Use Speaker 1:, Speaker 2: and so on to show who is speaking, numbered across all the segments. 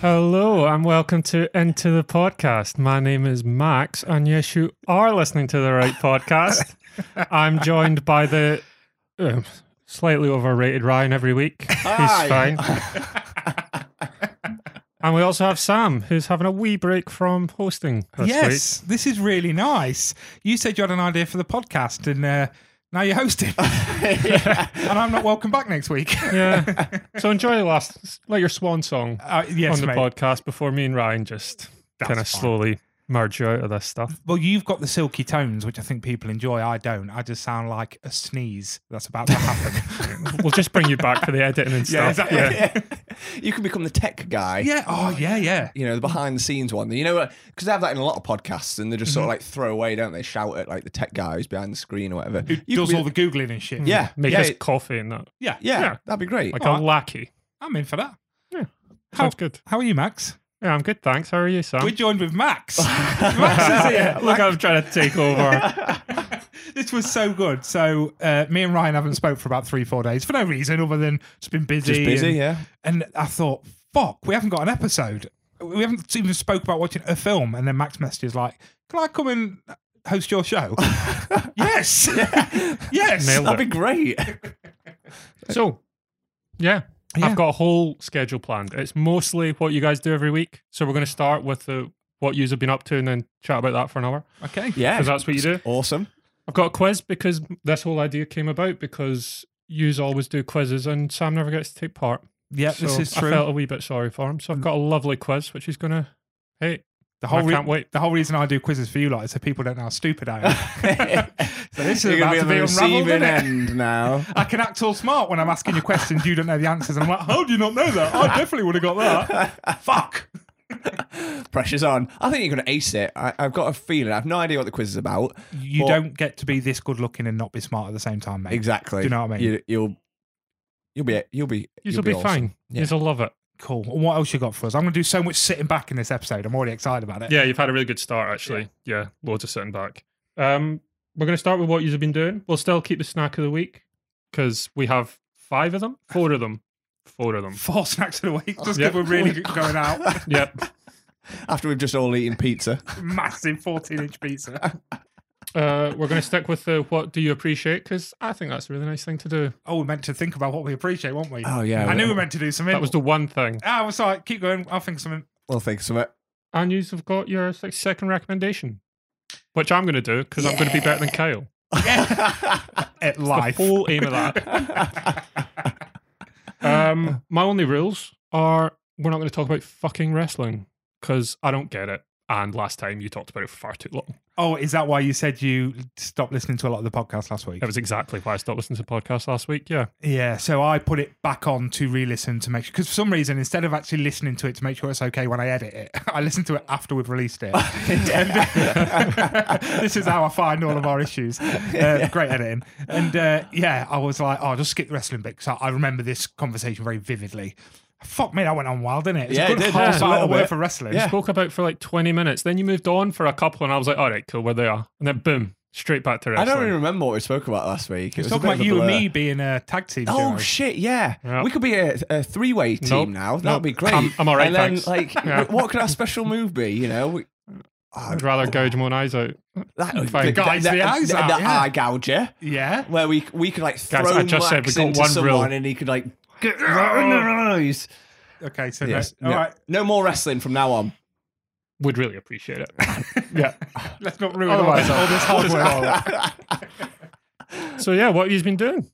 Speaker 1: Hello and welcome to Into the Podcast. My name is Max, and yes, you are listening to the right podcast. I'm joined by the um, slightly overrated Ryan every week. He's
Speaker 2: Hi.
Speaker 1: fine. and we also have Sam, who's having a wee break from hosting this week.
Speaker 3: yes, this is really nice. You said you had an idea for the podcast, and uh, now you're hosting, and I'm not welcome back next week.
Speaker 1: Yeah. so enjoy the last, like your swan song
Speaker 3: Uh, yes,
Speaker 1: on the
Speaker 3: mate.
Speaker 1: podcast before me and Ryan just kind
Speaker 3: fine.
Speaker 1: of slowly merge you out of this stuff.
Speaker 3: Well, you've got the silky tones, which I think people enjoy. I don't. I just sound like a sneeze that's about to happen.
Speaker 1: We'll just bring you back for the editing and stuff.
Speaker 3: exactly.
Speaker 2: you can become the tech guy.
Speaker 3: yeah. Oh, yeah, yeah.
Speaker 2: You know, the behind the scenes one. You know, because they have that in a lot of podcasts and they just sort
Speaker 3: Mm-hmm.
Speaker 2: of like throw away, don't they? Shout at like the tech guy who's behind the screen or whatever.
Speaker 3: Who
Speaker 2: You
Speaker 3: does
Speaker 2: could be-
Speaker 3: all the googling and shit?
Speaker 2: Yeah.
Speaker 1: make
Speaker 2: yeah,
Speaker 1: us coffee and that.
Speaker 3: yeah,
Speaker 2: yeah,
Speaker 1: yeah.
Speaker 2: that'd be great.
Speaker 1: Like a
Speaker 3: Alright.
Speaker 1: lackey.
Speaker 3: I'm in for that.
Speaker 1: Sounds good.
Speaker 3: How are you, Max?
Speaker 1: Yeah, I'm good, thanks. How are you, Sam?
Speaker 3: We're joined with Max. Max is here.
Speaker 1: Look, I'm trying to take over.
Speaker 3: this was so good. So uh, me and Ryan haven't spoke for about three, four days for no reason other than just been busy.
Speaker 2: Just busy,
Speaker 3: and,
Speaker 2: yeah.
Speaker 3: And I thought, fuck, we haven't got an episode. We haven't even spoke about watching a film. And then Max messages like, "Can I come and host your show?" yes, yes.
Speaker 1: Nailed
Speaker 2: That'd be great.
Speaker 1: so, yeah,
Speaker 3: Yeah.
Speaker 1: I've got a whole schedule planned. It's mostly what you guys do every week. So we're going to start with the what yous have been up to and then chat about that for an hour
Speaker 3: Okay.
Speaker 2: Yeah.
Speaker 1: because that's what you do.
Speaker 2: Awesome.
Speaker 1: I've got a quiz because this whole idea came about because yous always do quizzes and Sam never gets to take part.
Speaker 3: Yeah,
Speaker 1: so
Speaker 3: this is
Speaker 1: I felt
Speaker 3: true. Mm.
Speaker 1: a wee bit sorry for him. So I've got a lovely quiz which he's going to hate.
Speaker 3: The
Speaker 1: I
Speaker 3: whole
Speaker 1: can't wait.
Speaker 3: The whole reason I do quizzes for you lot is so people don't know how stupid I am. so this
Speaker 2: You're
Speaker 3: is
Speaker 2: gonna
Speaker 3: about
Speaker 2: be
Speaker 3: to
Speaker 2: on the
Speaker 3: be unravelled,
Speaker 2: receiving
Speaker 3: isn't it?
Speaker 2: end now.
Speaker 3: I can act all smart when I'm asking you questions you don't know the answers. And I'm like, how do you not know that? I definitely would have got that. Uh, Fuck.
Speaker 2: Pressure's on. I think you're going to ace it. I, I've got a feeling. I've no idea what the quiz is about.
Speaker 3: You
Speaker 2: But-
Speaker 3: don't get to be this good looking and not be smart at the same time, mate.
Speaker 2: Exactly.
Speaker 3: Do you know what I mean?
Speaker 2: You, you'll you'll be you'll be
Speaker 1: Yous
Speaker 2: you'll
Speaker 1: will be,
Speaker 2: awesome.
Speaker 1: fine.
Speaker 2: Yeah.
Speaker 1: Yous will love it.
Speaker 3: Cool. And what else you got for us? I'm going to do so much sitting back in this episode. I'm already excited about it.
Speaker 1: Yeah, you've had a really good start actually. Yeah, loads of sitting back. Um, we're going to start with what you've been doing. We'll still keep the snack of the week because we have five of them, four of them, four of them.
Speaker 3: Four snacks of the week. Just
Speaker 1: Yep.
Speaker 3: because we're really going out.
Speaker 1: Yep.
Speaker 2: After we've just all eaten pizza.
Speaker 3: Massive 14 inch pizza.
Speaker 1: Uh, we're going to stick with the what do you appreciate because I think that's a really nice thing to do.
Speaker 3: Oh, we meant to think about what we appreciate, weren't we?
Speaker 2: Oh, yeah.
Speaker 3: I knew we meant to do something.
Speaker 1: That was the one thing.
Speaker 3: Ah, I was like, keep going. I'll think of something.
Speaker 2: We'll think of it.
Speaker 1: And you've got your like, second recommendation, which I'm going to do because I'm going to be better than Kyle.
Speaker 3: At
Speaker 1: The
Speaker 3: life.
Speaker 1: whole aim of that. Um, my only rules are we're not going to talk about fucking wrestling because I don't get it. And last time you talked about it for far too long.
Speaker 3: Oh, is that why you said you stopped listening to a lot of the podcast last week?
Speaker 1: That was exactly why I stopped listening to podcasts last week. Yeah.
Speaker 3: Yeah, so I put it back on to re-listen to make sure because for some reason instead of actually listening to it to make sure it's okay when I edit it, I listen to it after we've released it. this is how I find all of our issues. Uh, great editing, and uh, yeah, I was like, oh, I'll just skip the wrestling bit because I, I remember this conversation very vividly. Fuck me, that went on wild, didn't it? It's
Speaker 2: Yeah,
Speaker 3: a
Speaker 2: it
Speaker 3: good
Speaker 2: did, yeah,
Speaker 3: half
Speaker 2: a
Speaker 3: hour
Speaker 2: little
Speaker 3: worth
Speaker 2: bit.
Speaker 3: of wrestling.
Speaker 2: Yeah.
Speaker 1: Spoke about for like 20 minutes. Then you moved on for a couple, and I was like, all right, cool, we're there. And then boom, straight back to
Speaker 2: I
Speaker 1: wrestling.
Speaker 2: don't even remember what we spoke about last week. It was a
Speaker 3: Talk
Speaker 2: bit
Speaker 3: about
Speaker 2: of a
Speaker 3: you and
Speaker 2: blur.
Speaker 3: me being a tag team.
Speaker 2: Oh
Speaker 3: Joey.
Speaker 2: shit! Yeah,
Speaker 1: Yeah.
Speaker 2: we could be a, a three-way team
Speaker 1: Nope.
Speaker 2: now. That'd
Speaker 1: Nope.
Speaker 2: be great.
Speaker 1: I'm- I'm all right,
Speaker 2: And then,
Speaker 1: thanks.
Speaker 2: like,
Speaker 1: Yeah.
Speaker 2: what could our special move be? You know, we, oh,
Speaker 1: I'd rather gouge my own eyes out.
Speaker 2: that,
Speaker 1: Fine.
Speaker 3: Guys, the eyes out,
Speaker 2: the
Speaker 3: yeah.
Speaker 2: eye gouger,
Speaker 3: yeah.
Speaker 2: where we we could like throw
Speaker 1: Guys, I just said
Speaker 2: Max
Speaker 1: we got
Speaker 2: into
Speaker 1: one
Speaker 2: someone
Speaker 1: rule.
Speaker 2: and he could like get right in their eyes.
Speaker 3: Okay, so
Speaker 2: Yes.
Speaker 3: no, all
Speaker 2: no,
Speaker 3: right,
Speaker 2: no more wrestling from now on.
Speaker 1: Would really appreciate it.
Speaker 3: yeah. Let's not ruin all
Speaker 1: Otherwise,
Speaker 3: this, all Oh, this hard work.
Speaker 1: So, yeah, what have you been doing?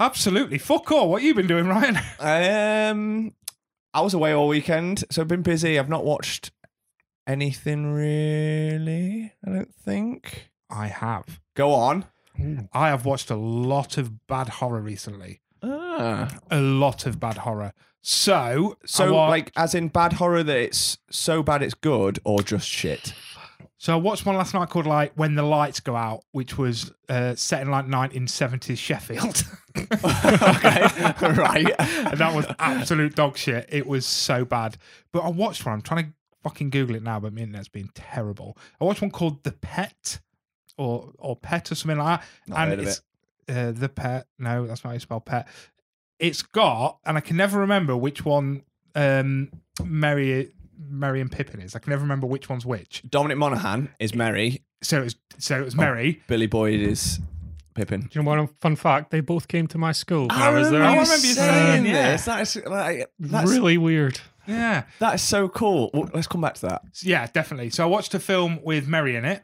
Speaker 3: Absolutely. Fuck all. What you been doing, Ryan?
Speaker 2: Um, I was away all weekend, so I've been busy. I've not watched anything really. I don't think.
Speaker 3: I have.
Speaker 2: Go on. Mm.
Speaker 3: I have watched a lot of bad horror recently.
Speaker 2: Ah.
Speaker 3: A lot of bad horror. So,
Speaker 2: So,
Speaker 3: I wa-
Speaker 2: like, as in bad horror that it's so bad it's good, or just shit.
Speaker 3: so I watched one last night called like When the Lights Go Out, which was uh, set in like 1970s Sheffield.
Speaker 2: okay, right.
Speaker 3: and that was absolute dog shit. It was so bad. But I watched one. I'm trying to fucking Google it now, but my internet's been terrible. I watched one called The Pet or or Pet or something like that.
Speaker 2: Not heard of
Speaker 3: Uh, the Pet. No, that's not how you spell pet. It's got, and I can never remember which one um, Mary, Mary and Pippin is. I can never remember which one's which.
Speaker 2: Dominic Monaghan is Merry.
Speaker 3: So it was, so
Speaker 2: Oh.
Speaker 3: it was Mary.
Speaker 2: Billy Boyd is Pippin.
Speaker 1: Do you know what? a Fun fact: they both came to my school. when I, was there.
Speaker 3: you remember you saying this.
Speaker 2: That's, like, that's,
Speaker 1: really weird.
Speaker 3: Yeah,
Speaker 2: that's so cool. Well, let's come back to that.
Speaker 3: So, yeah, definitely. So I watched a film with Mary in it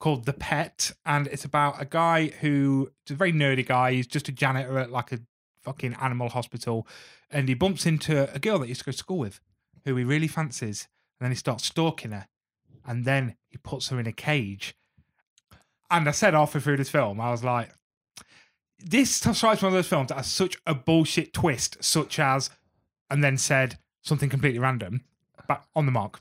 Speaker 3: called The Pet, and it's about a guy who is a very nerdy guy. He's just a janitor at like a fucking animal hospital, and he bumps into a girl that he used to go to school with, who he really fancies, and then he starts stalking her, and then he puts her in a cage. And I said halfway through this film, I was like, this strikes one of those films that has such a bullshit twist, such as, and then said something completely random, but on the mark.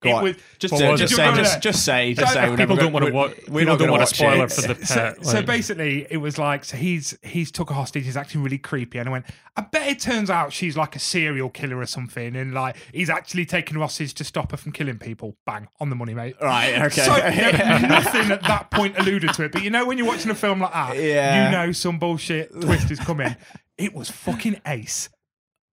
Speaker 2: Go
Speaker 3: It
Speaker 2: on.
Speaker 3: was-
Speaker 2: Just,
Speaker 1: What
Speaker 2: do-
Speaker 1: was
Speaker 2: just
Speaker 3: it?
Speaker 2: say,
Speaker 3: Do you remember
Speaker 2: just,
Speaker 3: that?
Speaker 2: just say, just
Speaker 3: Don't-
Speaker 2: say. we're
Speaker 1: People
Speaker 2: never
Speaker 1: don't want
Speaker 2: gonna-
Speaker 1: to watch.
Speaker 2: We're
Speaker 1: people
Speaker 2: not
Speaker 1: don't
Speaker 2: going
Speaker 1: want
Speaker 2: to
Speaker 1: a spoiler for the
Speaker 3: so,
Speaker 1: pet.
Speaker 3: so
Speaker 1: like-
Speaker 3: basically, it was like so he's he's took a hostage. He's acting really creepy, and I went, I bet it turns out she's like a serial killer or something, and like he's actually taking her hostage to stop her from killing people. Bang on the money, mate.
Speaker 2: Right. Okay.
Speaker 3: So no- nothing at that point alluded to it, but you know when you're watching a film like that,
Speaker 2: Yeah.
Speaker 3: you know some bullshit twist is coming. It was fucking ace.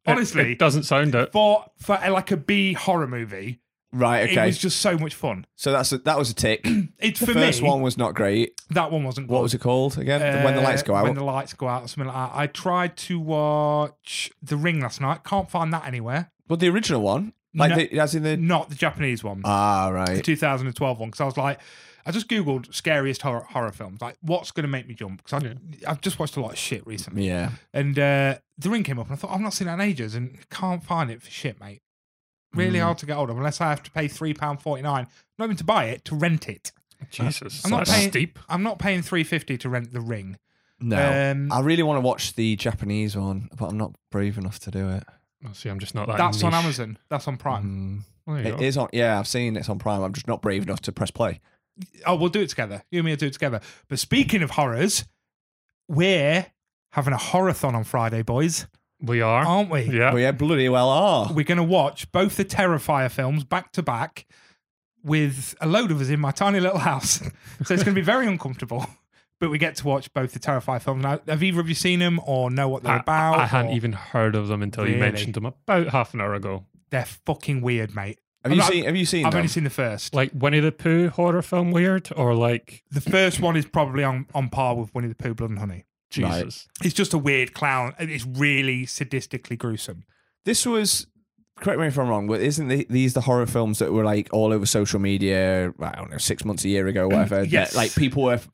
Speaker 1: It-
Speaker 3: Honestly,
Speaker 1: it doesn't sound it.
Speaker 3: for for uh, like a B horror movie,
Speaker 2: right.
Speaker 3: it
Speaker 2: Okay.
Speaker 3: was just so much fun.
Speaker 2: so that's a, that was a tick.
Speaker 3: It's
Speaker 2: The
Speaker 3: for
Speaker 2: first
Speaker 3: me.
Speaker 2: one was not great.
Speaker 3: that one wasn't.
Speaker 2: What
Speaker 3: good.
Speaker 2: was it called again? The- when the lights go
Speaker 3: Uh,
Speaker 2: out.
Speaker 3: When the lights go out, or something like that. I tried to watch The Ring last night. Can't find that anywhere.
Speaker 2: well, the original one, like
Speaker 3: No.
Speaker 2: the, as in the
Speaker 3: Not the Japanese one.
Speaker 2: ah
Speaker 3: the
Speaker 2: right.
Speaker 3: 2012 one because I was like, I just googled scariest horror, horror films. Like, what's going to make me jump? Because I've just watched a lot of shit recently,
Speaker 2: Yeah.
Speaker 3: and uh, The Ring came up, and I thought I've not seen that in ages, and can't find it for shit, mate.
Speaker 2: Mm.
Speaker 3: Really hard to get hold of unless I have to pay three pound forty nine, not even to buy it to rent it.
Speaker 1: Jesus,
Speaker 3: I'm not
Speaker 1: that's
Speaker 3: paying-
Speaker 1: steep.
Speaker 3: I'm not paying three fifty to rent The Ring.
Speaker 2: No.
Speaker 3: Um,
Speaker 2: I really want to watch the Japanese one, but I'm not brave enough to do it.
Speaker 1: Oh, see, I'm just not that.
Speaker 3: that's on
Speaker 1: niche.
Speaker 3: Amazon. That's on Prime.
Speaker 2: Mm.
Speaker 1: There you
Speaker 2: It
Speaker 1: go.
Speaker 2: is on. Yeah, I've seen it's on Prime. I'm just not brave enough to press play.
Speaker 3: Oh, we'll do it together. You and me will do it together. But speaking of horrors, we're having a horrorthon on Friday, boys,
Speaker 1: We are.
Speaker 3: aren't we?
Speaker 1: yeah.
Speaker 2: Well, yeah, bloody well are.
Speaker 3: We're going to watch both the Terrifier films back to back with a load of us in my tiny little house. So it's going to be very uncomfortable. But we get to watch both the Terrifier films. Now, have either of you seen them or know what they're
Speaker 1: I,
Speaker 3: about?
Speaker 1: I hadn't
Speaker 3: or-
Speaker 1: even heard of them until you
Speaker 3: Really?
Speaker 1: mentioned them about half an hour ago.
Speaker 3: They're fucking weird, mate.
Speaker 2: have
Speaker 3: I'm
Speaker 2: you
Speaker 3: not-
Speaker 2: seen? Have you seen?
Speaker 3: I've
Speaker 2: them?
Speaker 3: only seen the first.
Speaker 1: Like Winnie the Pooh horror film, weird or like
Speaker 3: the first one is probably on, on par with Winnie the Pooh, Blood and Honey.
Speaker 2: Right.
Speaker 1: Jesus.
Speaker 3: It's just a weird clown. and It's really sadistically gruesome.
Speaker 2: this was. Correct me if I'm wrong, but isn't the, these the horror films that were like all over social media? I don't know, six months a year ago, whatever. that,
Speaker 3: Mm, Yes.
Speaker 2: like people were f-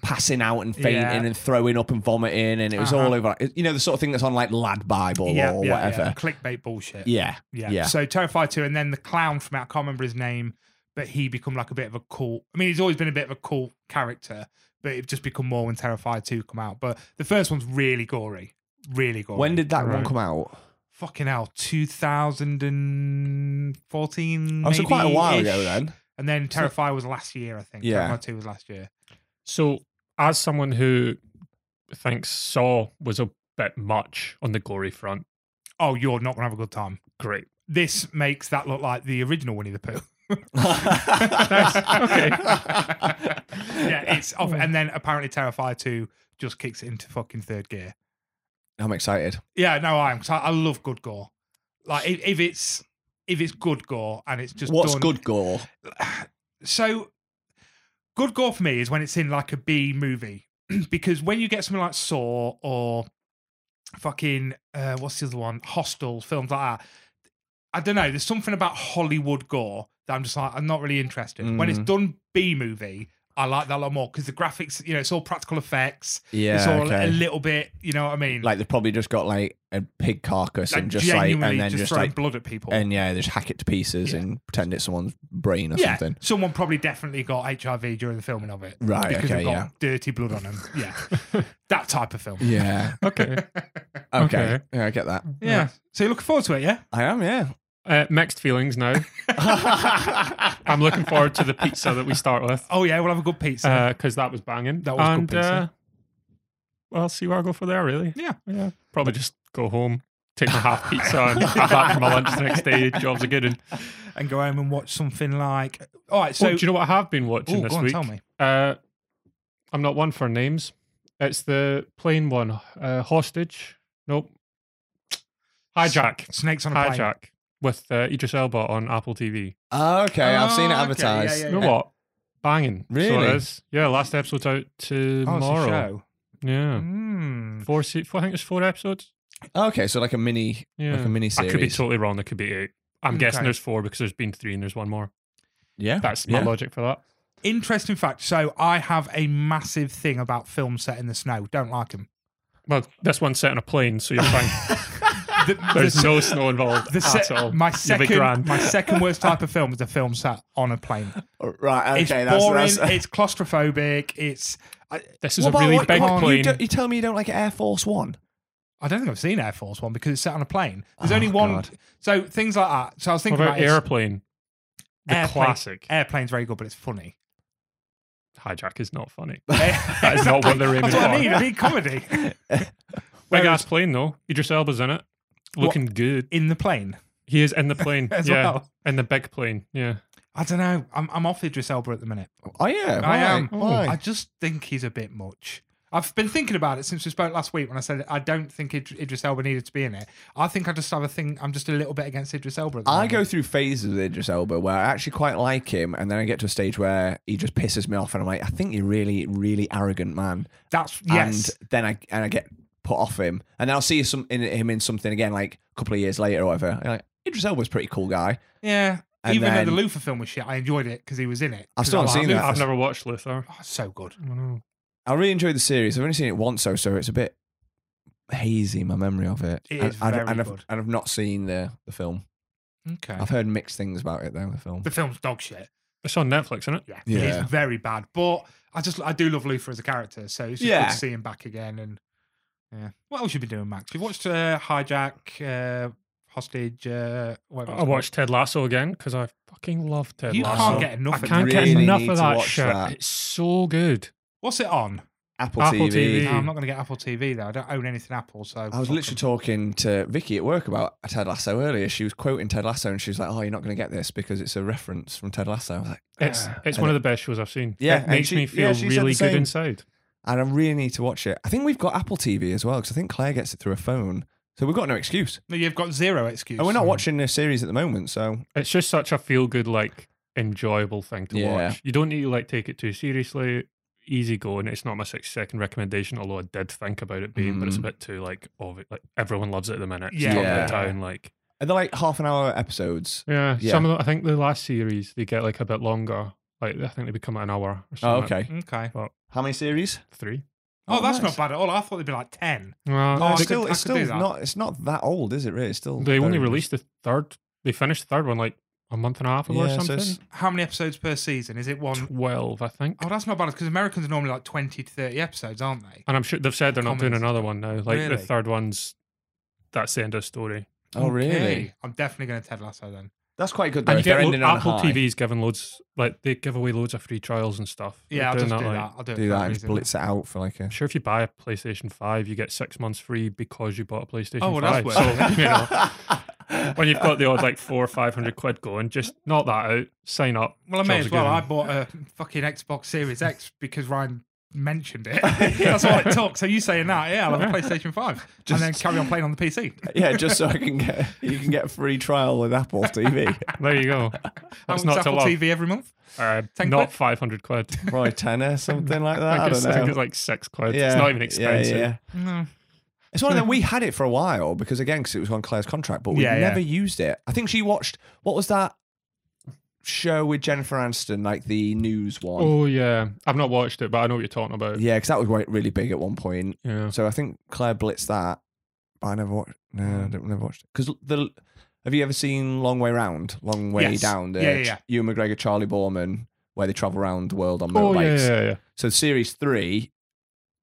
Speaker 2: passing out and fainting
Speaker 3: Yeah.
Speaker 2: and throwing up and vomiting, and it was
Speaker 3: Uh-huh.
Speaker 2: all over. You know, the sort of thing that's on like Lad Bible or whatever.
Speaker 3: Clickbait bullshit.
Speaker 2: Yeah.
Speaker 3: yeah.
Speaker 2: yeah.
Speaker 3: So Terrifier 2, and then the clown from it, I can't remember his name, but he become like a bit of a cult. I mean, he's always been a bit of a cult character, but it just become more when Terrifier 2 come out. But the first one's really gory. Really gory.
Speaker 2: When did that one
Speaker 1: Right.
Speaker 2: come out?
Speaker 3: Fucking hell, 2014.
Speaker 2: Oh, so quite a while
Speaker 3: maybe-ish.
Speaker 2: ago then.
Speaker 3: And then Terrifier was last year, I think.
Speaker 2: Yeah.
Speaker 3: Terrifier 2 was last year.
Speaker 1: So, as someone who thinks Saw was a bit much on the gory front,
Speaker 3: Oh, you're not going to have a good time.
Speaker 1: great.
Speaker 3: This makes that look like the original Winnie the Pooh. yeah, it's off. And then apparently Terrifier 2 just kicks it into fucking third gear.
Speaker 2: I'm excited.
Speaker 3: Yeah, no, I am. 'cause I, I love good gore. Like if, if it's if it's good gore and it's just
Speaker 2: What's
Speaker 3: done-
Speaker 2: good gore?
Speaker 3: So good gore for me is when it's in like a B movie because when you get something like Saw or fucking uh, what's the other one, Hostel, films like that. I don't know. There's something about Hollywood gore that I'm just like I'm not really interested. When it's
Speaker 2: Mm.
Speaker 3: done B movie, I like that a lot more because the graphics, you know, it's all practical effects.
Speaker 2: Yeah,
Speaker 3: it's all
Speaker 2: okay.
Speaker 3: a little bit, you know what I mean?
Speaker 2: like they've probably just got like a pig carcass
Speaker 3: Like,
Speaker 2: and just like and
Speaker 3: genuinely
Speaker 2: then just,
Speaker 3: just throwing
Speaker 2: like
Speaker 3: blood at people.
Speaker 2: and yeah, they just hack it to pieces
Speaker 3: Yeah.
Speaker 2: and pretend it's someone's brain or
Speaker 3: yeah,
Speaker 2: something.
Speaker 3: someone probably definitely got HIV during the filming of it.
Speaker 2: Right,
Speaker 3: Because
Speaker 2: okay,
Speaker 3: they've got
Speaker 2: yeah.
Speaker 3: dirty blood on them. Yeah. that type of film.
Speaker 2: Yeah.
Speaker 1: Okay.
Speaker 2: Okay.
Speaker 1: Okay.
Speaker 2: Yeah, I get that.
Speaker 3: Yeah. So you're looking forward to it, yeah?
Speaker 2: I am, yeah.
Speaker 1: Uh, mixed feelings now. I'm looking forward to the pizza that we start with
Speaker 3: Oh, yeah. We'll have a good pizza.
Speaker 1: because that was banging.
Speaker 3: That was good
Speaker 1: and,
Speaker 3: pizza.
Speaker 1: Uh, well, I'll see where I go for there, really.
Speaker 3: Yeah.
Speaker 1: Yeah. Probably just go home, take my half pizza, and come back for my lunch the next day. Job's a good one.
Speaker 3: and go home and watch something like. All right.
Speaker 1: So,
Speaker 3: So.
Speaker 1: do you know what I have been watching
Speaker 3: Ooh,
Speaker 1: this
Speaker 3: go on,
Speaker 1: week?
Speaker 3: tell me.
Speaker 1: Uh, I'm not one for names. It's the plain one. Uh, hostage. Nope. Hijack.
Speaker 3: Snakes on a plane. Oh,
Speaker 1: Hijack. with uh, Idris Elba on Apple TV.
Speaker 2: Okay, I've seen
Speaker 3: Oh, okay,
Speaker 2: it
Speaker 3: yeah,
Speaker 2: advertised.
Speaker 1: You know
Speaker 3: Yeah.
Speaker 1: what? Banging. So
Speaker 2: Really?
Speaker 1: it is. Yeah, last episode's out
Speaker 3: Oh, it's a
Speaker 1: tomorrow.
Speaker 3: show.
Speaker 1: yeah.
Speaker 3: Hmm.
Speaker 1: Four, se- four, I think it's four episodes.
Speaker 2: Okay, so like a mini,
Speaker 1: Yeah.
Speaker 2: like a mini
Speaker 1: I
Speaker 2: series.
Speaker 1: could be totally wrong. There could be eight. I'm guessing
Speaker 3: Okay. Oh,
Speaker 1: there's four because there's been three and there's one more.
Speaker 2: yeah,
Speaker 1: That's my
Speaker 2: Yeah.
Speaker 1: logic for that.
Speaker 3: Interesting fact. So I have a massive thing about films set in the snow. Don't like them.
Speaker 1: Well, this one's set on a plane, so you're fine.
Speaker 3: The,
Speaker 1: there's
Speaker 3: the-
Speaker 1: no snow involved
Speaker 3: the
Speaker 1: at
Speaker 3: se-
Speaker 1: all.
Speaker 3: My
Speaker 1: Ah, You'll be grand.
Speaker 3: second, my second worst type of film is a film set on a plane.
Speaker 2: right.
Speaker 3: it's
Speaker 2: Okay, that's,
Speaker 3: boring.
Speaker 2: that's
Speaker 3: it's claustrophobic. It's. I,
Speaker 1: This is
Speaker 2: What
Speaker 1: a
Speaker 2: about-
Speaker 1: really
Speaker 2: what-
Speaker 1: big
Speaker 2: what- You,
Speaker 1: plane.
Speaker 2: don't- you tell me you don't like Air Force One.
Speaker 3: I don't think I've seen Air Force One because it's set on a plane. There's
Speaker 2: Oh,
Speaker 3: only one.
Speaker 2: God.
Speaker 3: So things like that. So I was
Speaker 1: What
Speaker 3: thinking
Speaker 1: about
Speaker 3: about, this.
Speaker 1: airplane? The
Speaker 3: Airplane.
Speaker 1: classic.
Speaker 3: Airplane's very good, but it's funny.
Speaker 1: Hijack is not funny.
Speaker 3: that
Speaker 1: That is not what they're aiming
Speaker 3: That's what I
Speaker 1: for.
Speaker 3: need. I need comedy
Speaker 1: Big
Speaker 3: Whereas-
Speaker 1: ass plane though. Idris Elba's in it, looking good.
Speaker 3: in the plane
Speaker 1: He is in the plane.
Speaker 3: as
Speaker 1: yeah,
Speaker 3: well.
Speaker 1: in the big plane. Yeah.
Speaker 3: I don't know. I'm, I'm off Idris Elba at the minute.
Speaker 2: Oh yeah,
Speaker 3: I
Speaker 2: why?
Speaker 3: am.
Speaker 2: Why?
Speaker 3: I just think he's a bit much. I've been thinking about it since we spoke last week when I said I don't think Id- Idris Elba needed to be in it. I think I just have a thing. I'm just a little bit against Idris Elba. At the
Speaker 2: I
Speaker 3: moment.
Speaker 2: go through phases with Idris Elba where I actually quite like him, and then I get to a stage where he just pisses me off, and I'm like, I think you're really, really arrogant, man.
Speaker 3: That's yes.
Speaker 2: And then I and I get put off him, and then I'll see some in him in something again, like a couple of years later or whatever. And I'm like, Idris Elba's a pretty cool guy.
Speaker 3: yeah.
Speaker 2: and
Speaker 3: Even
Speaker 2: then-
Speaker 3: though the Luther film was shit, I enjoyed it because he was in it.
Speaker 2: I've still not seen
Speaker 3: that.
Speaker 2: that.
Speaker 1: I've never watched Luther.
Speaker 3: Oh, so good.
Speaker 1: I don't know.
Speaker 2: I really enjoyed the series. I've only seen it once, so so it's a bit hazy my memory of it.
Speaker 3: It
Speaker 2: and,
Speaker 3: is
Speaker 2: and-
Speaker 3: very
Speaker 2: and I've,
Speaker 3: good.
Speaker 2: and I've not seen the the film.
Speaker 3: Okay.
Speaker 2: Mm. I've heard mixed things about it though. The film.
Speaker 3: The film's dog shit.
Speaker 1: It's on Netflix, isn't it?
Speaker 3: Yeah.
Speaker 2: Yeah.
Speaker 3: It's very bad. But I just I do love Luther as a character, so it's just
Speaker 2: Yeah.
Speaker 3: good to see him back again. And yeah. What else you been doing, Max? You've watched uh, Hijack, uh, Hostage. Uh, whatever it's
Speaker 1: I
Speaker 3: called.
Speaker 1: watched Ted Lasso again because I fucking love Ted
Speaker 3: You
Speaker 1: Lasso.
Speaker 3: can't get enough.
Speaker 1: I
Speaker 3: of it.
Speaker 1: can't
Speaker 2: Really
Speaker 1: get enough
Speaker 2: need
Speaker 1: of
Speaker 2: to
Speaker 1: that
Speaker 2: watch
Speaker 1: shit.
Speaker 2: that.
Speaker 1: It's so good.
Speaker 3: What's it on?
Speaker 2: Apple,
Speaker 1: Apple
Speaker 2: TV.
Speaker 1: TV.
Speaker 3: No, I'm not going to get Apple TV though. I don't own anything Apple, so
Speaker 2: I was literally talking to Vicky at work about Ted Lasso earlier. She was quoting Ted Lasso and she was like, "Oh, you're not going to get this because it's a reference from Ted Lasso." I was like,
Speaker 1: It's
Speaker 3: Ah.
Speaker 1: it's
Speaker 2: And
Speaker 1: one of the best shows I've seen.
Speaker 2: Yeah,
Speaker 1: it
Speaker 2: and
Speaker 1: makes
Speaker 2: she-
Speaker 1: me
Speaker 2: yeah,
Speaker 1: feel
Speaker 2: she said the
Speaker 1: really good
Speaker 2: same.
Speaker 1: inside.
Speaker 2: "And I really need to watch it." I think we've got Apple TV as well because I think Claire gets it through a phone, so we've got no excuse.
Speaker 3: No, you've got zero excuse. Hmm.
Speaker 2: And Oh, we're not watching a series at the moment, so
Speaker 1: It's just such a feel good, like enjoyable thing to
Speaker 2: Yeah.
Speaker 1: watch. You don't need to like take it too seriously. Easy going. It's not my six second recommendation, although I did think about it being, but it's a
Speaker 2: Mhm.
Speaker 1: bit too like obvious. Like everyone loves it at the minute. It's
Speaker 3: Yeah.
Speaker 1: top of the
Speaker 2: Yeah.
Speaker 1: town. Like
Speaker 2: and they're like half an hour episodes.
Speaker 1: yeah,
Speaker 2: Yeah.
Speaker 1: some of them. I think the last series they get like a bit longer. Like I think they become an hour. Or
Speaker 2: Oh,
Speaker 1: something.
Speaker 2: okay.
Speaker 3: Okay.
Speaker 2: How many series?
Speaker 1: three.
Speaker 3: Oh, that's not
Speaker 2: nice.
Speaker 3: bad at all. I thought they'd be like ten.
Speaker 1: Well,
Speaker 2: Oh,
Speaker 3: I
Speaker 2: it's
Speaker 3: could-
Speaker 2: still,
Speaker 3: I
Speaker 2: it's
Speaker 3: could do
Speaker 2: still
Speaker 3: that.
Speaker 2: not. It's not that old, is it? Really, it's still.
Speaker 1: They only
Speaker 2: Oh, very-
Speaker 1: released the third. They finished the third one like a month and a half ago
Speaker 2: Yeah,
Speaker 1: or
Speaker 2: so
Speaker 1: something.
Speaker 2: it's-
Speaker 3: How many episodes per season? Is it one?
Speaker 1: Twelve, I think.
Speaker 3: Oh, that's not bad because Americans are normally like twenty to thirty episodes, aren't they?
Speaker 1: And I'm sure they've said they're not doing
Speaker 3: Comments.
Speaker 1: another one now. Like the
Speaker 3: Really?
Speaker 1: third one's that's the end of story.
Speaker 2: Oh, really?
Speaker 3: Okay. I'm definitely going to Ted Lasso then.
Speaker 2: That's quite good. Though,
Speaker 1: And you
Speaker 2: if they're
Speaker 1: get lo-
Speaker 2: ending on a
Speaker 1: Apple
Speaker 2: high.
Speaker 1: TV's giving loads like they give away loads of free trials and stuff. They're
Speaker 3: Yeah, I'll
Speaker 1: doing
Speaker 3: just do
Speaker 1: like-
Speaker 3: that. I'll do it.
Speaker 2: Do
Speaker 3: for
Speaker 2: that and just
Speaker 3: reason.
Speaker 2: blitz it out for like a.
Speaker 1: I'm sure if you buy a PlayStation 5, you get six months free because you bought a PlayStation
Speaker 3: Oh, well,
Speaker 1: 5.
Speaker 3: that's
Speaker 1: so, you know, when you've got the odd like four or 500 quid going, just knock that out, sign up.
Speaker 3: Well, I may
Speaker 1: Job's
Speaker 3: as
Speaker 1: a
Speaker 3: well.
Speaker 1: given.
Speaker 3: I bought a fucking Xbox Series X because Ryan mentioned it. That's all it took. So you saying that? Yeah, I'll have a PlayStation Five,
Speaker 2: Just-
Speaker 3: and then carry on playing on the PC.
Speaker 2: yeah, just so I can get you can get a free trial with Apple TV.
Speaker 1: There you go.
Speaker 3: How
Speaker 1: That's
Speaker 3: much
Speaker 1: not to
Speaker 3: Apple
Speaker 1: love.
Speaker 3: TV every month.
Speaker 1: Uh,
Speaker 3: Ten
Speaker 1: not
Speaker 3: quid?
Speaker 1: 500 quid.
Speaker 2: Probably ten or something like that. I,
Speaker 1: I,
Speaker 2: don't
Speaker 1: guess, I think
Speaker 2: know.
Speaker 1: it's like six quid.
Speaker 2: yeah,
Speaker 1: It's not even
Speaker 2: yeah,
Speaker 1: expensive.
Speaker 2: yeah.
Speaker 3: No.
Speaker 2: It's one of them. We had it for a while because again, because it was on Claire's contract, but we
Speaker 3: Yeah, yeah.
Speaker 2: never used it. I think she watched what was that show with Jennifer Aniston, like the news one.
Speaker 1: Oh, yeah. I've not watched it, but I know what you're talking about.
Speaker 2: Yeah, because that was quite- really big at one point.
Speaker 1: Oh. yeah.
Speaker 2: So I think Claire blitzed that, but I never watched. No,
Speaker 1: Mm.
Speaker 2: I don't, never watched it because the. Have you ever seen Long Way Round? Long Way
Speaker 3: Yes.
Speaker 2: Down. The
Speaker 3: Yeah, yeah, yeah.
Speaker 2: Ewan McGregor, Charlie Borman, where they travel around the world on
Speaker 1: Oh,
Speaker 2: motorbikes.
Speaker 1: yeah, yeah, yeah.
Speaker 2: So series three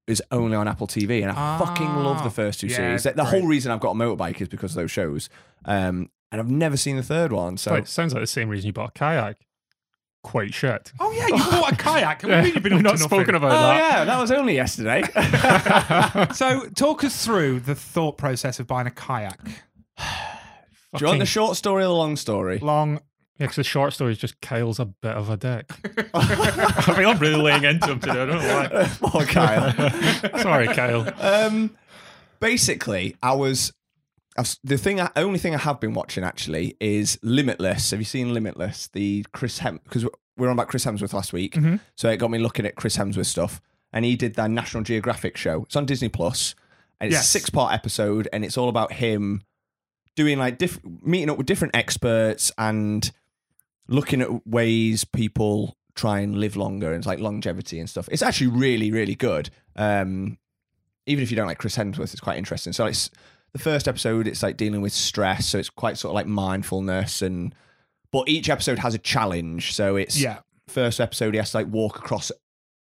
Speaker 2: is only on Apple TV, and I fucking love
Speaker 3: Ah.
Speaker 2: the first two
Speaker 3: Yeah,
Speaker 2: series. The, the
Speaker 3: great.
Speaker 2: whole reason I've got a motorbike is because of those shows, um, and I've never seen the third one. So
Speaker 1: But it sounds like the same reason you bought a kayak. Quite shit.
Speaker 3: Oh yeah, you bought a kayak. What do you mean you've been
Speaker 1: We've
Speaker 3: up
Speaker 1: not
Speaker 3: to
Speaker 1: spoken
Speaker 3: nothing?
Speaker 1: about that.
Speaker 2: Oh, yeah, that was only yesterday.
Speaker 3: So talk us through the thought process of buying a kayak.
Speaker 1: Fucking-
Speaker 2: Do you want the short story or the long story?
Speaker 3: Long.
Speaker 1: Yeah, 'cause the short story is just Kyle's a bit of a dick. I mean, I'm really laying into him today. I don't know
Speaker 2: Poor Kyle.
Speaker 1: why. Sorry, Kyle.
Speaker 2: Um, basically, I was I've, s- the thing, I, only thing I have been watching actually is Limitless. Have you seen Limitless? The Chris Hem because we were on about Chris Hemsworth last week,
Speaker 3: Mhm.
Speaker 2: so it got me looking at Chris Hemsworth stuff. And he did that National Geographic show. It's on Disney Plus, and it's
Speaker 3: Yes.
Speaker 2: a six-part episode, and it's all about him doing like diff- meeting up with different experts and looking at ways people try and live longer and it's like longevity and stuff. It's actually really, really good. Um, even if you don't like Chris Hemsworth, it's quite interesting. So it's the first episode. It's like dealing with stress, so it's quite sort of like mindfulness and. But each episode has a challenge, so it's
Speaker 3: Yeah.
Speaker 2: first episode he has to like walk across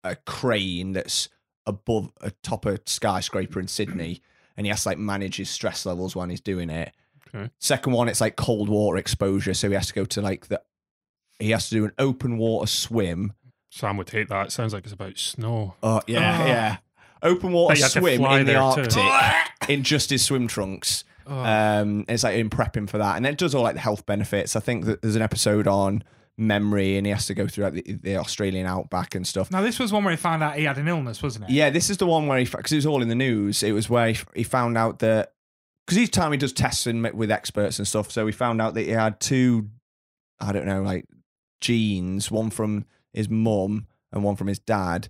Speaker 2: a crane that's above a top of skyscraper in Sydney, and he has to like manage his stress levels when he's doing it.
Speaker 1: Okay.
Speaker 2: Second one, it's like cold water exposure, so he has to go to like the he has to do an open water swim.
Speaker 1: Sam would hate that. It sounds like it's about snow.
Speaker 2: Oh yeah,
Speaker 3: Ah.
Speaker 2: yeah. Open water
Speaker 1: Bet you had to
Speaker 2: swim
Speaker 1: fly
Speaker 2: in the
Speaker 1: there too.
Speaker 2: Arctic in just his swim trunks.
Speaker 3: Oh.
Speaker 2: Um, it's like in prepping for that, and it does all like the health benefits. I think that there's an episode on memory, and he has to go through like the, the Australian outback and stuff.
Speaker 3: now this was one where he found out he had an illness, wasn't it?
Speaker 2: Yeah, this is the one where he because it was all in the news. It was where he, he found out that because each time he does tests and with experts and stuff, so he found out that he had two, I don't know, like genes, one from his mum and one from his dad,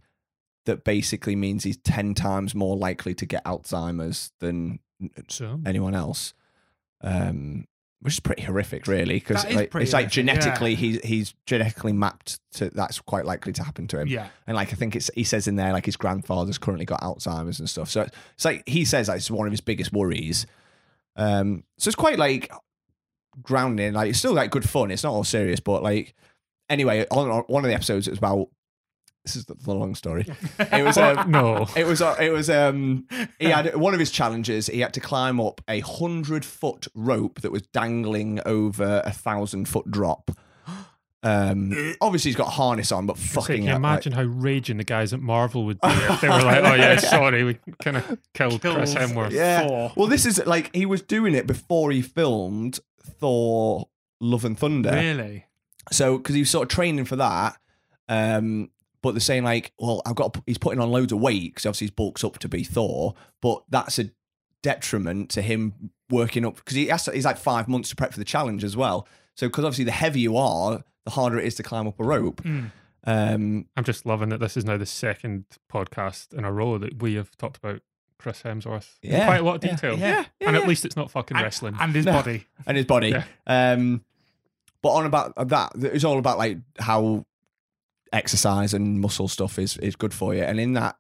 Speaker 2: that basically means he's ten times more likely to get Alzheimer's than
Speaker 1: So
Speaker 2: anyone else. Um, which is pretty horrific, really, because
Speaker 3: That is
Speaker 2: like,
Speaker 3: pretty
Speaker 2: it's like
Speaker 3: horrific, yeah.
Speaker 2: genetically he's he's genetically mapped to that's quite likely to happen to him.
Speaker 3: Yeah.
Speaker 2: And like I think it's he says in there like his grandfather's currently got Alzheimer's and stuff. So it's- it's like he says like, it's one of his biggest worries. Um, so it's quite like grounding. Like it's still like good fun. It's not all serious, but like anyway, on, on one of the episodes it was about. This is the, the long story. It was um,
Speaker 1: no.
Speaker 2: it was uh, it was um he had one of his challenges. He had to climb up a hundred foot rope that was dangling over a thousand foot drop. Um, obviously he's got a harness on, but
Speaker 1: Fucking
Speaker 2: fucking
Speaker 1: can you
Speaker 2: hell, like-
Speaker 1: imagine how raging the guys at Marvel would be if they were like, "Oh yeah, sorry, we kind of killed Chris
Speaker 3: Kills
Speaker 1: Hemsworth."
Speaker 2: Yeah.
Speaker 3: Thor.
Speaker 2: Well, this is like he was doing it before he filmed Thor: Love and Thunder.
Speaker 3: Really?
Speaker 2: So because he was sort of training for that, um, but they're saying like, well, I've got he's putting on loads of weight because obviously he's bulks up to be Thor, but that's a detriment to him working up because he has to, he's like five months to prep for the challenge as well. So because obviously the heavier you are, the harder it is to climb up a rope.
Speaker 3: Mm.
Speaker 2: Um,
Speaker 1: I'm just loving that this is now the second podcast in a row that we have talked about Chris Hemsworth in
Speaker 2: Yeah,
Speaker 1: quite a lot of
Speaker 2: yeah,
Speaker 1: detail.
Speaker 2: yeah,
Speaker 1: and
Speaker 2: yeah.
Speaker 1: at least it's not fucking
Speaker 3: And-
Speaker 1: wrestling.
Speaker 3: And his
Speaker 2: No.
Speaker 3: body.
Speaker 2: and his body.
Speaker 1: Yeah.
Speaker 2: Um, but on about that, it's all about like how exercise and muscle stuff is is good for you. And in that,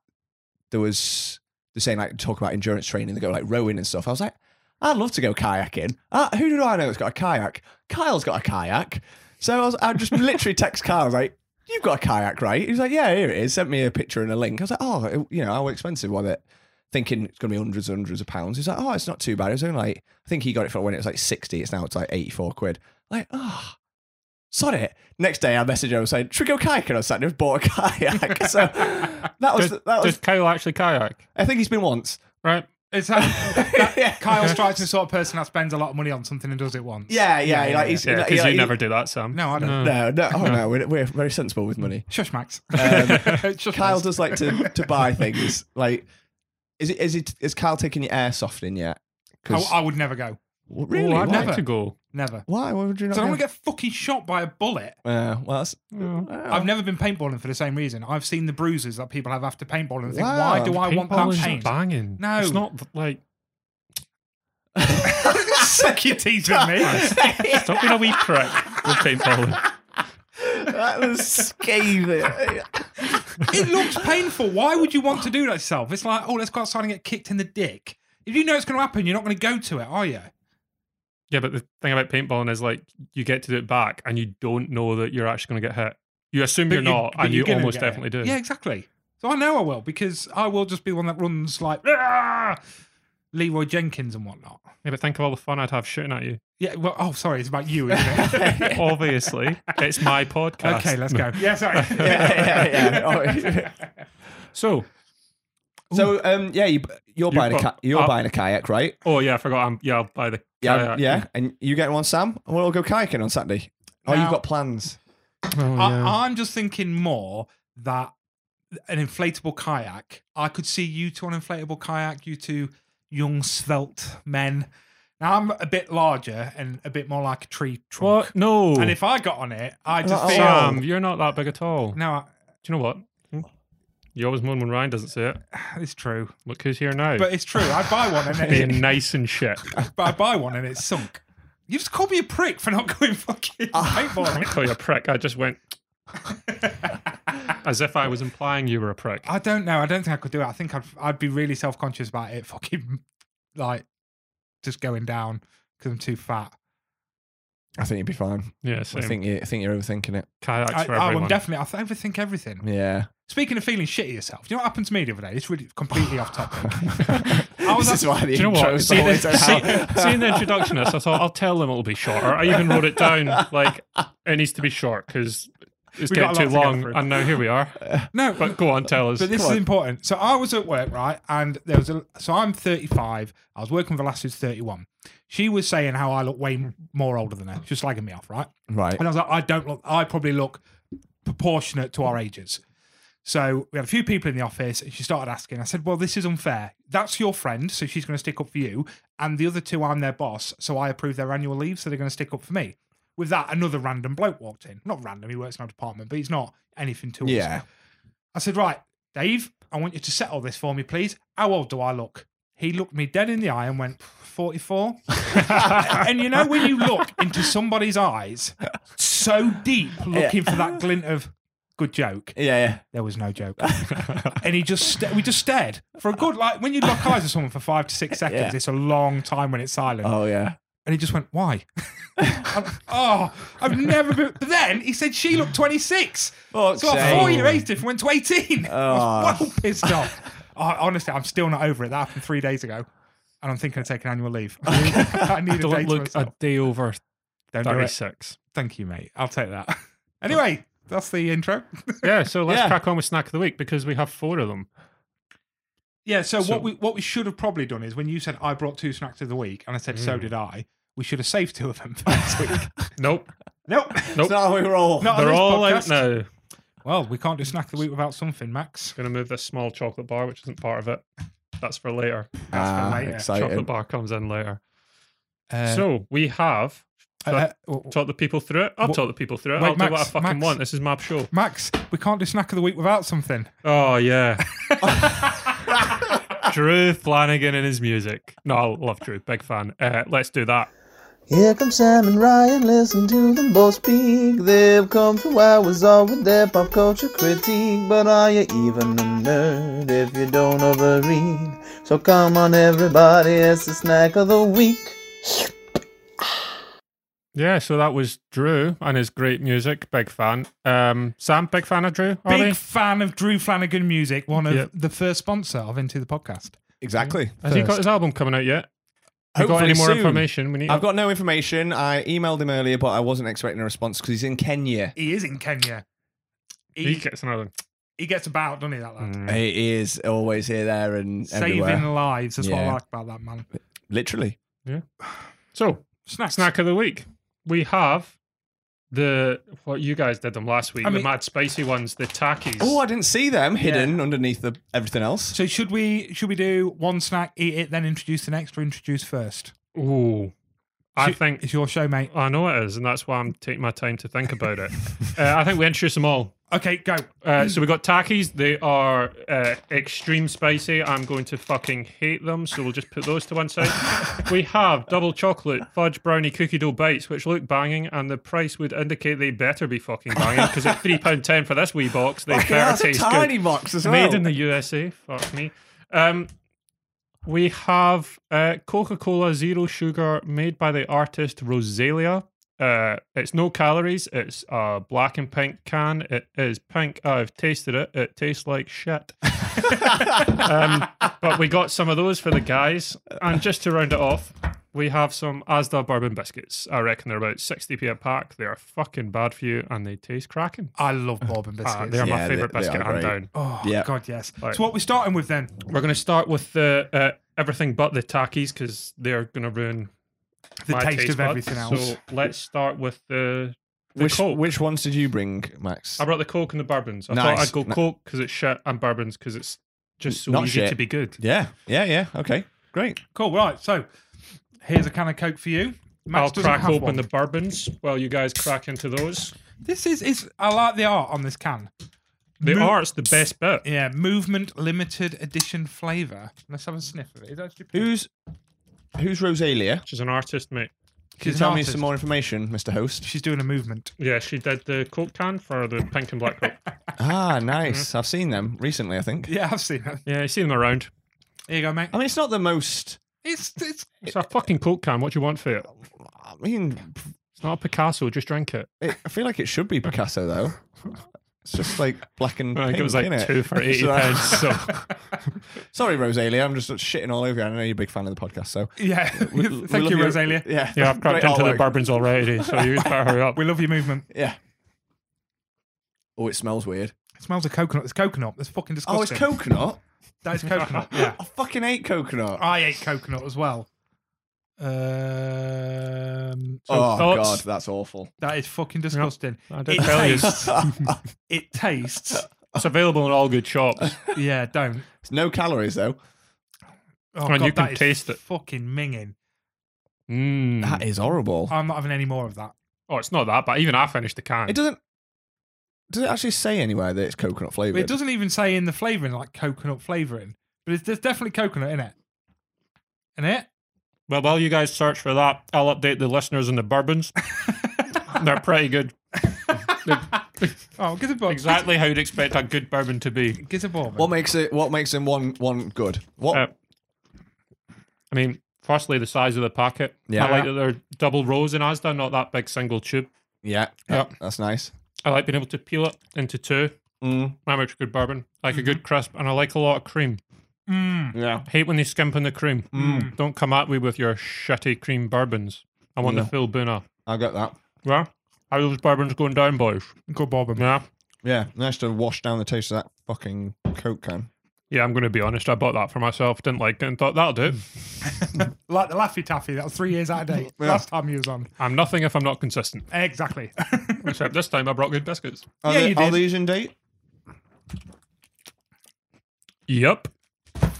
Speaker 2: there was they're saying like talk about endurance training. They go like rowing and stuff. I was like, I'd love to go kayaking. Uh, who do I know that's got a kayak? Kyle's got a kayak. So I was, I just literally text Kyle I was like, "You've got a kayak, right?" He was like, "Yeah, here it is." Sent me a picture and a link. I was like, "Oh, it- you know how expensive was it?" Thinking it's going to be hundreds and hundreds of pounds. He's like, "Oh, it's not too bad." It was only like I think he got it for when it was like 60. It's now it's like 84 quid. Like, ah, sod it. Next day I messaged him I was saying, should we go kayaking? I was sat there, bought a kayak. so that was,
Speaker 1: Does,
Speaker 2: that was,
Speaker 1: does Kyle actually kayak?
Speaker 2: I think he's been once.
Speaker 1: Right?
Speaker 3: It's that, that-
Speaker 2: Yeah.
Speaker 3: Kyle strikes me the sort of person that spends a lot of money on something and does it once.
Speaker 2: Yeah, yeah.
Speaker 3: yeah,
Speaker 2: like he's,
Speaker 1: Yeah,
Speaker 2: like,
Speaker 1: because
Speaker 2: like,
Speaker 1: you
Speaker 2: he-
Speaker 1: never do that, Sam.
Speaker 3: No, I don't.
Speaker 2: No, no, oh no, we're, we're very sensible with money.
Speaker 3: Shush, Max.
Speaker 2: Um,
Speaker 3: Shush,
Speaker 2: Kyle
Speaker 3: Max.
Speaker 2: does like to, to buy things. Like, is it, is it, is Kyle taking the airsoft in yet? 'Cause-
Speaker 3: I, I would never go.
Speaker 2: really?
Speaker 1: Oh, I'd
Speaker 2: why?
Speaker 1: like to go.
Speaker 3: Never.
Speaker 2: why? Why would you not?
Speaker 3: So I don't want
Speaker 2: go?
Speaker 3: to get fucking shot by a bullet.
Speaker 2: Uh, well, that's, Oh.
Speaker 3: I've never been paintballing for the same reason. I've seen the bruises that people have after paintballing and think,
Speaker 2: Wow,
Speaker 3: why do I want that
Speaker 1: Paintballing's
Speaker 3: pain?
Speaker 1: banging.
Speaker 3: No.
Speaker 1: it's not like
Speaker 3: Suck your teasing me.
Speaker 1: stop being a wee prick with paintballing.
Speaker 2: that was scathing.
Speaker 3: it looks painful. Why would you want to do that yourself? It's like, oh, let's go outside and get kicked in the dick. If you know it's going to happen, you're not going to go to it, are you?
Speaker 1: Yeah, but the thing about paintballing is like you get to do it back, and you don't know that you're actually going to get hit. You assume
Speaker 3: But
Speaker 1: you're not,
Speaker 3: but
Speaker 1: and you
Speaker 3: you're gonna
Speaker 1: almost
Speaker 3: get it.
Speaker 1: definitely do.
Speaker 3: Yeah, exactly. So I know I will because I will just be one that runs like "Ah!" Leroy Jenkins and whatnot.
Speaker 1: Yeah, but think of all the fun I'd have shooting at you.
Speaker 3: Yeah. Well, oh, sorry, it's about you, isn't it?
Speaker 1: Obviously, it's my podcast.
Speaker 3: okay, let's go. Yeah, sorry.
Speaker 2: Yeah, yeah, yeah.
Speaker 1: So,
Speaker 2: So um, yeah, you, you're buying a
Speaker 1: bu-
Speaker 2: ka- you're
Speaker 1: uh,
Speaker 2: buying a kayak, right?
Speaker 1: oh yeah, I forgot. I'm yeah, I'll buy the
Speaker 2: Yeah,
Speaker 1: kayak.
Speaker 2: yeah. And you getting one, Sam? And We'll all go kayaking on Saturday. oh,
Speaker 3: Now-
Speaker 2: you've got plans.
Speaker 1: Oh, yeah.
Speaker 3: I, I'm just thinking more that an inflatable kayak. I could see you two on inflatable kayak. You two young svelte men. Now I'm a bit larger and a bit more like a tree trunk.
Speaker 1: What? No.
Speaker 3: And if I got on it, I just
Speaker 2: Oh.
Speaker 3: feel
Speaker 1: Sam, you're not that big at all.
Speaker 3: no,
Speaker 1: Do you know what?
Speaker 3: Hmm?
Speaker 1: You always moan when Ryan doesn't say it.
Speaker 3: I- it's true,
Speaker 1: Look who's here now.
Speaker 3: but it's true. I buy one and it,
Speaker 1: being nice and shit.
Speaker 3: but I buy one and it's sunk. You just call me a prick for not going fucking paintball.
Speaker 1: I call you a prick. I just went as if I was implying you were a prick.
Speaker 3: I don't know. I don't think I could do it. I think I'd I'd be really self conscious about it. Fucking like just going down because I'm too fat.
Speaker 2: I think you'd be fine.
Speaker 1: Yeah,
Speaker 2: I
Speaker 1: same.
Speaker 2: think you I think you're overthinking it.
Speaker 1: Kayaks
Speaker 3: I,
Speaker 1: for
Speaker 3: oh, I'm
Speaker 1: everyone.
Speaker 3: definitely. I th- overthink everything.
Speaker 2: Yeah.
Speaker 3: Speaking of feeling shitty yourself, do you know what happened to me the other day? It's really completely off topic. was
Speaker 2: this is why the
Speaker 1: Do you know
Speaker 2: intro
Speaker 1: what?
Speaker 2: is
Speaker 1: See the,
Speaker 2: always so
Speaker 1: see,
Speaker 2: how-
Speaker 1: seeing the introduction to this, I thought I'll tell them it'll be shorter. I even wrote it down like it needs to be short because it's
Speaker 3: We've got
Speaker 1: getting too
Speaker 3: a lot to go
Speaker 1: long.
Speaker 3: through.
Speaker 1: And now here we are.
Speaker 3: No,
Speaker 1: But go on, tell us.
Speaker 3: But this
Speaker 2: Come
Speaker 3: is
Speaker 2: on.
Speaker 3: important. So I was at work, right? And there was a. So I'm 35. I was working with a lass who's 31. She was saying how I look way m- more older than her. She was slagging me off, right?
Speaker 2: Right.
Speaker 3: And I was like, I don't look. I probably look proportionate to our ages. So we had a few people in the office, and she started asking. I said, "Well, this is unfair. That's your friend, so she's going to stick up for you, and the other two, I'm their boss, so I approve their annual leave, so they're going to stick up for me." With that, another random bloke walked in. Not random. He works in our department, but he's not anything to us.
Speaker 2: Yeah.
Speaker 3: I said, right, Dave, I want you to settle this for me, please. How old do I look? He looked me dead in the eye and went, 44. and you know, when you look into somebody's eyes so deep, looking for that glint of good joke,
Speaker 2: Yeah.
Speaker 3: there was no joke. and he just, sta we just stared for a good, like, when you lock eyes with someone for five to six seconds,
Speaker 2: Yeah.
Speaker 3: it's a long time when it's silent.
Speaker 2: Oh yeah.
Speaker 3: And he just went, why? I'm- oh, I've never been. But then he said she looked 26.
Speaker 2: Fuck's
Speaker 3: So a
Speaker 2: sake.
Speaker 3: four year age difference went to 18. I was
Speaker 2: Oh.
Speaker 3: well pissed off. I, honestly, I'm still not over it. That happened three days ago. And I'm thinking of taking annual leave. I uh, need a day
Speaker 1: Don't
Speaker 3: to
Speaker 1: look
Speaker 3: myself.
Speaker 1: a day over
Speaker 3: Don't do it.
Speaker 1: 36.
Speaker 3: Thank you, mate. I'll take that. Anyway, that's the intro.
Speaker 1: Yeah, so let's
Speaker 2: Yeah.
Speaker 1: crack on with snack of the week because we have four of them.
Speaker 3: Yeah, so,
Speaker 1: So-
Speaker 3: what we what we should have probably done is when you said I brought two snacks of the week and I said so
Speaker 1: Mm.
Speaker 3: did I, we should have saved two of them for next week.
Speaker 1: Nope,
Speaker 3: nope.
Speaker 1: Nope.
Speaker 2: It's not how we roll.
Speaker 3: Not on
Speaker 1: they're
Speaker 3: this
Speaker 1: all
Speaker 3: podcast.
Speaker 1: out now.
Speaker 3: Well, we can't do snack of the week without something, Max.
Speaker 1: Going to move this small chocolate bar, which isn't part of it. That's for later.
Speaker 3: Ah,
Speaker 2: Ah,
Speaker 3: later.
Speaker 1: Chocolate
Speaker 2: exciting.
Speaker 1: bar comes in later.
Speaker 3: Uh,
Speaker 1: so we have
Speaker 3: uh, uh, w-
Speaker 1: taught the people through it. I'll
Speaker 3: What-
Speaker 1: taught the people through it.
Speaker 3: Wait,
Speaker 1: I'll do what I
Speaker 3: Max,
Speaker 1: fucking
Speaker 3: Max.
Speaker 1: want. This is my show.
Speaker 3: Max, we can't do snack of the week without something.
Speaker 1: Oh yeah. Drew Flanagan and his music. No, I love Drew. Big fan. Uh, let's do that.
Speaker 4: Here come Sam and Ryan, listen to them both speak. They've come for hours on with their pop culture critique. But are you even a nerd if you don't overread? So come on, everybody, it's the snack of the week.
Speaker 1: Yeah, so that was Drew and his great music. Big fan. Um, Sam, big fan of Drew. Are
Speaker 3: Big
Speaker 1: they?
Speaker 3: fan of Drew Flanagan music, one of
Speaker 1: Yeah.
Speaker 3: the first sponsor of Into the Podcast.
Speaker 2: Exactly.
Speaker 1: Has he got
Speaker 2: First.
Speaker 1: his album coming out yet? Have you got
Speaker 2: Hopefully
Speaker 1: any more
Speaker 2: soon.
Speaker 1: information? We need.
Speaker 2: I've got no information. I emailed him earlier, but I wasn't expecting a response because he's in Kenya.
Speaker 3: He is in Kenya. He,
Speaker 1: He
Speaker 3: he,
Speaker 1: gets another.
Speaker 3: gets about, doesn't he, that lad?
Speaker 1: Mm.
Speaker 2: He is always here, there, and
Speaker 3: Saving
Speaker 2: Mm, everywhere.
Speaker 3: lives. That's what I
Speaker 2: Yeah.
Speaker 3: like about that man.
Speaker 2: Literally.
Speaker 1: So
Speaker 3: Snacks.
Speaker 1: snack of the week. We have the what you guys did them last week.
Speaker 3: I
Speaker 1: the
Speaker 3: mean-
Speaker 1: mad spicy ones, the takis.
Speaker 2: Oh, I didn't see them hidden underneath the, everything else.
Speaker 3: So should we should we do one snack, eat it, then introduce the next, or introduce first?
Speaker 1: Ooh. I
Speaker 3: Shoot,
Speaker 1: think
Speaker 3: It's your show, mate.
Speaker 1: I know it is, and that's why I'm taking my time to think about it. uh, I think we introduce them all.
Speaker 3: Okay, go.
Speaker 1: Uh, so we got takis. They are uh, extreme spicy. I'm going to fucking hate them. So we'll just put those to one side. we have double chocolate fudge brownie cookie dough bites, which look banging, and the price would indicate they better be fucking banging because at three pound ten for this wee box, they
Speaker 2: Fucking hell,
Speaker 1: better
Speaker 2: that's a
Speaker 1: taste good.
Speaker 2: tiny box as well.
Speaker 1: Made in the USA. Fuck me. Um, we have uh, Coca Cola Zero Sugar, made by the artist Rosalia. Uh, it's no calories. It's a black and pink can. It is pink. I've tasted it. It tastes like shit. um, but we got some of those for the guys. And just to round it off, we have some Asda bourbon biscuits. I reckon they're about 60p a pack. They are fucking bad for you and they taste cracking.
Speaker 3: I love bourbon biscuits.
Speaker 1: Ah, they are my
Speaker 2: Yeah, they-
Speaker 1: favourite
Speaker 2: they are
Speaker 1: biscuit, hand
Speaker 2: great.
Speaker 1: down.
Speaker 3: Oh
Speaker 2: Yeah.
Speaker 3: God, yes.
Speaker 1: Right.
Speaker 3: So what we're starting with then?
Speaker 1: We're going to start with the uh, everything but the takis because they're going to ruin
Speaker 3: The
Speaker 1: my
Speaker 3: taste, of
Speaker 1: buds.
Speaker 3: everything else.
Speaker 1: So let's start with the. the
Speaker 2: which,
Speaker 1: Coke.
Speaker 2: which ones did you bring, Max?
Speaker 1: I brought the coke and the bourbons. I thought
Speaker 2: Nice.
Speaker 1: I'd go
Speaker 2: Ni-
Speaker 1: coke because it's shit and bourbons because it's just so
Speaker 2: Not
Speaker 1: easy
Speaker 2: shit.
Speaker 1: to be good.
Speaker 2: Yeah, yeah, yeah. Okay, great.
Speaker 3: Cool. Right. So Here's a can of Coke for you. Max
Speaker 1: I'll
Speaker 3: doesn't
Speaker 1: crack
Speaker 3: have
Speaker 1: open
Speaker 3: one.
Speaker 1: the bourbons while you guys crack into those.
Speaker 3: This is is I like the art on this can.
Speaker 1: The
Speaker 3: Mo-
Speaker 1: art's the best bit.
Speaker 3: Yeah, movement limited edition flavor. Let's have a sniff of it. It's actually pretty-
Speaker 2: Who's who's Rosalia?
Speaker 1: She's an artist, mate.
Speaker 2: Can
Speaker 3: She's an
Speaker 2: you tell me
Speaker 3: artist.
Speaker 2: some more information, Mr. Host?
Speaker 3: She's doing a movement.
Speaker 1: Yeah, she did the Coke can for the pink and black Coke.
Speaker 2: Ah, nice. I've seen them recently, I think.
Speaker 3: Yeah, I've seen that.
Speaker 1: Mm-hmm. Yeah, you see them around.
Speaker 3: Here you go, mate.
Speaker 2: I mean, it's not the most.
Speaker 3: It's it's
Speaker 1: It's a fucking Coke can. What do you want for it?
Speaker 2: I mean,
Speaker 1: It's not a Picasso. Just drink it.
Speaker 2: it, I feel like it should be Picasso though. It's just like black and
Speaker 1: I
Speaker 2: pink,
Speaker 1: think it was
Speaker 2: innit?
Speaker 1: like two for
Speaker 2: It's
Speaker 1: eighty
Speaker 2: like-
Speaker 1: pounds. So
Speaker 2: Sorry, Rosalia, I'm just shitting all over you. I know you're a big fan of the podcast, so
Speaker 3: yeah.
Speaker 2: we- we
Speaker 3: Thank
Speaker 2: love
Speaker 3: you,
Speaker 2: your-
Speaker 3: Rosalia.
Speaker 2: Yeah,
Speaker 1: yeah, I've cracked
Speaker 2: great
Speaker 1: into the
Speaker 2: artwork.
Speaker 1: bourbons already. So you better hurry up.
Speaker 3: We love your movement.
Speaker 2: Yeah. Oh, it smells weird.
Speaker 3: It smells of coconut. It's coconut. That's fucking disgusting.
Speaker 2: Oh, it's coconut.
Speaker 3: That is coconut. Yeah.
Speaker 2: I fucking hate coconut.
Speaker 3: I ate coconut as well. Um,
Speaker 2: oh
Speaker 1: thoughts?
Speaker 2: god, that's awful.
Speaker 3: that is fucking disgusting.
Speaker 1: I did
Speaker 3: It
Speaker 1: tell you.
Speaker 3: tastes. it tastes.
Speaker 1: It's available in all good shops.
Speaker 3: Yeah, don't.
Speaker 2: It's no calories though.
Speaker 3: Oh,
Speaker 1: And
Speaker 3: God,
Speaker 1: you can
Speaker 3: that is
Speaker 1: taste it.
Speaker 3: Fucking minging.
Speaker 1: Mm.
Speaker 2: That is horrible.
Speaker 3: I'm not having any more of that.
Speaker 1: Oh, it's not that, but even I finished the can.
Speaker 2: It doesn't. Does it actually say anywhere that it's coconut flavored?
Speaker 3: It doesn't even say in the flavoring like coconut flavoring, but it's, there's definitely coconut in it. In it?
Speaker 1: Well, while you guys search for that, I'll update the listeners on the bourbons. They're pretty good.
Speaker 3: Oh, get a bourbon.
Speaker 1: Exactly how you'd expect a good bourbon to be.
Speaker 3: Get a bourbon.
Speaker 2: What makes it? What makes them one one good? What?
Speaker 1: Uh, I mean, firstly, the size of the packet.
Speaker 2: Yeah.
Speaker 1: I like that they're double rows in Asda, not that big single tube.
Speaker 2: yeah,
Speaker 1: yeah.
Speaker 2: that's nice.
Speaker 1: I like being able to peel it into two.
Speaker 2: Mm,
Speaker 1: I make a good bourbon, I
Speaker 2: Mm-hmm.
Speaker 1: like a good crisp, and I like a lot of cream.
Speaker 3: Mm.
Speaker 2: yeah,
Speaker 1: Hate when they skimp on the cream.
Speaker 2: Mm.
Speaker 1: Don't come at me with your shitty cream bourbons. I want
Speaker 2: No.
Speaker 1: the full boona.
Speaker 2: I get that.
Speaker 1: Yeah, how those bourbons going down, boys?
Speaker 3: Good bourbon.
Speaker 1: Yeah,
Speaker 2: Yeah, nice to wash down the taste of that fucking coke can.
Speaker 1: yeah. I'm going to be honest. I bought that for myself. Didn't like it and thought that'll do.
Speaker 2: Mm.
Speaker 3: Like the Laffy Taffy, that was three years out of date.
Speaker 2: Yeah.
Speaker 3: Last time he was on.
Speaker 1: I'm nothing if I'm not consistent.
Speaker 3: Exactly.
Speaker 1: Except this time I brought good biscuits.
Speaker 2: Are,
Speaker 3: Yeah,
Speaker 2: they-
Speaker 3: you
Speaker 2: are
Speaker 3: did.
Speaker 2: these in date?
Speaker 1: Yep.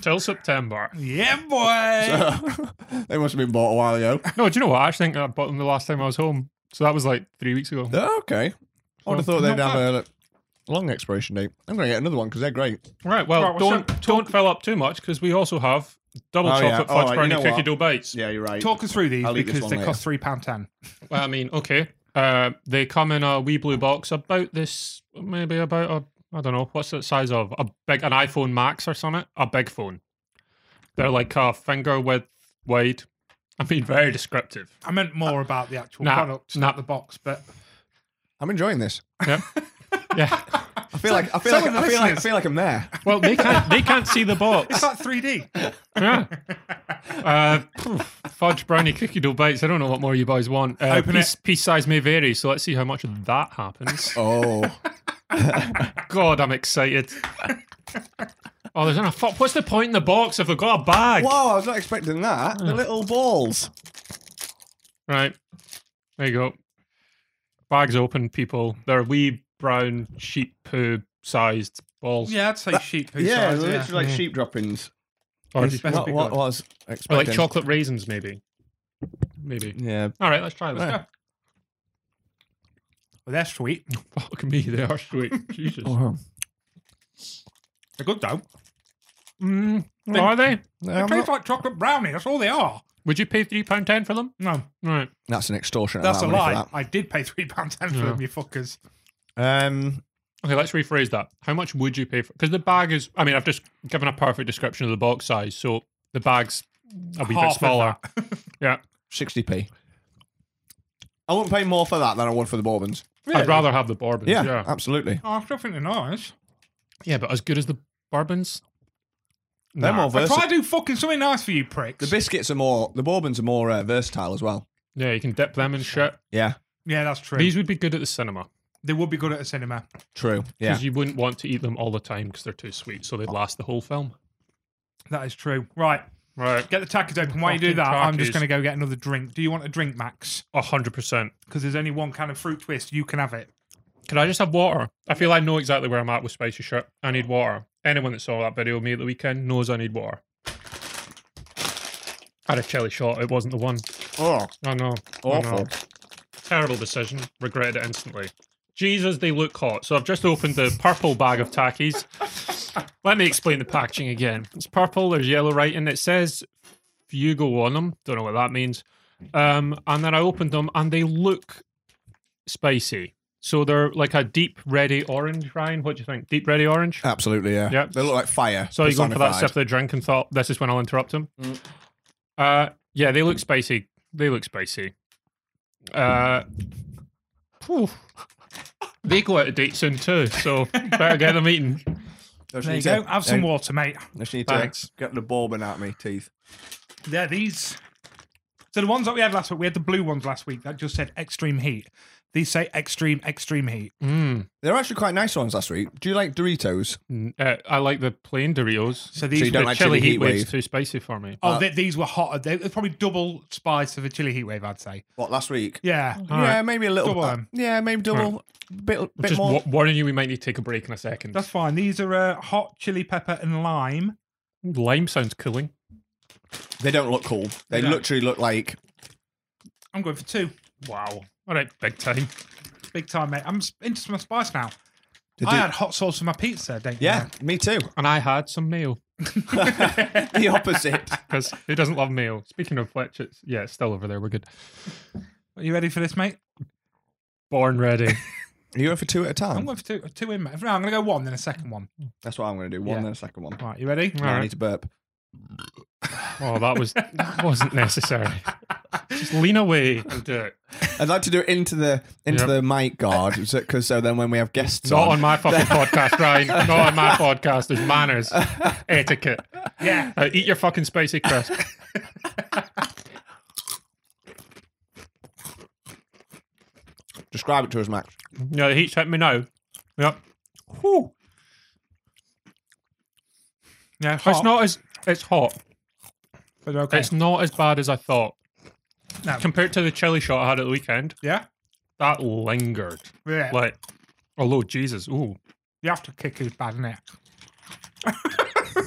Speaker 1: Till September.
Speaker 3: yeah, boy.
Speaker 2: they must have been bought a while ago.
Speaker 1: No, do you know what? I actually think I bought them the last time I was home. So that was like three weeks ago.
Speaker 2: Oh, okay, I would have thought
Speaker 3: Not
Speaker 2: they'd have a long expiration date. I'm gonna get another one because they're great.
Speaker 1: Right. Well,
Speaker 3: Right, well,
Speaker 1: don't don't fill up too much because we also have double
Speaker 2: Oh, yeah.
Speaker 1: chocolate
Speaker 2: All
Speaker 1: fudge
Speaker 2: right, you
Speaker 1: brownie
Speaker 2: know
Speaker 1: cookie
Speaker 2: what?
Speaker 1: dough bites.
Speaker 2: Yeah, you're right.
Speaker 3: Talk us through these
Speaker 2: I'll eat this
Speaker 3: because
Speaker 2: one
Speaker 3: they
Speaker 2: later.
Speaker 3: cost three pound ten.
Speaker 1: Well, I mean, okay. Uh, they come in a wee blue box about this, maybe about a, I don't know, what's the size of a big an iPhone Max or something? A big phone. They're like a finger width wide. I mean, very descriptive.
Speaker 3: I meant more about the actual
Speaker 1: nah,
Speaker 3: product,
Speaker 1: nah.
Speaker 3: not the box, but
Speaker 2: I'm enjoying this.
Speaker 1: Yeah. yeah.
Speaker 2: I feel like I feel
Speaker 3: some
Speaker 2: like
Speaker 3: of the
Speaker 2: I feel like I
Speaker 3: listeners-
Speaker 2: feel like I'm there.
Speaker 1: Well, they can't they can't see the box.
Speaker 3: it's like 3D.
Speaker 1: Yeah. Uh, phew, fudge brownie cookie dough bites. I don't know what more you boys want. Uh,
Speaker 3: Open
Speaker 1: piece, piece size may vary, so let's see how much of that happens.
Speaker 2: Oh,
Speaker 1: God, I'm excited. Oh, there's not a fuck. What's the point in the box if I've got a bag?
Speaker 2: wow! I was not expecting that.
Speaker 3: Hmm.
Speaker 2: The little balls.
Speaker 1: Right. There you go. Bags open, people. They're wee brown sheep poo sized balls.
Speaker 3: Yeah, I'd say sheep. poo
Speaker 2: Yeah,
Speaker 3: size,
Speaker 2: they're literally like
Speaker 1: Mm.
Speaker 2: sheep droppings.
Speaker 1: Or,
Speaker 3: Hmm. It's-
Speaker 1: or
Speaker 3: Must
Speaker 2: What,
Speaker 3: be
Speaker 2: what
Speaker 3: good.
Speaker 2: was
Speaker 1: like
Speaker 2: expecting?
Speaker 1: chocolate raisins, maybe. Maybe.
Speaker 2: Yeah.
Speaker 1: All right, let's try this.
Speaker 2: Right.
Speaker 3: Well, they're sweet.
Speaker 1: Fuck me, they are sweet. Jesus.
Speaker 2: Wow.
Speaker 3: They're good though.
Speaker 1: Mm, are they?
Speaker 3: They taste like chocolate brownie. That's all they are.
Speaker 1: Would you pay £3.10 for them?
Speaker 3: No,
Speaker 1: Right.
Speaker 2: that's an extortion.
Speaker 3: that's a lie. I did pay three pound ten for
Speaker 1: Yeah.
Speaker 3: them, you fuckers.
Speaker 2: Um,
Speaker 1: Okay, let's rephrase that. How much would you pay for? Because the bag is, I mean, I've just given a perfect description of the box size, so the bag's a wee
Speaker 3: Half
Speaker 1: bit
Speaker 3: of
Speaker 1: smaller. yeah,
Speaker 2: 60p. I wouldn't pay more for that than I would for the Bourbons.
Speaker 1: I'd rather have the bourbons.
Speaker 2: Yeah,
Speaker 1: Yeah, yeah,
Speaker 2: absolutely.
Speaker 3: Oh, I still think they're nice.
Speaker 1: but as good as the bourbons,
Speaker 2: They're
Speaker 1: Nah.
Speaker 2: more
Speaker 3: I try
Speaker 2: versatile.
Speaker 3: to do fucking something nice for you, pricks.
Speaker 2: The biscuits are more. The Bourbons are more uh, versatile as well.
Speaker 1: Yeah, you can dip them in shit.
Speaker 2: Yeah,
Speaker 3: yeah, that's true.
Speaker 1: These would be good at the cinema
Speaker 3: They would be good at a cinema.
Speaker 2: true. Yeah, Oh.
Speaker 1: because you wouldn't want to eat them all the time because they're too sweet, so they'd last the whole film.
Speaker 3: That is true. Right,
Speaker 1: Right,
Speaker 3: get the tackers open. While you do
Speaker 1: Fucking
Speaker 3: that, I'm just
Speaker 1: Takis.
Speaker 3: going to go get another drink. Do you want a drink, Max?
Speaker 1: hundred percent.
Speaker 3: Because there's only one kind of fruit twist. You can have it.
Speaker 1: Could I just have water? I feel I know exactly where I'm at with spicy shit. I need water. Anyone that saw that video of me at the weekend knows I need water. I had a chili shot. It wasn't the one.
Speaker 2: Oh,
Speaker 1: I know. I know.
Speaker 2: awful.
Speaker 1: Terrible decision. Regretted it instantly. Jesus, they look hot. So I've just opened the purple bag of tackies. Let me explain the packaging again. It's purple. There's yellow writing. It says Fugo on them. Don't know what that means. Um, and then I opened them, and they look spicy. So they're like a deep ready orange. Ryan, what do you think? Deep ready orange.
Speaker 2: Absolutely, yeah.
Speaker 1: Yeah.
Speaker 2: They look like fire.
Speaker 1: So you gone for that
Speaker 2: personified.
Speaker 1: sip of the drink and thought, this is when I'll interrupt him.
Speaker 2: Mm.
Speaker 1: Uh, yeah, they look spicy. They look spicy. Uh, phew. they go out of date soon too, so better get them eaten.
Speaker 2: Just
Speaker 3: There
Speaker 2: need
Speaker 3: you
Speaker 2: to-
Speaker 3: go. Have some
Speaker 2: yeah,
Speaker 3: water, mate.
Speaker 2: Just need to
Speaker 1: Thanks.
Speaker 2: get the bourbon out of my teeth.
Speaker 3: Yeah, these. So the ones that we had last week, we had the blue ones last week that just said extreme heat. These say extreme, extreme heat.
Speaker 1: Mm.
Speaker 2: They're actually quite nice ones last week. Do you like Doritos?
Speaker 1: N- Uh, I like the plain Doritos.
Speaker 3: So these,
Speaker 2: So you
Speaker 3: were-
Speaker 2: don't
Speaker 1: the
Speaker 2: like
Speaker 1: chili
Speaker 2: chili
Speaker 1: heat,
Speaker 2: heat
Speaker 1: wave's
Speaker 2: wave?
Speaker 1: too spicy for me.
Speaker 3: oh, th- these were hotter. They were probably double spice of a chili heat wave, I'd say.
Speaker 2: What last week?
Speaker 3: Yeah.
Speaker 2: yeah, maybe a little.
Speaker 3: Double them.
Speaker 2: yeah, maybe double. Bit, bit
Speaker 1: Just
Speaker 2: more.
Speaker 1: wa- warning you, we might need to take a break in a second.
Speaker 3: That's fine. These are uh, hot chili pepper and lime.
Speaker 1: Lime sounds cooling.
Speaker 2: They don't look cool. They
Speaker 3: don't.
Speaker 2: literally look like
Speaker 3: I'm going for two.
Speaker 1: Wow. All right, big time.
Speaker 3: Big time, mate. I'm s- into my spice now.
Speaker 2: Did
Speaker 3: I
Speaker 2: you-
Speaker 3: had hot sauce for my pizza, don't you?
Speaker 2: Yeah, me too.
Speaker 1: And I had some mayo
Speaker 2: the opposite.
Speaker 1: because who doesn't love mayo? Speaking of which, it's yeah, it's still over there. We're good.
Speaker 3: Are you ready for this, mate?
Speaker 1: Born ready.
Speaker 2: Are you going for two at a
Speaker 3: I'm
Speaker 1: Um,
Speaker 2: time?
Speaker 3: going for two, two in, mate. No, I'm going to go one, then a second one.
Speaker 2: That's what I'm going to do. One,
Speaker 3: Yeah.
Speaker 2: then a second one.
Speaker 3: Right, you ready?
Speaker 1: All
Speaker 2: Now I
Speaker 1: right.
Speaker 2: need to burp.
Speaker 1: Oh, that was that wasn't necessary. Just lean away and do it.
Speaker 2: I'd like to do it into the into
Speaker 1: Yep.
Speaker 2: the mic guard because so uh, then when we have guests
Speaker 1: Not
Speaker 2: on,
Speaker 1: on my fucking podcast, Ryan. Not on my podcast. There's manners, etiquette.
Speaker 3: Yeah.
Speaker 1: Uh, eat your fucking spicy crisp.
Speaker 2: describe it to us, Max.
Speaker 1: Yeah, the heat's hit me now. Yep. Whew.
Speaker 3: Yeah,
Speaker 1: It's
Speaker 3: hot,
Speaker 1: not as it's hot.
Speaker 3: but they're okay.
Speaker 1: It's not as bad as I thought.
Speaker 3: No.
Speaker 1: Compared to the chili shot I had at the weekend,
Speaker 3: Yeah?
Speaker 1: that lingered.
Speaker 3: Yeah.
Speaker 1: Like, although Jesus, ooh,
Speaker 3: The after kick is bad, isn't it?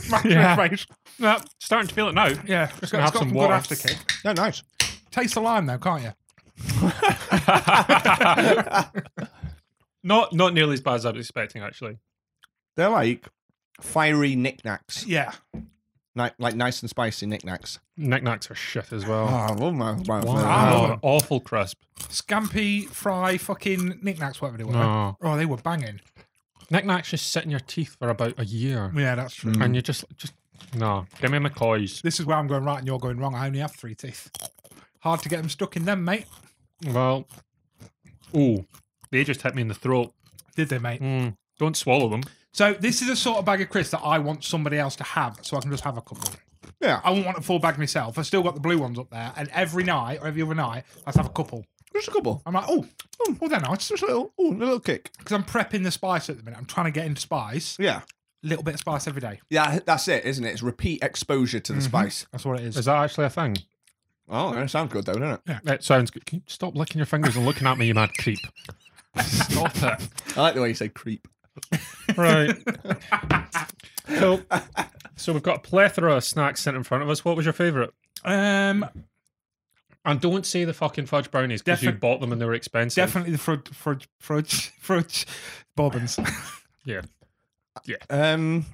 Speaker 3: My
Speaker 1: Yeah.
Speaker 3: face.
Speaker 1: yeah, starting to feel it now.
Speaker 3: Yeah. Just
Speaker 1: gonna have some water.
Speaker 3: after kick.
Speaker 2: No, nice.
Speaker 3: Taste the lime though, can't you?
Speaker 1: Not not nearly as bad as I was expecting, actually.
Speaker 2: They're like fiery knickknacks,
Speaker 3: Yeah.
Speaker 2: Ni- like nice and spicy knickknacks.
Speaker 1: Knickknacks are shit as well. Oh.
Speaker 2: Oh, I love my, my
Speaker 3: Wow.
Speaker 1: Wow, awful crisp.
Speaker 3: Scampy, fry, fucking knickknacks, whatever they were.
Speaker 1: No.
Speaker 3: Oh, they were banging.
Speaker 1: Knickknacks just sit in your teeth for about a year,
Speaker 3: Yeah, that's true.
Speaker 1: and you just just no. Give me McCoy's.
Speaker 3: This is where I'm going right and you're going wrong. I only have three teeth. Hard to get them stuck in them, mate.
Speaker 1: Well, ooh, they just hit me in the throat.
Speaker 3: Did they, mate?
Speaker 1: Mm, don't swallow them.
Speaker 3: So this is a sort of bag of crisps that I want somebody else to have, so I can just have a couple.
Speaker 2: Yeah.
Speaker 3: I wouldn't want a full bag myself. I still got the blue ones up there, and every night or every other night, I just have a couple.
Speaker 2: Just a couple.
Speaker 3: I'm like, oh, oh well, they're nice.
Speaker 2: Just a little, ooh, a little kick.
Speaker 3: Because I'm prepping the spice at the minute. I'm trying to get into spice.
Speaker 2: Yeah.
Speaker 3: little bit of spice every day.
Speaker 2: Yeah, that's it, isn't it? It's repeat exposure to the spice.
Speaker 3: That's what it is.
Speaker 1: Is that actually a thing?
Speaker 2: Oh, that sounds good though, doesn't it?
Speaker 1: It sounds good. Can you stop licking your fingers and looking at me, you mad creep? Stop it.
Speaker 2: I like the way you say creep.
Speaker 1: Right. so, so we've got a plethora of snacks sent in front of us. What was your favourite?
Speaker 3: Um,
Speaker 1: And don't say the fucking fudge brownies because you
Speaker 3: Defi-
Speaker 1: bought them and they were expensive.
Speaker 3: definitely the fudge, fudge, fudge, fudge bourbons.
Speaker 2: Um,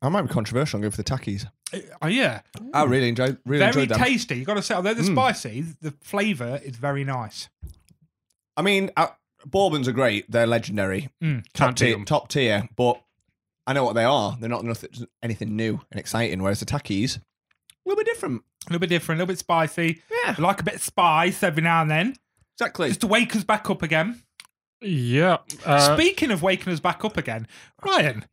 Speaker 2: I might be controversial and go for the tackies.
Speaker 3: oh yeah,
Speaker 2: I really enjoyed, really
Speaker 3: very
Speaker 2: enjoyed them. Mm.
Speaker 3: tasty. You got to say, although they're spicy, the flavour is very nice.
Speaker 2: I mean, uh, bourbons are great; they're legendary,
Speaker 3: Mm,
Speaker 2: top
Speaker 1: can't beat
Speaker 2: tier,
Speaker 1: 'em.
Speaker 2: top tier. But I know what they are. They're not nothing, anything new and exciting. Whereas the tackies, a little bit different.
Speaker 3: A little bit different, a little bit spicy.
Speaker 2: Yeah,
Speaker 3: I like a bit of spice every now and then,
Speaker 2: exactly.
Speaker 3: just to wake us back up again.
Speaker 1: Yeah. Uh,
Speaker 3: Speaking of waking us back up again, Ryan,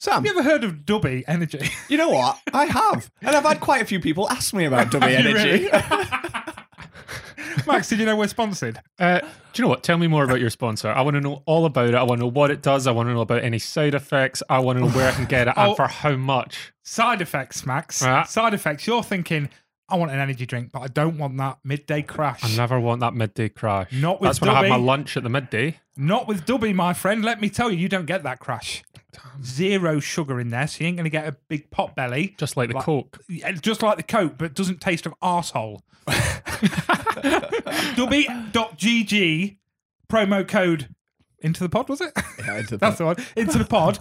Speaker 2: Sam,
Speaker 3: have you ever heard of Dubby Energy?
Speaker 2: you know what? I have, and I've had quite a few people ask me about W
Speaker 3: You
Speaker 2: Energy.
Speaker 3: really- Max, did you know we're sponsored?
Speaker 1: uh, do you know what? Tell me more about your sponsor. I want to know all about it. I want to know what it does. I want to know about any side effects. I want to know where I can get it
Speaker 3: Oh.
Speaker 1: and for how much.
Speaker 3: Side effects, Max.
Speaker 1: Ah.
Speaker 3: Side effects. You're thinking, I want an energy drink, but I don't want that midday crash.
Speaker 1: I never want that midday crash.
Speaker 3: Not with
Speaker 1: That's when I have my
Speaker 3: Dobby.
Speaker 1: lunch at the midday.
Speaker 3: Not with Dubby, my friend. Let me tell you, you don't get that crash. Zero sugar in there, so you ain't going to get a big pot belly.
Speaker 1: Just like the
Speaker 3: Like-
Speaker 1: Coke.
Speaker 3: Yeah, Just like the Coke, but doesn't taste of arsehole. E Dubby.gg, promo code into the pod, was it?
Speaker 2: Yeah, into the
Speaker 3: That's the one. Into the pod.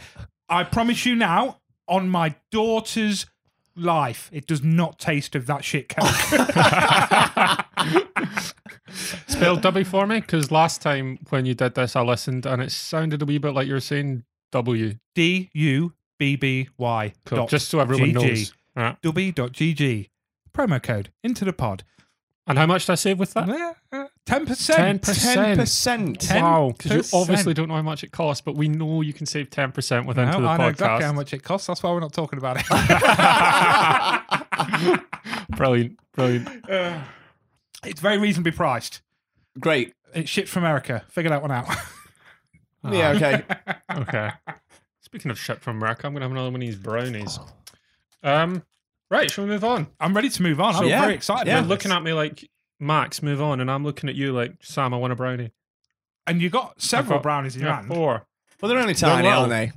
Speaker 3: I promise you now, on my daughter's life, it does not taste of that shit Coke.
Speaker 1: Spell W for me, because last time when you did this, I listened and it sounded a wee bit like you were saying W.
Speaker 3: D U B B Y.
Speaker 1: Cool.
Speaker 3: dot
Speaker 1: Just so everyone
Speaker 3: GG.
Speaker 1: knows. Right.
Speaker 3: E Dubby.gg, promo code into the pod. uh,
Speaker 1: And how much did I save with that?
Speaker 3: Ten percent.
Speaker 1: 10%.
Speaker 2: ten percent.
Speaker 1: Wow, because
Speaker 3: 10%.
Speaker 1: you obviously don't know how much it costs, but we know you can save ten percent with into the
Speaker 3: I know
Speaker 1: podcast.
Speaker 3: exactly how much it costs. That's why we're not talking about it.
Speaker 1: brilliant, brilliant.
Speaker 3: Uh, it's very reasonably priced.
Speaker 2: Great.
Speaker 3: It's shipped from America. Figure that one out.
Speaker 2: Yeah. Okay.
Speaker 1: Okay. Speaking of shit from America, I'm gonna have another one of these brownies. Um, right, shall we move on?
Speaker 3: I'm ready to move on. I'm
Speaker 2: Yeah.
Speaker 3: very excited.
Speaker 2: Yeah.
Speaker 3: about
Speaker 1: You're looking
Speaker 3: this.
Speaker 1: at me like Max, move on, and I'm looking at you like Sam. I want a brownie.
Speaker 3: and you got several
Speaker 1: got-
Speaker 3: brownies in your
Speaker 1: Yeah,
Speaker 3: hand.
Speaker 1: four.
Speaker 2: Well, they're only tiny,
Speaker 1: low.
Speaker 2: aren't they?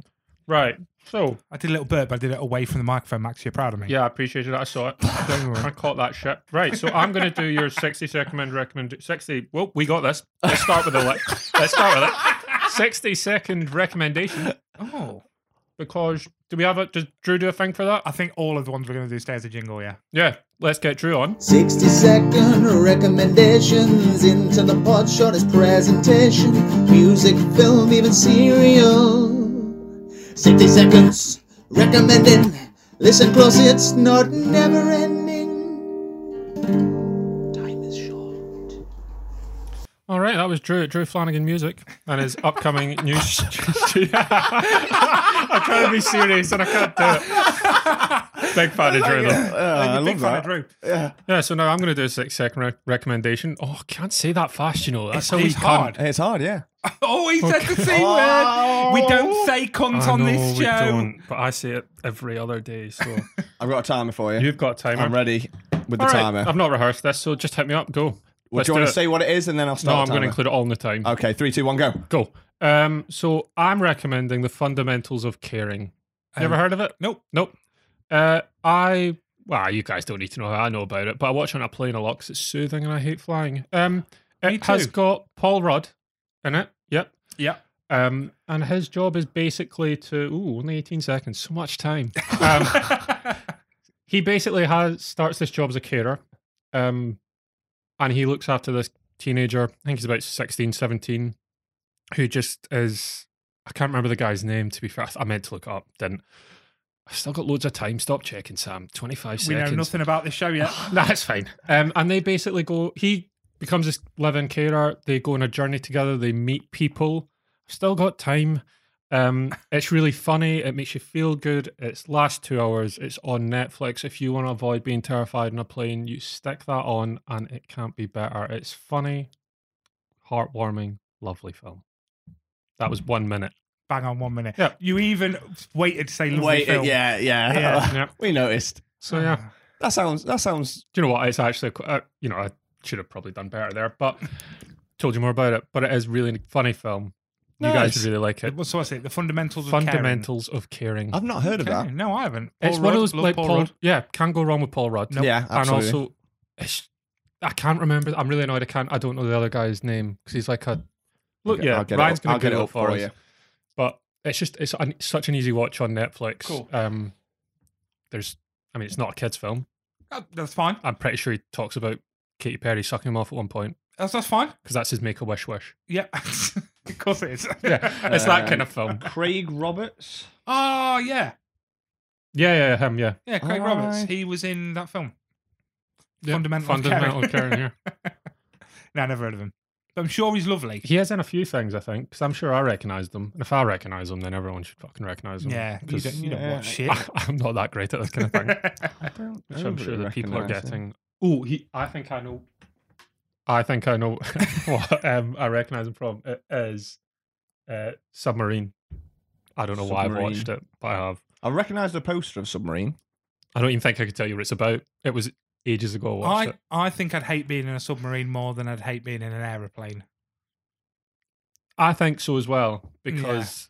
Speaker 1: Right. So
Speaker 3: I did a little burp, but I did it away from the microphone, Max. You're proud of me.
Speaker 1: yeah, I appreciated it. I saw it.
Speaker 3: Don't you
Speaker 1: I
Speaker 3: worry.
Speaker 1: caught that shit. Right. So I'm gonna do your 60 second recommend. 60. Well, we got this. Let's start with the. Li- let's start with it. 60 second recommendation
Speaker 3: Oh,
Speaker 1: because do we have a? Does Drew do a thing for that?
Speaker 3: I think all of the ones we're going to do stay as a jingle. Yeah.
Speaker 1: Yeah. Let's get Drew on.
Speaker 4: 60 second recommendations into the pod shortest presentation. Music, film, even serial. 60 seconds recommending. Listen close, it's not never ending. Time is short.
Speaker 1: All right, that was Drew Drew Flanagan music and his upcoming new. I'm trying to be serious and I can't do it. Big fan of Drew. Though.
Speaker 2: Uh, I
Speaker 3: Big
Speaker 2: love
Speaker 3: fan of
Speaker 2: that.
Speaker 3: Drew.
Speaker 1: Yeah, so now I'm going to do a six second re- recommendation. Oh, I can't say that fast, you know. That's how we
Speaker 3: It's hard.
Speaker 2: It's hard. Yeah.
Speaker 3: Oh, he said the C word.
Speaker 1: Oh.
Speaker 3: We don't say cunt on this show.
Speaker 1: but I say it every other day. So
Speaker 2: I've got a timer for you.
Speaker 1: you've got a timer.
Speaker 2: I'm ready with
Speaker 1: All
Speaker 2: the
Speaker 1: right,
Speaker 2: timer.
Speaker 1: I've not rehearsed this, so just hit me up. Go.
Speaker 2: Well,
Speaker 1: Let's
Speaker 2: do you want
Speaker 1: do
Speaker 2: to
Speaker 1: it.
Speaker 2: say what it is, and then I'll
Speaker 1: No, I'm
Speaker 2: start.
Speaker 1: going to
Speaker 2: timer?
Speaker 1: include it all in the time.
Speaker 2: Okay. Three, two, one, go.
Speaker 1: Go. Um, so I'm recommending the fundamentals of caring. You ever
Speaker 3: Um,
Speaker 1: heard of it?
Speaker 3: Nope.
Speaker 1: Nope. Uh, I well, you guys don't need to know. I know about it, but I watch it on a plane a lot 'cause it's soothing and I hate flying. Um,
Speaker 3: Me
Speaker 1: it has
Speaker 3: too.
Speaker 1: got Paul Rudd in it. Yep.
Speaker 3: Yeah.
Speaker 1: Um, and his job is basically to ooh, only eighteen seconds. So much time. Um, he basically has starts this job as a carer um and he looks after this teenager i think he's about 16 17 who just is i can't remember the guy's name to be fair i th- I meant to look it up didn't i've still got loads of time stop checking sam 25
Speaker 3: we know
Speaker 1: seconds
Speaker 3: nothing about this show yet.
Speaker 1: that's fine um and they basically go he becomes this live-in carer they go on a journey together they meet people i've still got time um, it's really funny. It makes you feel good. It's last two hours. It's on Netflix. If you want to avoid being terrified in a plane, you stick that on, and it can't be better. It's funny, heartwarming, lovely film. That was one minute.
Speaker 3: Bang on one minute.
Speaker 1: Yeah.
Speaker 3: You even waited to say lovely
Speaker 2: Wait.
Speaker 3: film.
Speaker 2: Yeah. Yeah.
Speaker 3: Yeah.
Speaker 1: Yep.
Speaker 2: we noticed.
Speaker 1: So yeah,
Speaker 2: That sounds. That sounds.
Speaker 1: do you know what? It's actually, qu- uh, you know, I should have probably done better there, but told you more about it. But it is really a funny film. You guys
Speaker 2: Nice.
Speaker 1: would really like it.
Speaker 3: What- So what's it? The fundamentals of caring.
Speaker 1: Fundamentals of caring.
Speaker 2: I've not heard of
Speaker 3: Okay,
Speaker 2: that.
Speaker 3: No, I haven't.
Speaker 1: it's one
Speaker 3: Paul
Speaker 1: of
Speaker 3: Rudd,
Speaker 1: those
Speaker 3: love
Speaker 1: like
Speaker 3: Paul
Speaker 1: Paul.
Speaker 3: Rudd.
Speaker 1: yeah, can't go wrong with Paul Rudd.
Speaker 3: Nope.
Speaker 2: Yeah. Absolutely.
Speaker 1: And also, it's, I can't remember. I'm really annoyed. I can't. I don't know the other guy's name because he's like a. Look,
Speaker 2: Okay,
Speaker 1: yeah,
Speaker 2: I'll get it
Speaker 1: Ryan's
Speaker 2: up-
Speaker 1: gonna
Speaker 2: I'll get
Speaker 1: Google
Speaker 2: it
Speaker 1: it
Speaker 2: up
Speaker 1: for
Speaker 2: for
Speaker 1: us.
Speaker 2: you.
Speaker 1: But it's just it's an, such an easy watch on Netflix.
Speaker 3: Cool.
Speaker 1: Um, there's, I mean, it's not a kids' film.
Speaker 3: Oh, that's fine.
Speaker 1: I'm pretty sure he talks about Katy Perry sucking him off at one point
Speaker 3: That's, that's fine.
Speaker 1: because that's his Make a Wish wish. Uh,
Speaker 3: Yeah. of course it is.
Speaker 1: Yeah, it's that kind
Speaker 2: Um,
Speaker 1: of film.
Speaker 2: Craig Roberts.
Speaker 3: Oh, yeah.
Speaker 1: Yeah, yeah, him, yeah.
Speaker 3: Yeah, Craig Roberts.
Speaker 2: Aye.
Speaker 3: He was in that film.
Speaker 1: yeah.
Speaker 3: Fundamental of
Speaker 1: fundamental of
Speaker 3: caring.
Speaker 1: caring. Yeah,
Speaker 3: No, I never heard of him. But I'm sure he's lovely.
Speaker 1: he is in a few things, I think, because I'm sure I recognise them. And if I recognise them, then everyone should fucking recognise them.
Speaker 3: Yeah, you
Speaker 1: 'cause-
Speaker 3: don't, you don't
Speaker 2: Yeah.
Speaker 3: watch shit.
Speaker 1: I'm not that great at this kind of thing.
Speaker 2: I don't.
Speaker 1: Which I'm sure
Speaker 2: overly
Speaker 1: that people are
Speaker 2: recognise him.
Speaker 1: getting. Oh, he. I think I know. I think I know what um, I recognise him from. It is uh, submarine. I don't know why I've watched it, but I have.
Speaker 2: I recognise the poster of Submarine.
Speaker 1: I don't even think I could tell you what it's about. It was ages ago. I watched
Speaker 3: I,
Speaker 1: it.
Speaker 3: I think I'd hate being in a submarine more than I'd hate being in an aeroplane.
Speaker 1: I think so as well because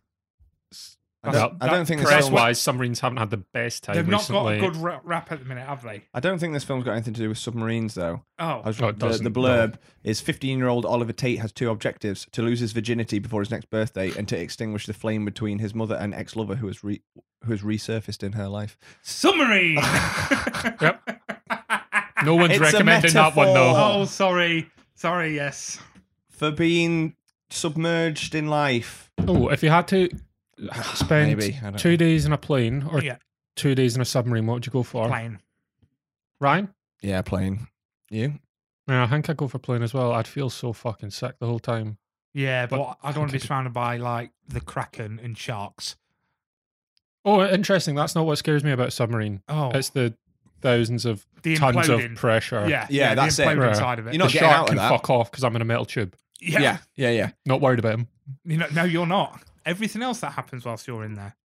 Speaker 2: I
Speaker 3: That's-
Speaker 2: don't, I don't think this
Speaker 1: Oh, press
Speaker 2: film,
Speaker 1: wise, submarines haven't had the best time
Speaker 3: They've not got
Speaker 1: recently.
Speaker 3: a good ra- rap at the minute, have they?
Speaker 2: I don't think this film's got anything to do with submarines though.
Speaker 3: Oh,
Speaker 2: I was,
Speaker 1: Oh, it
Speaker 2: the,
Speaker 1: doesn't,
Speaker 2: the blurb is 15 year old Oliver Tate has two objectives to lose his virginity before his next birthday and to extinguish the flame between his mother and ex lover who has re- who has resurfaced in her life.
Speaker 3: submarine.
Speaker 1: Yep. no one's
Speaker 2: It's a
Speaker 1: recommending that one though.
Speaker 2: metaphor.
Speaker 3: Oh, sorry, sorry. Yes.
Speaker 2: For being submerged in life.
Speaker 1: Oh, if you had to spend
Speaker 2: Maybe, I don't
Speaker 1: two days in a plane or
Speaker 3: Yeah.
Speaker 1: two days in a submarine, what would you go for?
Speaker 3: Plane.
Speaker 1: Ryan?
Speaker 2: Yeah, plane. You?
Speaker 1: Yeah, I think I'd go for plane as well. I'd feel so fucking sick the whole time.
Speaker 3: Yeah, but,
Speaker 1: But
Speaker 3: I don't want to be surrounded by like the kraken and sharks.
Speaker 1: Oh, interesting. That's not what scares me about submarine.
Speaker 3: Oh,
Speaker 1: It's the thousands of
Speaker 3: the
Speaker 1: tons
Speaker 3: imploding.
Speaker 1: of pressure.
Speaker 3: yeah, yeah, the
Speaker 2: that's it.
Speaker 3: imploding
Speaker 1: Right.
Speaker 3: side of it.
Speaker 2: You're not
Speaker 1: the
Speaker 2: getting out
Speaker 1: shark
Speaker 2: of
Speaker 1: can
Speaker 2: that.
Speaker 1: fuck off because I'm in a metal tube.
Speaker 3: yeah.
Speaker 2: yeah, yeah. yeah.
Speaker 1: Not worried about him.
Speaker 3: You know, no, you're not. Everything else that happens whilst you're in there,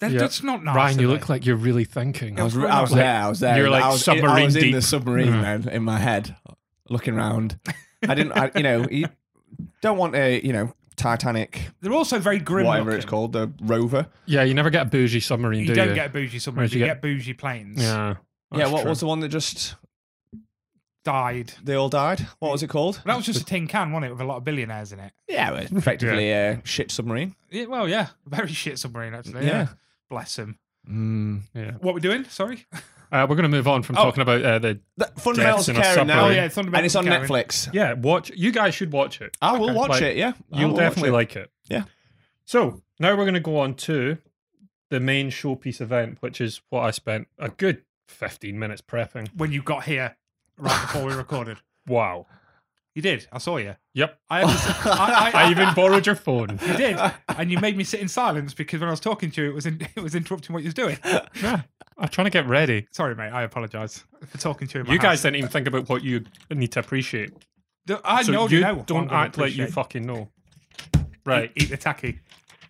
Speaker 3: They're-
Speaker 1: Yeah.
Speaker 3: that's not nice.
Speaker 1: Ryan,
Speaker 3: are
Speaker 1: you
Speaker 3: they?
Speaker 1: look like you're really thinking.
Speaker 2: I was,
Speaker 3: What's
Speaker 2: I was
Speaker 3: going on?
Speaker 2: there. I was there.
Speaker 1: You're like
Speaker 2: I was, I
Speaker 1: submarine
Speaker 2: was in
Speaker 1: deep.
Speaker 2: the submarine
Speaker 1: Mm.
Speaker 2: then, in my head, looking round. I didn't. I, you know, you don't want a you know Titanic,
Speaker 3: They're also very grim.
Speaker 2: whatever it's
Speaker 3: looking.
Speaker 2: called, the rover.
Speaker 1: Yeah, you never get a bougie submarine,
Speaker 3: You
Speaker 1: do
Speaker 3: don't
Speaker 1: you?
Speaker 3: get bougie submarines.
Speaker 1: you
Speaker 3: You, get,
Speaker 1: get-
Speaker 3: bougie planes.
Speaker 1: yeah.
Speaker 2: yeah.
Speaker 1: that's
Speaker 2: What
Speaker 1: true.
Speaker 2: was the one that just
Speaker 3: Died.
Speaker 2: they all died? What was it called?
Speaker 3: But that was just a tin can, wasn't it, with a lot of billionaires in it?
Speaker 2: Yeah, well, effectively a shit submarine.
Speaker 3: Yeah, well, yeah, very shit submarine actually. Yeah,
Speaker 2: Yeah.
Speaker 3: bless him.
Speaker 2: Mm.
Speaker 3: What we doing? Sorry.
Speaker 1: Uh, we're going to move on from
Speaker 2: Oh.
Speaker 1: talking about uh, the.
Speaker 2: That, fundamentals
Speaker 1: Deaths in
Speaker 2: of
Speaker 1: a
Speaker 2: caring now,
Speaker 3: Oh
Speaker 1: submarine.
Speaker 3: yeah, Thunderbird.
Speaker 2: and it's on Netflix.
Speaker 1: Yeah, watch. You guys should watch it.
Speaker 2: I will
Speaker 1: Okay.
Speaker 2: watch
Speaker 1: Like,
Speaker 2: it. Yeah, I
Speaker 1: You'll
Speaker 2: will watch
Speaker 1: definitely
Speaker 2: it.
Speaker 1: like it.
Speaker 2: Yeah.
Speaker 1: So now we're going to go on to the main showpiece event, which is what I spent a good 15 minutes prepping.
Speaker 3: When you got here, right before we recorded,
Speaker 1: Wow.
Speaker 3: you did. I saw you.
Speaker 1: Yep.
Speaker 3: I, had to- I, I,
Speaker 1: I even borrowed your phone.
Speaker 3: You did, and you made me sit in silence because when I was talking to you, it was in, it was interrupting what you was doing.
Speaker 1: Yeah. I'm trying to get ready.
Speaker 3: Sorry, mate. I apologise for talking to you. in my
Speaker 1: You guys
Speaker 3: house.
Speaker 1: didn't even think about what you need to appreciate.
Speaker 3: D- I
Speaker 1: So
Speaker 3: know
Speaker 1: you
Speaker 3: know what I'm
Speaker 1: don't
Speaker 3: gonna
Speaker 1: act like you
Speaker 3: appreciate.
Speaker 1: fucking know. Right.
Speaker 3: Eat, eat the tacky.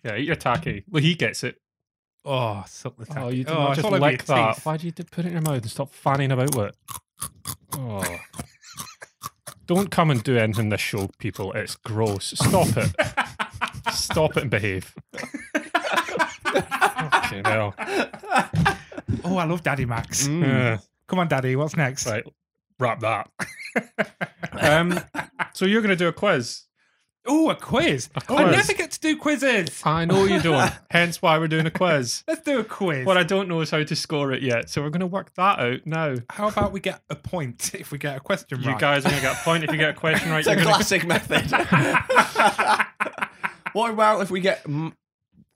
Speaker 1: Yeah, eat your tacky. Well, he gets it.
Speaker 3: Oh, suck the tacky.
Speaker 1: Oh, you did
Speaker 3: it's
Speaker 1: not just
Speaker 3: all over your
Speaker 1: lick that.
Speaker 3: teeth.
Speaker 1: Why do you d- put it in your mouth and stop fanning about with it? Oh. Don't come and do anything this show, people. It's gross. Stop it. Stop it and behave. Fucking hell.
Speaker 3: Oh, I love Daddy Max.
Speaker 2: Mm.
Speaker 1: Yeah,
Speaker 3: Come on, Daddy. What's next?
Speaker 1: Hmm. right. Wrap that. um, so you're going to do a quiz.
Speaker 3: Oh, a quiz. I
Speaker 1: quiz.
Speaker 3: never get to do quizzes.
Speaker 1: I know you don't. Hence why we're doing a quiz.
Speaker 3: Let's do a quiz.
Speaker 1: What I don't know is how to score it yet. So we're going to work that out now.
Speaker 3: How about we get a point if we get a question
Speaker 1: You
Speaker 3: right?
Speaker 1: guys are going to get a point if you get a question right.
Speaker 2: It's a
Speaker 1: You're going to
Speaker 2: classic method. what about if we get mm,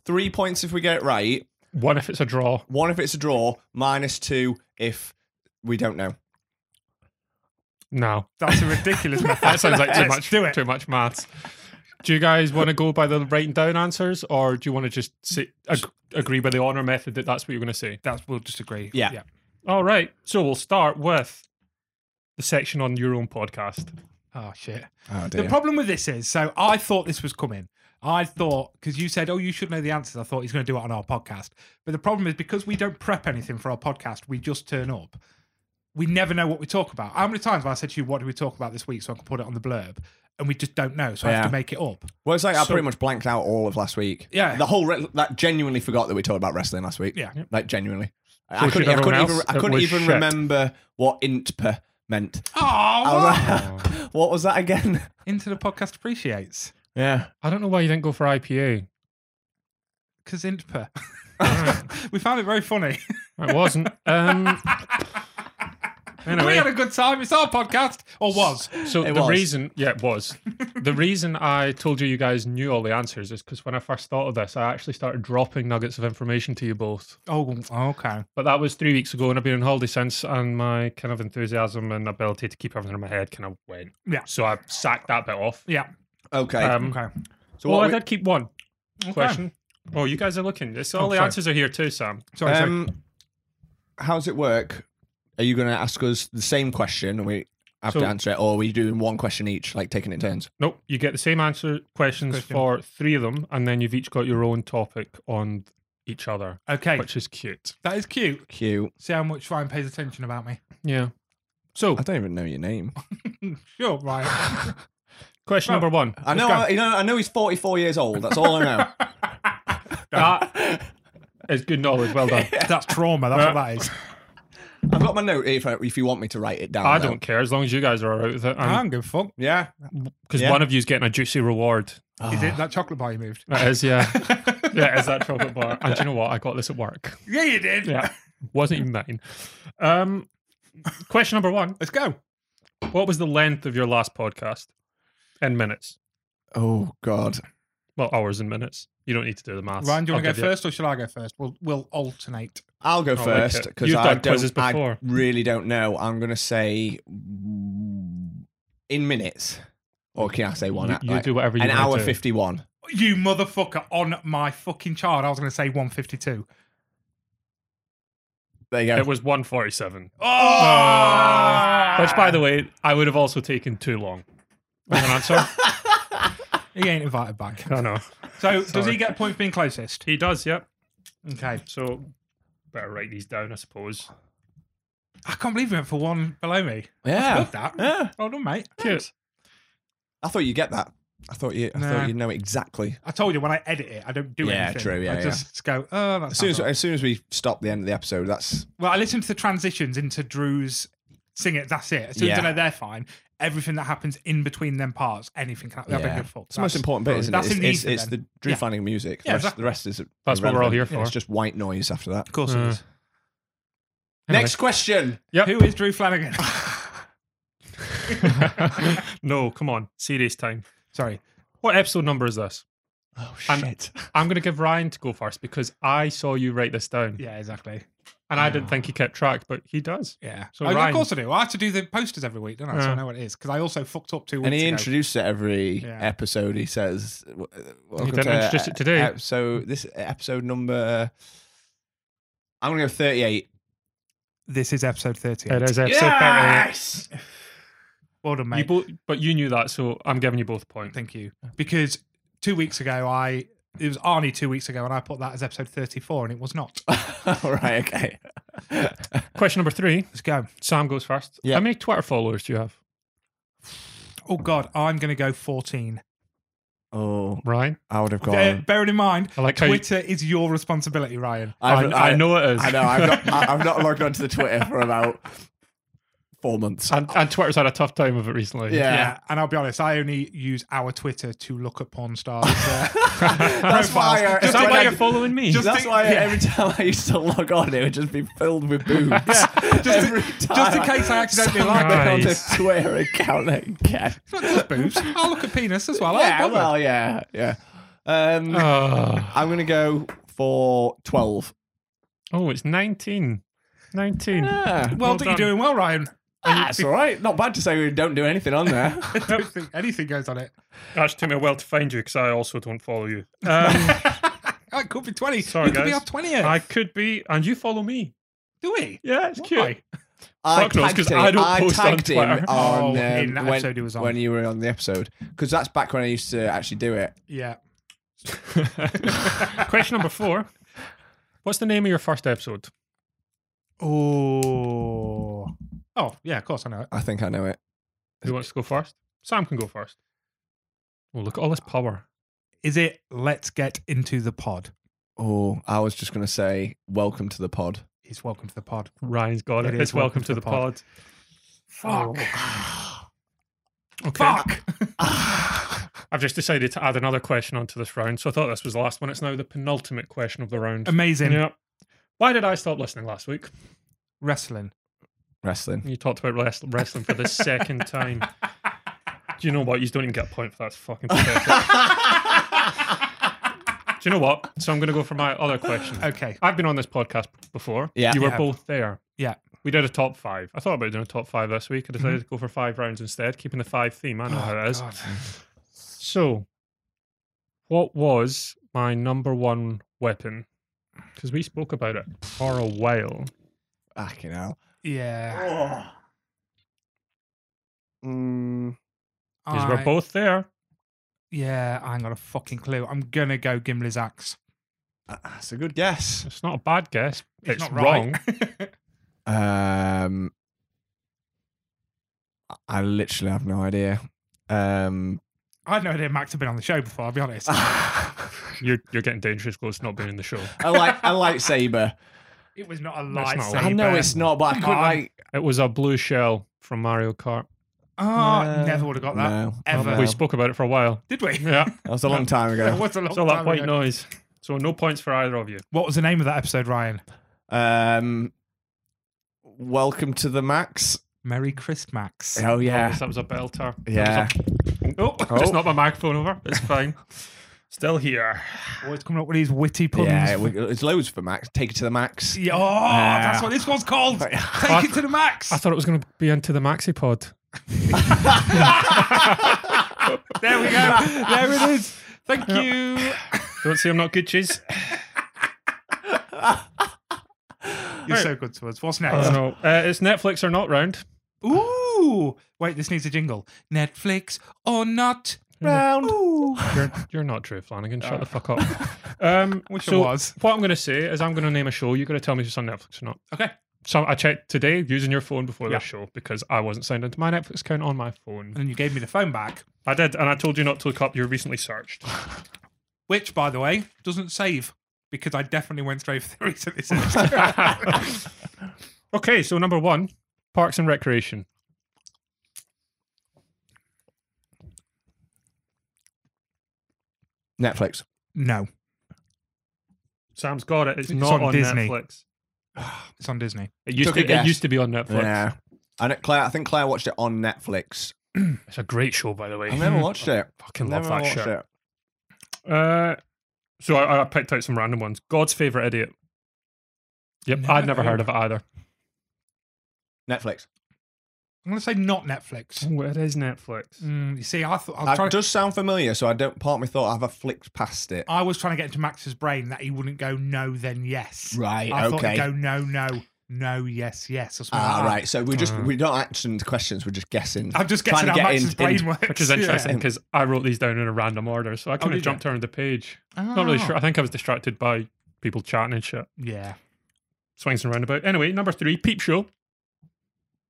Speaker 2: three points if we get it right?
Speaker 1: one if it's a draw.
Speaker 2: One if it's a draw, minus two if we don't know.
Speaker 1: No.
Speaker 3: That's a ridiculous method.
Speaker 1: That sounds like too
Speaker 3: Let's
Speaker 1: much.
Speaker 3: do it.
Speaker 1: Too much maths. Do you guys want to go by the writing down answers, or do you want to just say, ag- agree by the honor method that that's what you're going to say?
Speaker 3: That's we'll just agree.
Speaker 2: Yeah.
Speaker 1: All right. So we'll start with the section on your own podcast.
Speaker 3: Oh shit.
Speaker 2: Oh
Speaker 3: The problem with this is, so I thought this was coming. I thought because you said, "Oh, you should know the answers." I thought he's going to do it on our podcast. But the problem is because we don't prep anything for our podcast, we just turn up. We never know what we talk about. How many times have I said to you, "What do we talk about this week?" So I can put it on the blurb, and we just don't know. So I have
Speaker 2: Yeah.
Speaker 3: to make it up.
Speaker 2: well, it's like I pretty much blanked out all of last week.
Speaker 3: Yeah.
Speaker 2: the whole re- like genuinely forgot that we talked about wrestling last week.
Speaker 3: Yeah.
Speaker 2: like genuinely,
Speaker 1: So
Speaker 2: I
Speaker 1: should
Speaker 2: couldn't, I couldn't
Speaker 1: everyone
Speaker 2: even
Speaker 1: else?
Speaker 2: I
Speaker 1: It
Speaker 2: couldn't
Speaker 1: was
Speaker 2: even
Speaker 1: shit.
Speaker 2: remember what intper meant.
Speaker 3: Oh,
Speaker 2: I was
Speaker 3: wow.
Speaker 2: like,
Speaker 3: Oh.
Speaker 2: what was that again?
Speaker 3: into the podcast appreciates
Speaker 2: Yeah,
Speaker 1: I don't know why you didn't go for IPA.
Speaker 3: because Intpa. we found it very funny.
Speaker 1: It wasn't. Um,
Speaker 3: we had
Speaker 1: anyway,
Speaker 3: a good time. It's our podcast, or was.
Speaker 1: so
Speaker 2: It
Speaker 1: the
Speaker 2: was.
Speaker 1: reason, yeah, it was the reason I told you you guys knew all the answers is because when I first thought of this, I actually started dropping nuggets of information to you both.
Speaker 3: Oh, okay.
Speaker 1: But that was three weeks ago, and I've been on holiday since, and my kind of enthusiasm and ability to keep everything in my head kind of went.
Speaker 3: Yeah.
Speaker 1: So I sacked that bit off.
Speaker 3: Yeah.
Speaker 2: okay.
Speaker 1: Um,
Speaker 3: Okay.
Speaker 2: so
Speaker 1: well,
Speaker 2: what
Speaker 1: I did keep one
Speaker 3: Okay.
Speaker 1: question. Oh, you guys are looking. It's all
Speaker 3: Oh,
Speaker 1: the
Speaker 3: sorry.
Speaker 1: answers are here too, Sam.
Speaker 2: we,
Speaker 3: Sorry. sorry.
Speaker 2: um, how's it work? Are you going to ask us the same question and we have
Speaker 1: So-
Speaker 2: to answer it, or are we doing one question each, like taking it turns?
Speaker 1: Nope. You get the same answer questions
Speaker 3: Question.
Speaker 1: for three of them, and then you've each got your own topic on each other,
Speaker 3: Okay,
Speaker 1: which is cute.
Speaker 3: that is cute.
Speaker 2: Cute.
Speaker 3: See how much Ryan pays attention about me.
Speaker 1: Yeah.
Speaker 3: So
Speaker 2: I don't even know your name.
Speaker 3: sure, Ryan.
Speaker 1: Question
Speaker 3: Well,
Speaker 1: number one.
Speaker 2: I know. I, you know. I know he's forty-four years old. That's all I know.
Speaker 1: That is good knowledge. Well done.
Speaker 3: That's trauma. That's what that is.
Speaker 2: I've got my note here if, I- if you want me to write it down.
Speaker 1: I
Speaker 2: though.
Speaker 1: don't care as long as you guys are all right with it.
Speaker 3: I don't give a fuck.
Speaker 2: Yeah.
Speaker 1: Because
Speaker 2: Yeah.
Speaker 1: one of you's getting a juicy reward.
Speaker 3: Is
Speaker 2: Ah.
Speaker 3: it that chocolate bar you moved?
Speaker 1: That is, yeah. yeah, is that chocolate bar. And do you know what? I got this at work.
Speaker 3: Yeah, you did.
Speaker 1: Yeah. Wasn't even mine. Um, question number one.
Speaker 3: Let's go.
Speaker 1: What was the length of your last podcast? In minutes.
Speaker 2: Oh God.
Speaker 1: Well, hours and minutes. You don't need to do the math.
Speaker 3: Ryan, do you want to go first or shall I go first? We'll we'll alternate.
Speaker 2: I'll go
Speaker 1: like
Speaker 2: first
Speaker 1: it.
Speaker 2: because
Speaker 1: Oh, You've
Speaker 2: I
Speaker 1: done quizzes
Speaker 2: don't. I
Speaker 1: before.
Speaker 2: really don't know. I'm gonna say mm, in minutes, or can I say one?
Speaker 1: You,
Speaker 2: at,
Speaker 1: you
Speaker 2: like,
Speaker 1: do whatever you
Speaker 2: an
Speaker 1: want
Speaker 2: hour
Speaker 1: to.
Speaker 2: fifty-one.
Speaker 3: You motherfucker on my fucking child. I was going to say 152.
Speaker 2: There you go.
Speaker 1: It was 147.
Speaker 3: Oh! Ah!
Speaker 1: Which, by the way, I would have also taken too long. As an answer? Oh,
Speaker 3: he ain't invited back.
Speaker 1: I know.
Speaker 3: So does
Speaker 1: Sorry.
Speaker 3: he get points being closest?
Speaker 1: He does, yep.
Speaker 3: Okay.
Speaker 1: So, better write these down, I suppose.
Speaker 3: I can't believe he went for one below me.
Speaker 2: yeah.
Speaker 3: Love that.
Speaker 2: Yeah.
Speaker 3: Well done, mate.
Speaker 1: Cute.
Speaker 2: I thought you'd get that. I thought you. I
Speaker 3: Nah.
Speaker 2: thought you'd know exactly.
Speaker 3: I told you when I edit it, I don't do
Speaker 2: Yeah,
Speaker 3: anything.
Speaker 2: true, yeah,
Speaker 3: I
Speaker 2: yeah.
Speaker 3: just go, oh, that's
Speaker 2: As soon as as soon as we stop the end of the episode, that's
Speaker 3: Well, I listen to the transitions into Drew's sing it, that's it. As soon as I
Speaker 2: Yeah.
Speaker 3: know they're fine, everything that happens in between them parts, anything can happen. That'd be
Speaker 2: Yeah.
Speaker 3: good fun.
Speaker 2: it's the most important bit, isn't
Speaker 3: that's
Speaker 2: it?
Speaker 3: in the
Speaker 2: It's,
Speaker 3: ether
Speaker 2: it's, it's the Drew
Speaker 3: Yeah.
Speaker 2: finding music. The,
Speaker 3: Yeah,
Speaker 2: rest,
Speaker 3: exactly.
Speaker 2: the rest is
Speaker 1: That's what we're all
Speaker 2: irrelevant.
Speaker 1: here
Speaker 2: Yeah, It's
Speaker 1: for.
Speaker 2: just white noise after that.
Speaker 3: Of course it
Speaker 1: Uh,
Speaker 3: is.
Speaker 1: Anyway.
Speaker 2: Next question.
Speaker 1: Yep.
Speaker 3: Who is Drew Flanagan?
Speaker 1: no, come on. Serious time.
Speaker 3: Sorry.
Speaker 1: What episode number is this?
Speaker 2: Oh
Speaker 1: And- I'm going to give Ryan to go first because I saw you write this down
Speaker 3: Yeah, exactly.
Speaker 1: and I
Speaker 2: Ah.
Speaker 1: didn't think he kept track, but he does.
Speaker 3: Yeah.
Speaker 1: So
Speaker 3: Oh, of
Speaker 1: Ryan-
Speaker 3: course I do. I have to do the posters every week, don't I? So I
Speaker 1: Yeah.
Speaker 3: know what it is. Because I also fucked up two weeks
Speaker 2: And he
Speaker 3: ago.
Speaker 2: introduced it every
Speaker 3: Yeah.
Speaker 2: episode. He says, w- uh, welcome
Speaker 1: didn't
Speaker 2: to,
Speaker 1: introduce it today.
Speaker 2: Episode, this episode number, I'm going to go 38.
Speaker 3: this is episode 38.
Speaker 1: It is episode 38.
Speaker 2: yes!
Speaker 3: Well
Speaker 1: You
Speaker 3: done, mate.
Speaker 1: both, but you knew that, so I'm giving you both a point.
Speaker 3: Thank you. Because two weeks ago, I it was Arnie two weeks ago, and I put that as episode 34, and it was not.
Speaker 2: All right, okay.
Speaker 1: Question number three.
Speaker 3: Let's go.
Speaker 1: Sam goes first.
Speaker 2: Yeah.
Speaker 1: How many Twitter followers do you have,
Speaker 3: Oh, God. I'm going to go 14.
Speaker 2: Oh,
Speaker 1: Ryan?
Speaker 2: I would have
Speaker 3: Uh,
Speaker 2: gone.
Speaker 3: bearing in mind,
Speaker 1: I like how you-
Speaker 3: Twitter is your responsibility, Ryan.
Speaker 1: I, I know it is.
Speaker 2: I know. I've not, I- I've not logged onto the Twitter for about four months.
Speaker 1: and, and Twitter's had a tough time of it recently.
Speaker 2: Yeah.
Speaker 3: Uh, And I'll be honest, I only use our Twitter to look at porn stars. uh,
Speaker 2: That's why. I,
Speaker 1: Is
Speaker 2: when
Speaker 1: that
Speaker 2: I-
Speaker 1: why you're following me?
Speaker 3: Just-
Speaker 2: That's
Speaker 3: think-
Speaker 2: why
Speaker 3: yeah.
Speaker 2: every time I used to log on, it would just be filled with boobs.
Speaker 3: just in-
Speaker 2: every time
Speaker 3: just in case I accidentally like
Speaker 1: it.
Speaker 2: on
Speaker 1: Nice.
Speaker 2: the Twitter account again.
Speaker 3: Not just boobs. I'll look at penis as well. I
Speaker 2: yeah,
Speaker 3: ain't bothered.
Speaker 2: well, yeah, yeah. Um,
Speaker 1: Ah.
Speaker 2: I'm gonna go for twelve.
Speaker 1: Oh, it's 19. 19.
Speaker 2: Yeah,
Speaker 3: Well,
Speaker 1: Well
Speaker 3: done. you're
Speaker 1: done.
Speaker 3: doing well, Ryan.
Speaker 2: Ah, that's all right. Not bad to say we don't do anything on there.
Speaker 3: I don't think anything goes on it.
Speaker 1: That took me a while to find you because I also don't follow you. Um,
Speaker 3: Oh, it could be 20.
Speaker 1: Sorry,
Speaker 3: you could be
Speaker 1: guys.
Speaker 3: our 20th.
Speaker 1: I could be, and you follow me.
Speaker 3: Do we?
Speaker 1: Yeah, it's
Speaker 3: Why?
Speaker 1: cute. Fuck knows, 'cause I don't
Speaker 2: I
Speaker 1: post on
Speaker 2: tagged him
Speaker 1: Twitter.
Speaker 3: Oh,
Speaker 2: on,
Speaker 3: in
Speaker 2: um,
Speaker 3: that
Speaker 2: when,
Speaker 3: episode he was on.
Speaker 2: when you were on the episode because that's back when I used to actually do it.
Speaker 3: Yeah.
Speaker 1: Question number four. What's the name of your first episode?
Speaker 3: Oh. Oh, yeah, of course I know it.
Speaker 2: I think I know it.
Speaker 1: Who wants to go first? Sam can go first. Oh, look at all this power.
Speaker 3: Is it Let's Get Into the Pod?
Speaker 2: Oh, I was just gonna say welcome to the pod.
Speaker 3: He's welcome to the pod.
Speaker 1: Ryan's got it.
Speaker 3: It is
Speaker 1: It's welcome, to the pod.
Speaker 3: Fuck.
Speaker 1: Okay.
Speaker 3: Fuck.
Speaker 1: I've just decided to add another question onto this round. So I thought this was the last one. It's now the penultimate question of the round.
Speaker 3: Amazing.
Speaker 1: Yep. Why did I stop listening last week?
Speaker 3: Wrestling.
Speaker 2: Wrestling.
Speaker 1: You talked about wrest- wrestling for the second time. Do you know what? You don't even get a point for that. It's fucking pathetic. Do you know what? So I'm going to go for my other question.
Speaker 3: Okay.
Speaker 1: I've been on this podcast before.
Speaker 2: Yeah.
Speaker 1: You were
Speaker 3: Yeah.
Speaker 1: both there.
Speaker 3: Yeah. Mm-hmm.
Speaker 1: We did a top five. I thought about doing a top five this week. I decided to go for five rounds instead, keeping the five theme. I know how it is.
Speaker 3: Oh, God.
Speaker 1: So, what was my number one weapon? Because we spoke about it for a while.
Speaker 2: Fucking hell.
Speaker 3: Yeah.
Speaker 2: Mm,
Speaker 1: Because
Speaker 3: I-
Speaker 1: we're both there.
Speaker 3: Yeah, I ain't got a fucking clue. I'm going to go Gimli's Axe.
Speaker 2: Uh, That's a good guess.
Speaker 1: It's not a bad guess. It's,
Speaker 3: not
Speaker 1: wrong.
Speaker 3: Right.
Speaker 2: Um, I- I literally have no idea. Um,
Speaker 3: I had no idea Max had been on the show before, I'll be honest.
Speaker 2: Ah. a
Speaker 1: You're, you're getting dangerous close to not being in the show.
Speaker 2: light, a lightsaber.
Speaker 3: It was not a
Speaker 1: That's
Speaker 3: lightsaber.
Speaker 1: not a
Speaker 2: I know it's not, but I
Speaker 3: Come
Speaker 2: couldn't
Speaker 3: on.
Speaker 2: like.
Speaker 1: It was a blue shell from Mario Kart.
Speaker 3: Oh,
Speaker 2: No.
Speaker 3: never would have got that.
Speaker 2: No,
Speaker 3: ever.
Speaker 2: no.
Speaker 1: We spoke about it for a while.
Speaker 3: Did we?
Speaker 1: Yeah.
Speaker 2: That was a long time
Speaker 3: It
Speaker 2: ago.
Speaker 3: was a long
Speaker 1: So that
Speaker 3: time
Speaker 1: white
Speaker 3: ago.
Speaker 1: noise. So no points for either of you.
Speaker 3: What was the name of that episode, Ryan?
Speaker 2: Um, welcome to the Max.
Speaker 3: Merry Christmas.
Speaker 2: Oh yeah,
Speaker 1: Yes, that was a belter. That was
Speaker 2: yeah.
Speaker 1: a- oh,
Speaker 2: Oh.
Speaker 1: just knocked my microphone over. It's fine. Still here.
Speaker 3: Always coming up with these witty puns.
Speaker 2: Yeah, we, it's loads for Max. Take it to the max.
Speaker 3: Yeah, oh, that's what this one's called. Take
Speaker 1: I-
Speaker 3: it to the max.
Speaker 1: I thought it was going to be into the maxi pod.
Speaker 3: There we go. there it is. Thank you.
Speaker 1: Don't say I'm not good, cheese.
Speaker 3: You're so good to us. What's
Speaker 1: I
Speaker 3: next?
Speaker 1: don't know. Uh, it's Netflix or not round.
Speaker 3: Ooh. Wait, this needs a jingle. Netflix or not.
Speaker 2: Round.
Speaker 3: Ooh.
Speaker 1: You're, you're not Drew Flanagan. Shut the fuck up. Um,
Speaker 3: Wish I
Speaker 1: so
Speaker 3: was.
Speaker 1: What I'm going to say is I'm going to name a show. You're going to tell me if it's on Netflix or not.
Speaker 3: Okay.
Speaker 1: So I checked today using your phone before
Speaker 3: Yeah. Mm.
Speaker 1: this show because I wasn't signed into my Netflix account on my phone.
Speaker 3: And then you gave me the phone back,
Speaker 1: I did, and I told you not to look up your recently searched.
Speaker 3: which, by the way, doesn't save because I definitely went straight for the recently searched.
Speaker 1: okay, so number one, Parks and Recreation.
Speaker 2: Netflix.
Speaker 3: no,
Speaker 1: Sam's got it. It's,
Speaker 3: It's
Speaker 1: not
Speaker 3: on
Speaker 1: on,
Speaker 3: Disney.
Speaker 1: Netflix.
Speaker 3: it's on Disney.
Speaker 1: It used
Speaker 2: Took a
Speaker 1: to. It
Speaker 2: guess.
Speaker 1: used to be on Netflix.
Speaker 2: Yeah. And it, Claire, I think Claire watched it on Netflix.
Speaker 1: It's a great show, by the way.
Speaker 2: I've never watched it.
Speaker 1: Fucking
Speaker 2: never
Speaker 1: love that
Speaker 2: watched
Speaker 1: shit.
Speaker 2: it.
Speaker 1: Uh, so I, I picked out some random ones. God's favorite idiot. Yep,
Speaker 3: Never
Speaker 1: I'd never
Speaker 3: heard
Speaker 1: heard of it either.
Speaker 2: Netflix.
Speaker 3: I'm going to say not Netflix.
Speaker 1: Oh, it is Netflix.
Speaker 3: Mm, you see, I thought I was,
Speaker 2: Uh, It
Speaker 3: trying to,
Speaker 2: does sound familiar, so I don't part of me thought I've a flicked past
Speaker 1: Oh,
Speaker 2: it.
Speaker 3: I was trying to get into Max's brain that he wouldn't go no, then yes.
Speaker 2: Right.
Speaker 3: I thought he'd go no, no, no, yes, yes. Or something
Speaker 2: Ah,
Speaker 3: like that.
Speaker 2: right. So we just
Speaker 1: Uh.
Speaker 2: we're not answering the questions. We're just guessing.
Speaker 3: I'm just guessing
Speaker 2: Trying to
Speaker 3: how
Speaker 2: get
Speaker 3: Max's
Speaker 2: in-
Speaker 3: brain
Speaker 2: in-
Speaker 3: works.
Speaker 1: Which is interesting because I wrote these down in a random order, so I kind of
Speaker 3: did you?
Speaker 1: jumped around the page.
Speaker 3: Yeah. Ah.
Speaker 1: Not really sure. I think I was distracted by people chatting and shit,
Speaker 3: Yeah.
Speaker 1: swings and roundabout. Anyway, number three, Peep Show.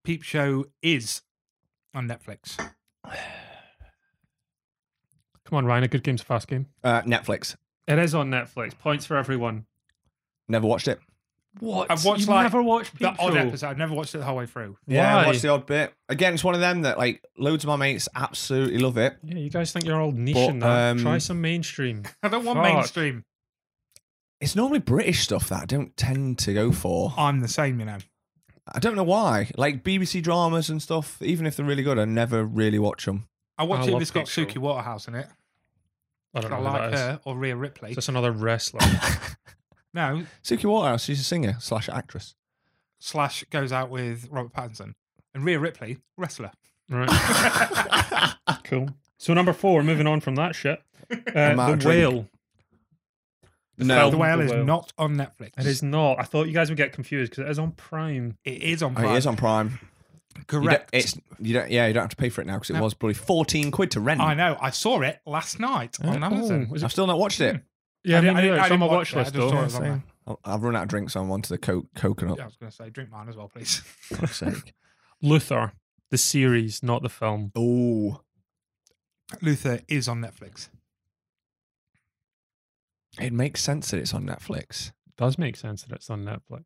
Speaker 3: Peep Show is on Netflix.
Speaker 1: Come on, Ryan. A good game's a fast game.
Speaker 2: Uh, Netflix.
Speaker 1: It is on Netflix. Points for everyone.
Speaker 2: Never watched it.
Speaker 1: What?
Speaker 3: I've watched,
Speaker 1: You've
Speaker 3: like,
Speaker 1: never watched
Speaker 3: The
Speaker 1: Peep
Speaker 3: odd
Speaker 1: Show?
Speaker 3: episode. I've never watched it the whole way through.
Speaker 2: Yeah,
Speaker 1: Why?
Speaker 2: I watched the odd bit. Again, it's one of them that like loads of my mates absolutely love it.
Speaker 1: Yeah, you guys think you're all niche
Speaker 2: But,
Speaker 1: in that.
Speaker 2: um,
Speaker 1: Try some mainstream.
Speaker 3: I don't want
Speaker 1: Fuck.
Speaker 3: mainstream.
Speaker 2: It's normally British stuff that I don't tend to go for.
Speaker 3: I'm the same, you know.
Speaker 2: I don't know why. Like BBC dramas and stuff, even if they're really good, I never really watch them.
Speaker 3: I watch
Speaker 1: I
Speaker 3: it if
Speaker 1: love
Speaker 3: it's got
Speaker 1: Peep Show.
Speaker 3: Suki Waterhouse in it.
Speaker 1: I don't know
Speaker 3: I
Speaker 1: who
Speaker 3: like
Speaker 1: that is.
Speaker 3: her or Rhea Ripley.
Speaker 1: Is this another wrestler?
Speaker 3: No,
Speaker 2: Suki Waterhouse, she's a singer slash actress.
Speaker 3: Slash goes out with Robert Pattinson and Rhea Ripley, wrestler.
Speaker 1: right. Cool. So number four, moving on from that shit. Uh,
Speaker 2: I'm out
Speaker 1: the
Speaker 2: of drink.
Speaker 1: whale.
Speaker 2: no,
Speaker 1: Oh,
Speaker 3: the Whale
Speaker 1: The
Speaker 3: is
Speaker 1: Whale.
Speaker 3: not on Netflix.
Speaker 1: It is not. I thought you guys would get confused because it is on Prime.
Speaker 3: It is on.
Speaker 2: Oh,
Speaker 3: Prime.
Speaker 2: it is on Prime. You don't-
Speaker 3: Correct.
Speaker 2: it's you don't. Yeah, you don't have to pay for it now because it
Speaker 3: No.
Speaker 2: was bloody fourteen quid to rent.
Speaker 3: I know. I saw it last night on Amazon.
Speaker 1: Oh, is it-
Speaker 2: I've still not watched
Speaker 3: Hmm.
Speaker 2: it.
Speaker 1: yeah,
Speaker 3: I
Speaker 1: me
Speaker 3: didn't-
Speaker 1: neither.
Speaker 3: I didn't- I
Speaker 1: It's on my
Speaker 3: didn't
Speaker 1: watch
Speaker 3: watch it, I
Speaker 1: list
Speaker 3: just
Speaker 1: though.
Speaker 3: saw it was on
Speaker 1: Yeah,
Speaker 3: there.
Speaker 2: I've- I've run out of drinks, so I'm onto the co- coconut.
Speaker 3: Yeah, I was going to say, drink mine as well, please.
Speaker 2: For fuck's sake.
Speaker 1: Luther, the series, not the film.
Speaker 2: Oh,
Speaker 3: Luther is on Netflix.
Speaker 2: it makes sense that it's on Netflix.
Speaker 1: does make sense that it's on Netflix.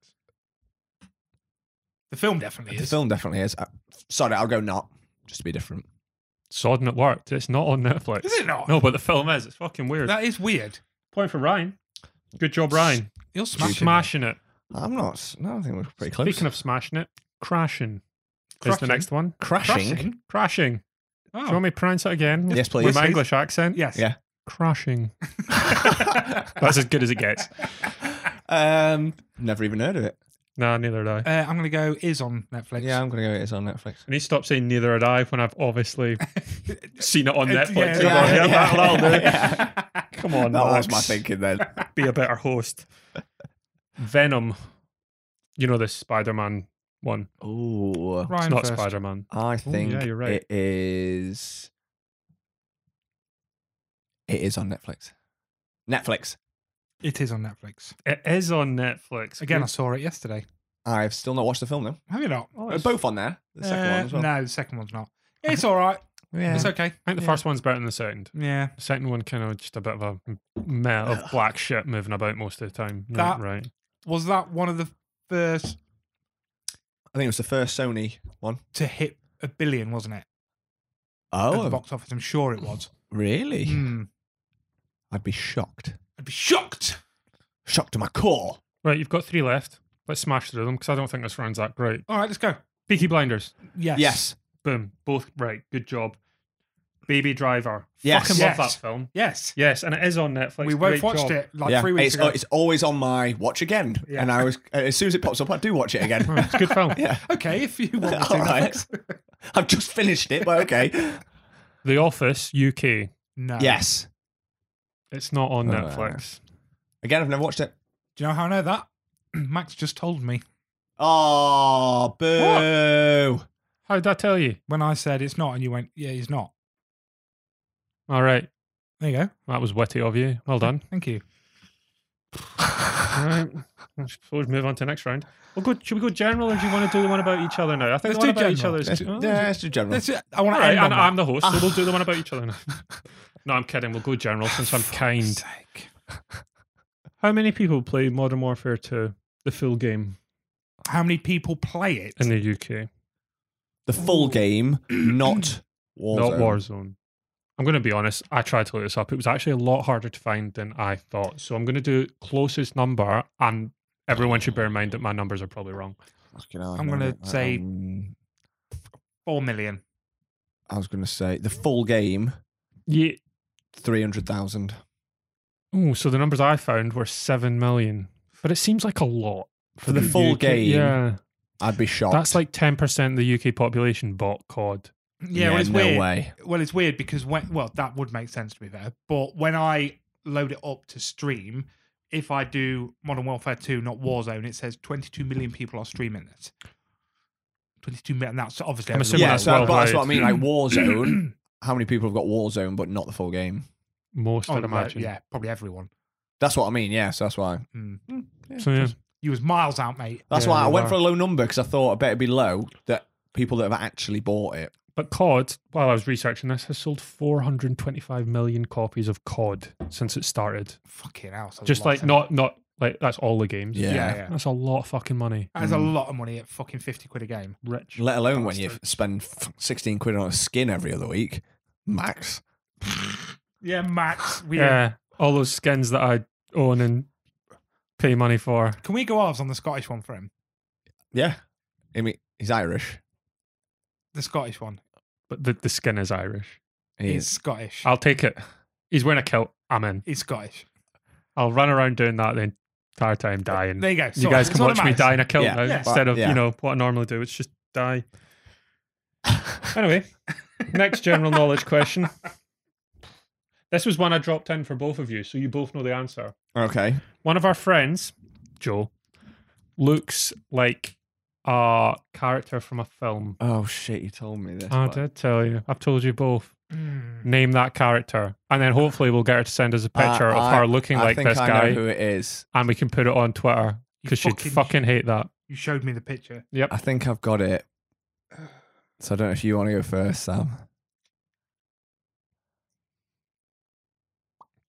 Speaker 3: The film definitely
Speaker 2: The
Speaker 3: is.
Speaker 2: film definitely is. Uh, sorry, I'll go not just to be different.
Speaker 1: Sodden at work. It's not on Netflix.
Speaker 3: Is it not?
Speaker 1: No, but the film is. It's fucking weird.
Speaker 3: That is weird.
Speaker 1: Point for Ryan. Good job, Ryan.
Speaker 3: You'll smash
Speaker 1: Smashing it.
Speaker 2: I'm not. No, I think we're pretty close.
Speaker 1: Speaking of smashing it, crashing, is the
Speaker 3: Crashing?
Speaker 1: next one.
Speaker 2: crashing, Oh.
Speaker 1: Crashing. Do you want me to pronounce it again?
Speaker 2: yes, please.
Speaker 1: With my English accent?
Speaker 3: Oh. Yes.
Speaker 2: Yeah.
Speaker 1: Crashing. That's as good as it gets.
Speaker 2: um, never even heard of it.
Speaker 1: Nah, neither did I.
Speaker 3: Uh, I'm going to go is on Netflix.
Speaker 2: Yeah, I'm gonna go. It's on Netflix.
Speaker 1: And he stopped saying neither had I when I've obviously seen it on
Speaker 3: Uh,
Speaker 1: Netflix.
Speaker 3: yeah,
Speaker 1: Come on,
Speaker 2: yeah,
Speaker 1: yeah,
Speaker 2: yeah.
Speaker 1: that'll do.
Speaker 2: Yeah.
Speaker 1: Come on,
Speaker 2: That Oh,
Speaker 1: Max.
Speaker 2: was my thinking then.
Speaker 1: Be a better host. Venom. You know this Spider-Man one.
Speaker 2: Oh,
Speaker 1: It's
Speaker 3: Ryan
Speaker 1: not
Speaker 3: first.
Speaker 1: Spider-Man.
Speaker 2: I think
Speaker 1: you're right.
Speaker 2: it is. It is on Netflix. Netflix.
Speaker 3: It is on Netflix.
Speaker 1: It is on Netflix.
Speaker 3: Again, I
Speaker 1: We-
Speaker 3: saw it yesterday.
Speaker 2: I've still not watched the film though.
Speaker 3: Have you not?
Speaker 1: oh,
Speaker 2: They're
Speaker 1: it's-
Speaker 2: both on there. The second
Speaker 3: Uh,
Speaker 2: one as well.
Speaker 3: No, the second one's not. It's all right.
Speaker 2: Yeah.
Speaker 3: It's okay.
Speaker 1: I think the
Speaker 3: Yeah.
Speaker 1: first one's better than the second.
Speaker 3: Yeah.
Speaker 1: The second one kind of just a bit of a meh of black shit moving about most of the time.
Speaker 3: That-
Speaker 1: right, right.
Speaker 3: Was that one of the first
Speaker 2: I think it was the first Sony one.
Speaker 3: to hit a billion, wasn't it? At the
Speaker 2: Oh,
Speaker 3: box office, I'm sure it was.
Speaker 2: really?
Speaker 3: Hmm.
Speaker 2: I'd be shocked.
Speaker 3: I'd be shocked.
Speaker 2: Shocked to my core.
Speaker 1: Right, you've got three left. Let's smash through them because I don't think this round's that great.
Speaker 3: All right, let's go.
Speaker 1: Peaky Blinders.
Speaker 3: Yes.
Speaker 2: Yes.
Speaker 1: Boom. Both right. Good job. Baby Driver.
Speaker 2: Yes.
Speaker 1: Fucking love
Speaker 3: Yes.
Speaker 1: that film.
Speaker 3: Yes.
Speaker 1: Yes, and it is on Netflix.
Speaker 3: we
Speaker 1: Great
Speaker 3: both watched
Speaker 1: job.
Speaker 3: it like
Speaker 2: yeah.
Speaker 3: three weeks
Speaker 2: it's,
Speaker 3: ago.
Speaker 2: it's always on my watch again,
Speaker 3: Yeah.
Speaker 2: and I was as soon as it pops up, I do watch it again.
Speaker 1: Oh, it's a good film.
Speaker 2: yeah,
Speaker 3: okay, if you want to.
Speaker 2: All right.
Speaker 3: Netflix.
Speaker 2: I've just finished it, but okay.
Speaker 1: The Office UK.
Speaker 3: No.
Speaker 2: yes.
Speaker 1: It's not on
Speaker 3: Uh.
Speaker 2: Oh, yeah.
Speaker 1: Netflix.
Speaker 2: Again, I've never watched it.
Speaker 3: Do you know how I know that? Max just told me
Speaker 2: Oh, boo!
Speaker 1: How did I tell you?
Speaker 3: when I said it's not, and you went, "Yeah, he's not."
Speaker 1: All right.
Speaker 3: There you go.
Speaker 1: That was witty of you. Well done.
Speaker 3: Thank you.
Speaker 1: All right. I suppose move on to the next round. We'll go, should we go general or do you want to do the one about each other now? I think
Speaker 3: Let's
Speaker 1: the one
Speaker 3: do
Speaker 1: about each
Speaker 3: general.
Speaker 1: other is
Speaker 2: Let's
Speaker 1: too- Oh,
Speaker 2: do- yeah, let's do general.
Speaker 3: That's it. I want
Speaker 1: All
Speaker 3: to
Speaker 1: right,
Speaker 3: end on
Speaker 1: and
Speaker 3: that.
Speaker 1: I'm the host, so we'll do the one about each other now. no, I'm kidding. We'll go general since I'm kind.
Speaker 3: Sake.
Speaker 1: How many people play Modern Warfare 2, the full game,
Speaker 3: How many people play it?
Speaker 1: in the UK?
Speaker 2: the full game, not Warzone.
Speaker 1: Not Warzone. I'm going to be honest. I tried to look this up. It was actually a lot harder to find than I thought. So I'm going to do closest number, and everyone should bear in mind that my numbers are probably wrong.
Speaker 2: Fucking hell,
Speaker 3: I'm
Speaker 2: no,
Speaker 3: gonna
Speaker 2: I-
Speaker 3: say-
Speaker 2: um,
Speaker 3: Four million.
Speaker 2: I was going to say the full game,
Speaker 1: Yeah.
Speaker 2: three hundred thousand.
Speaker 1: Oh, so the numbers I found were seven million, but it seems like a lot
Speaker 2: For the full
Speaker 1: UK.
Speaker 2: game,
Speaker 1: Yeah,
Speaker 2: I'd be shocked.
Speaker 1: that's like ten percent of the UK population bought COD.
Speaker 3: Yeah, well, it's
Speaker 2: no
Speaker 3: weird.
Speaker 2: way.
Speaker 3: Well, it's weird because when well, that would make sense to be fair. But when I load it up to stream, if I do Modern Warfare 2, not Warzone, it says 22 million people are streaming it. 22 million. That's obviously.
Speaker 1: I'm
Speaker 3: over the
Speaker 1: assuming
Speaker 2: Yeah,
Speaker 1: that's
Speaker 3: world.
Speaker 2: so that's, that's
Speaker 1: worldwide.
Speaker 2: what I mean. Like Warzone. How many people have got Warzone but not the full game?
Speaker 1: Most,
Speaker 3: Oh,
Speaker 1: I'd imagine.
Speaker 3: yeah, probably everyone.
Speaker 2: That's what I mean. Yeah, so that's why.
Speaker 3: Mm.
Speaker 1: So yeah,
Speaker 3: You was miles out, mate.
Speaker 2: That's
Speaker 1: Yeah,
Speaker 2: why I
Speaker 1: they
Speaker 2: went
Speaker 1: are.
Speaker 2: for a low number because I thought I better be low that people that have actually bought it.
Speaker 1: but COD. While I was researching this, has sold 425 million copies of COD since it started.
Speaker 3: Fucking hell. that's a
Speaker 1: Just
Speaker 3: lot,
Speaker 1: like
Speaker 3: isn't it?
Speaker 1: not not like that's all the games.
Speaker 2: Yeah.
Speaker 3: Yeah, yeah.
Speaker 1: That's a lot of fucking money.
Speaker 3: That's a
Speaker 2: Mm.
Speaker 3: lot of money at fucking 50 quid a game.
Speaker 1: Rich.
Speaker 2: Let alone when you f- spend f- sixteen quid on a skin every other week, max.
Speaker 3: Yeah, max. We,
Speaker 1: Yeah. All those skins that I own and pay money for.
Speaker 3: Can we go halves on the Scottish one for him?
Speaker 2: Yeah, I mean he's Irish.
Speaker 3: The Scottish one.
Speaker 1: But the, the skin is Irish.
Speaker 2: He
Speaker 3: He's
Speaker 2: is.
Speaker 3: Scottish.
Speaker 1: I'll take it. He's wearing a kilt. I'm in.
Speaker 3: He's Scottish.
Speaker 1: I'll run around doing that the entire time dying.
Speaker 3: There you go.
Speaker 1: Mm. you
Speaker 3: sorted.
Speaker 1: guys
Speaker 3: It's
Speaker 1: can
Speaker 3: all that
Speaker 1: watch me
Speaker 3: matters.
Speaker 1: die in a kilt
Speaker 2: Yeah.
Speaker 1: now
Speaker 3: Yeah.
Speaker 1: instead of,
Speaker 2: Yeah.
Speaker 1: you know, what I normally do. It's just die. anyway, next general knowledge question. This was one I dropped in for both of you, so you both know the answer.
Speaker 2: Okay.
Speaker 1: One of our friends, Joe, looks like a character from a film.
Speaker 2: Oh shit! You told me this.
Speaker 1: I
Speaker 2: but-
Speaker 1: did tell you. I've told you both.
Speaker 3: Mm.
Speaker 1: Name that character, and then hopefully we'll get her to send us a picture
Speaker 2: Uh,
Speaker 1: of
Speaker 2: I-
Speaker 1: her looking
Speaker 2: I
Speaker 1: like
Speaker 2: think
Speaker 1: this
Speaker 2: I
Speaker 1: guy,
Speaker 2: know who it is.
Speaker 1: and we can put it on Twitter
Speaker 3: You
Speaker 1: because she'd
Speaker 3: fucking-
Speaker 1: fucking hate that.
Speaker 3: You showed me the picture.
Speaker 1: Yep.
Speaker 2: I think I've got it. So I don't know if you want to go first, Sam.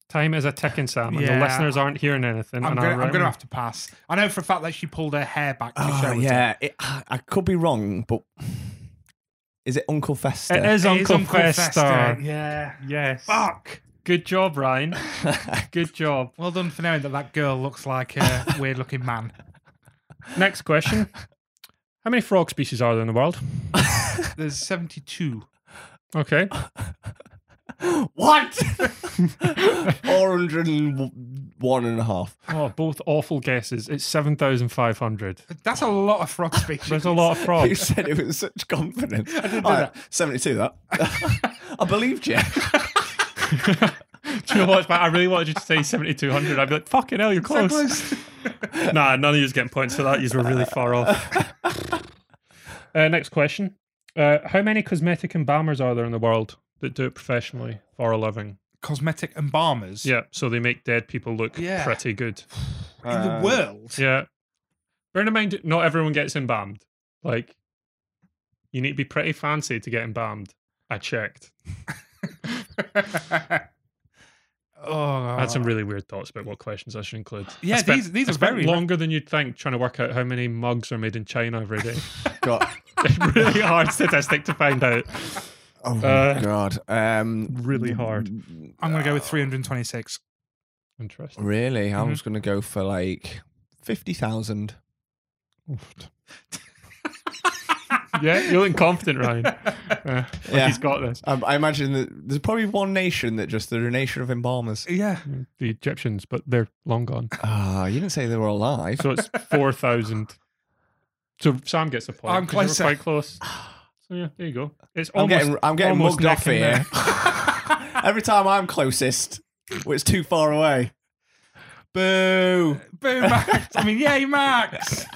Speaker 1: Time is a ticking, Sam, and
Speaker 3: Yeah.
Speaker 1: the listeners aren't hearing anything.
Speaker 3: I'm
Speaker 1: and
Speaker 3: gonna, I'm
Speaker 1: right-
Speaker 3: gonna have to pass. I know for a fact that she pulled her hair back to show
Speaker 2: Oh,
Speaker 3: us it.
Speaker 2: yeah, it, I could be wrong, but is it Uncle Fester?
Speaker 1: It is
Speaker 3: It is
Speaker 1: Uncle,
Speaker 3: Uncle
Speaker 1: Fester.
Speaker 3: Fester. Yeah.
Speaker 1: Yes.
Speaker 3: Fuck.
Speaker 1: Good job, Ryan. Good job.
Speaker 3: Well done for knowing that that girl looks like a weird-looking man.
Speaker 1: Next question. How many frog species are there in the world?
Speaker 3: There's 72.
Speaker 1: Okay.
Speaker 2: what? 401 and a half.
Speaker 1: Oh, both awful guesses. It's 7,500.
Speaker 3: That's a lot of frog species.
Speaker 1: There's a lot of
Speaker 2: You
Speaker 1: frogs.
Speaker 2: said it with such confidence. I didn't
Speaker 3: do that.
Speaker 2: 72, that. I believed you.
Speaker 1: Do you know what's bad? I really wanted you to say 7,200. I'd be like, fucking hell, you're close. nah, none of you's getting points for that. Yous were really far off. Uh, next question. Uh, how many cosmetic embalmers are there in the world that do it professionally for a living?
Speaker 3: cosmetic embalmers
Speaker 1: Yeah, so they make dead people look
Speaker 3: Yeah.
Speaker 1: pretty good.
Speaker 3: in the world.
Speaker 1: Yeah. Bear in mind, not everyone gets embalmed. Like, you need to be pretty fancy to get embalmed. I checked.
Speaker 3: oh,
Speaker 1: I had some really weird thoughts about what questions I should include. I
Speaker 3: Yeah,
Speaker 1: spent-
Speaker 3: these- these
Speaker 1: I
Speaker 3: are
Speaker 1: spent
Speaker 3: very-
Speaker 1: longer than you'd think trying to work out how many mugs are made in China every day.
Speaker 2: God.
Speaker 1: really hard statistic to find out.
Speaker 2: Oh my
Speaker 1: Uh,
Speaker 2: god. Um
Speaker 1: Really hard.
Speaker 3: I'm going to go with 326.
Speaker 1: Interesting.
Speaker 2: Really? I
Speaker 3: Mhm.
Speaker 2: was gonna go for like fifty thousand.
Speaker 1: Yeah, you're looking confident, Ryan. Yeah, like
Speaker 2: Yeah.
Speaker 1: He's got this.
Speaker 2: Um, I, I imagine that there's probably one nation that just they're a nation of embalmers.
Speaker 3: Yeah.
Speaker 1: The Egyptians, but they're long gone.
Speaker 2: Ah, you didn't say they were alive.
Speaker 1: So it's 4,000. So Sam gets a point.
Speaker 3: I'm
Speaker 1: 'cause you were
Speaker 3: closer.
Speaker 1: quite close. So yeah, there you go. It's
Speaker 2: I'm
Speaker 1: almost.
Speaker 2: getting I'm getting
Speaker 1: almost
Speaker 2: mugged off
Speaker 1: neck and
Speaker 2: here. Every time I'm closest, well, it's too far away.
Speaker 3: Boo. Boo, Max. I mean, yay, Max.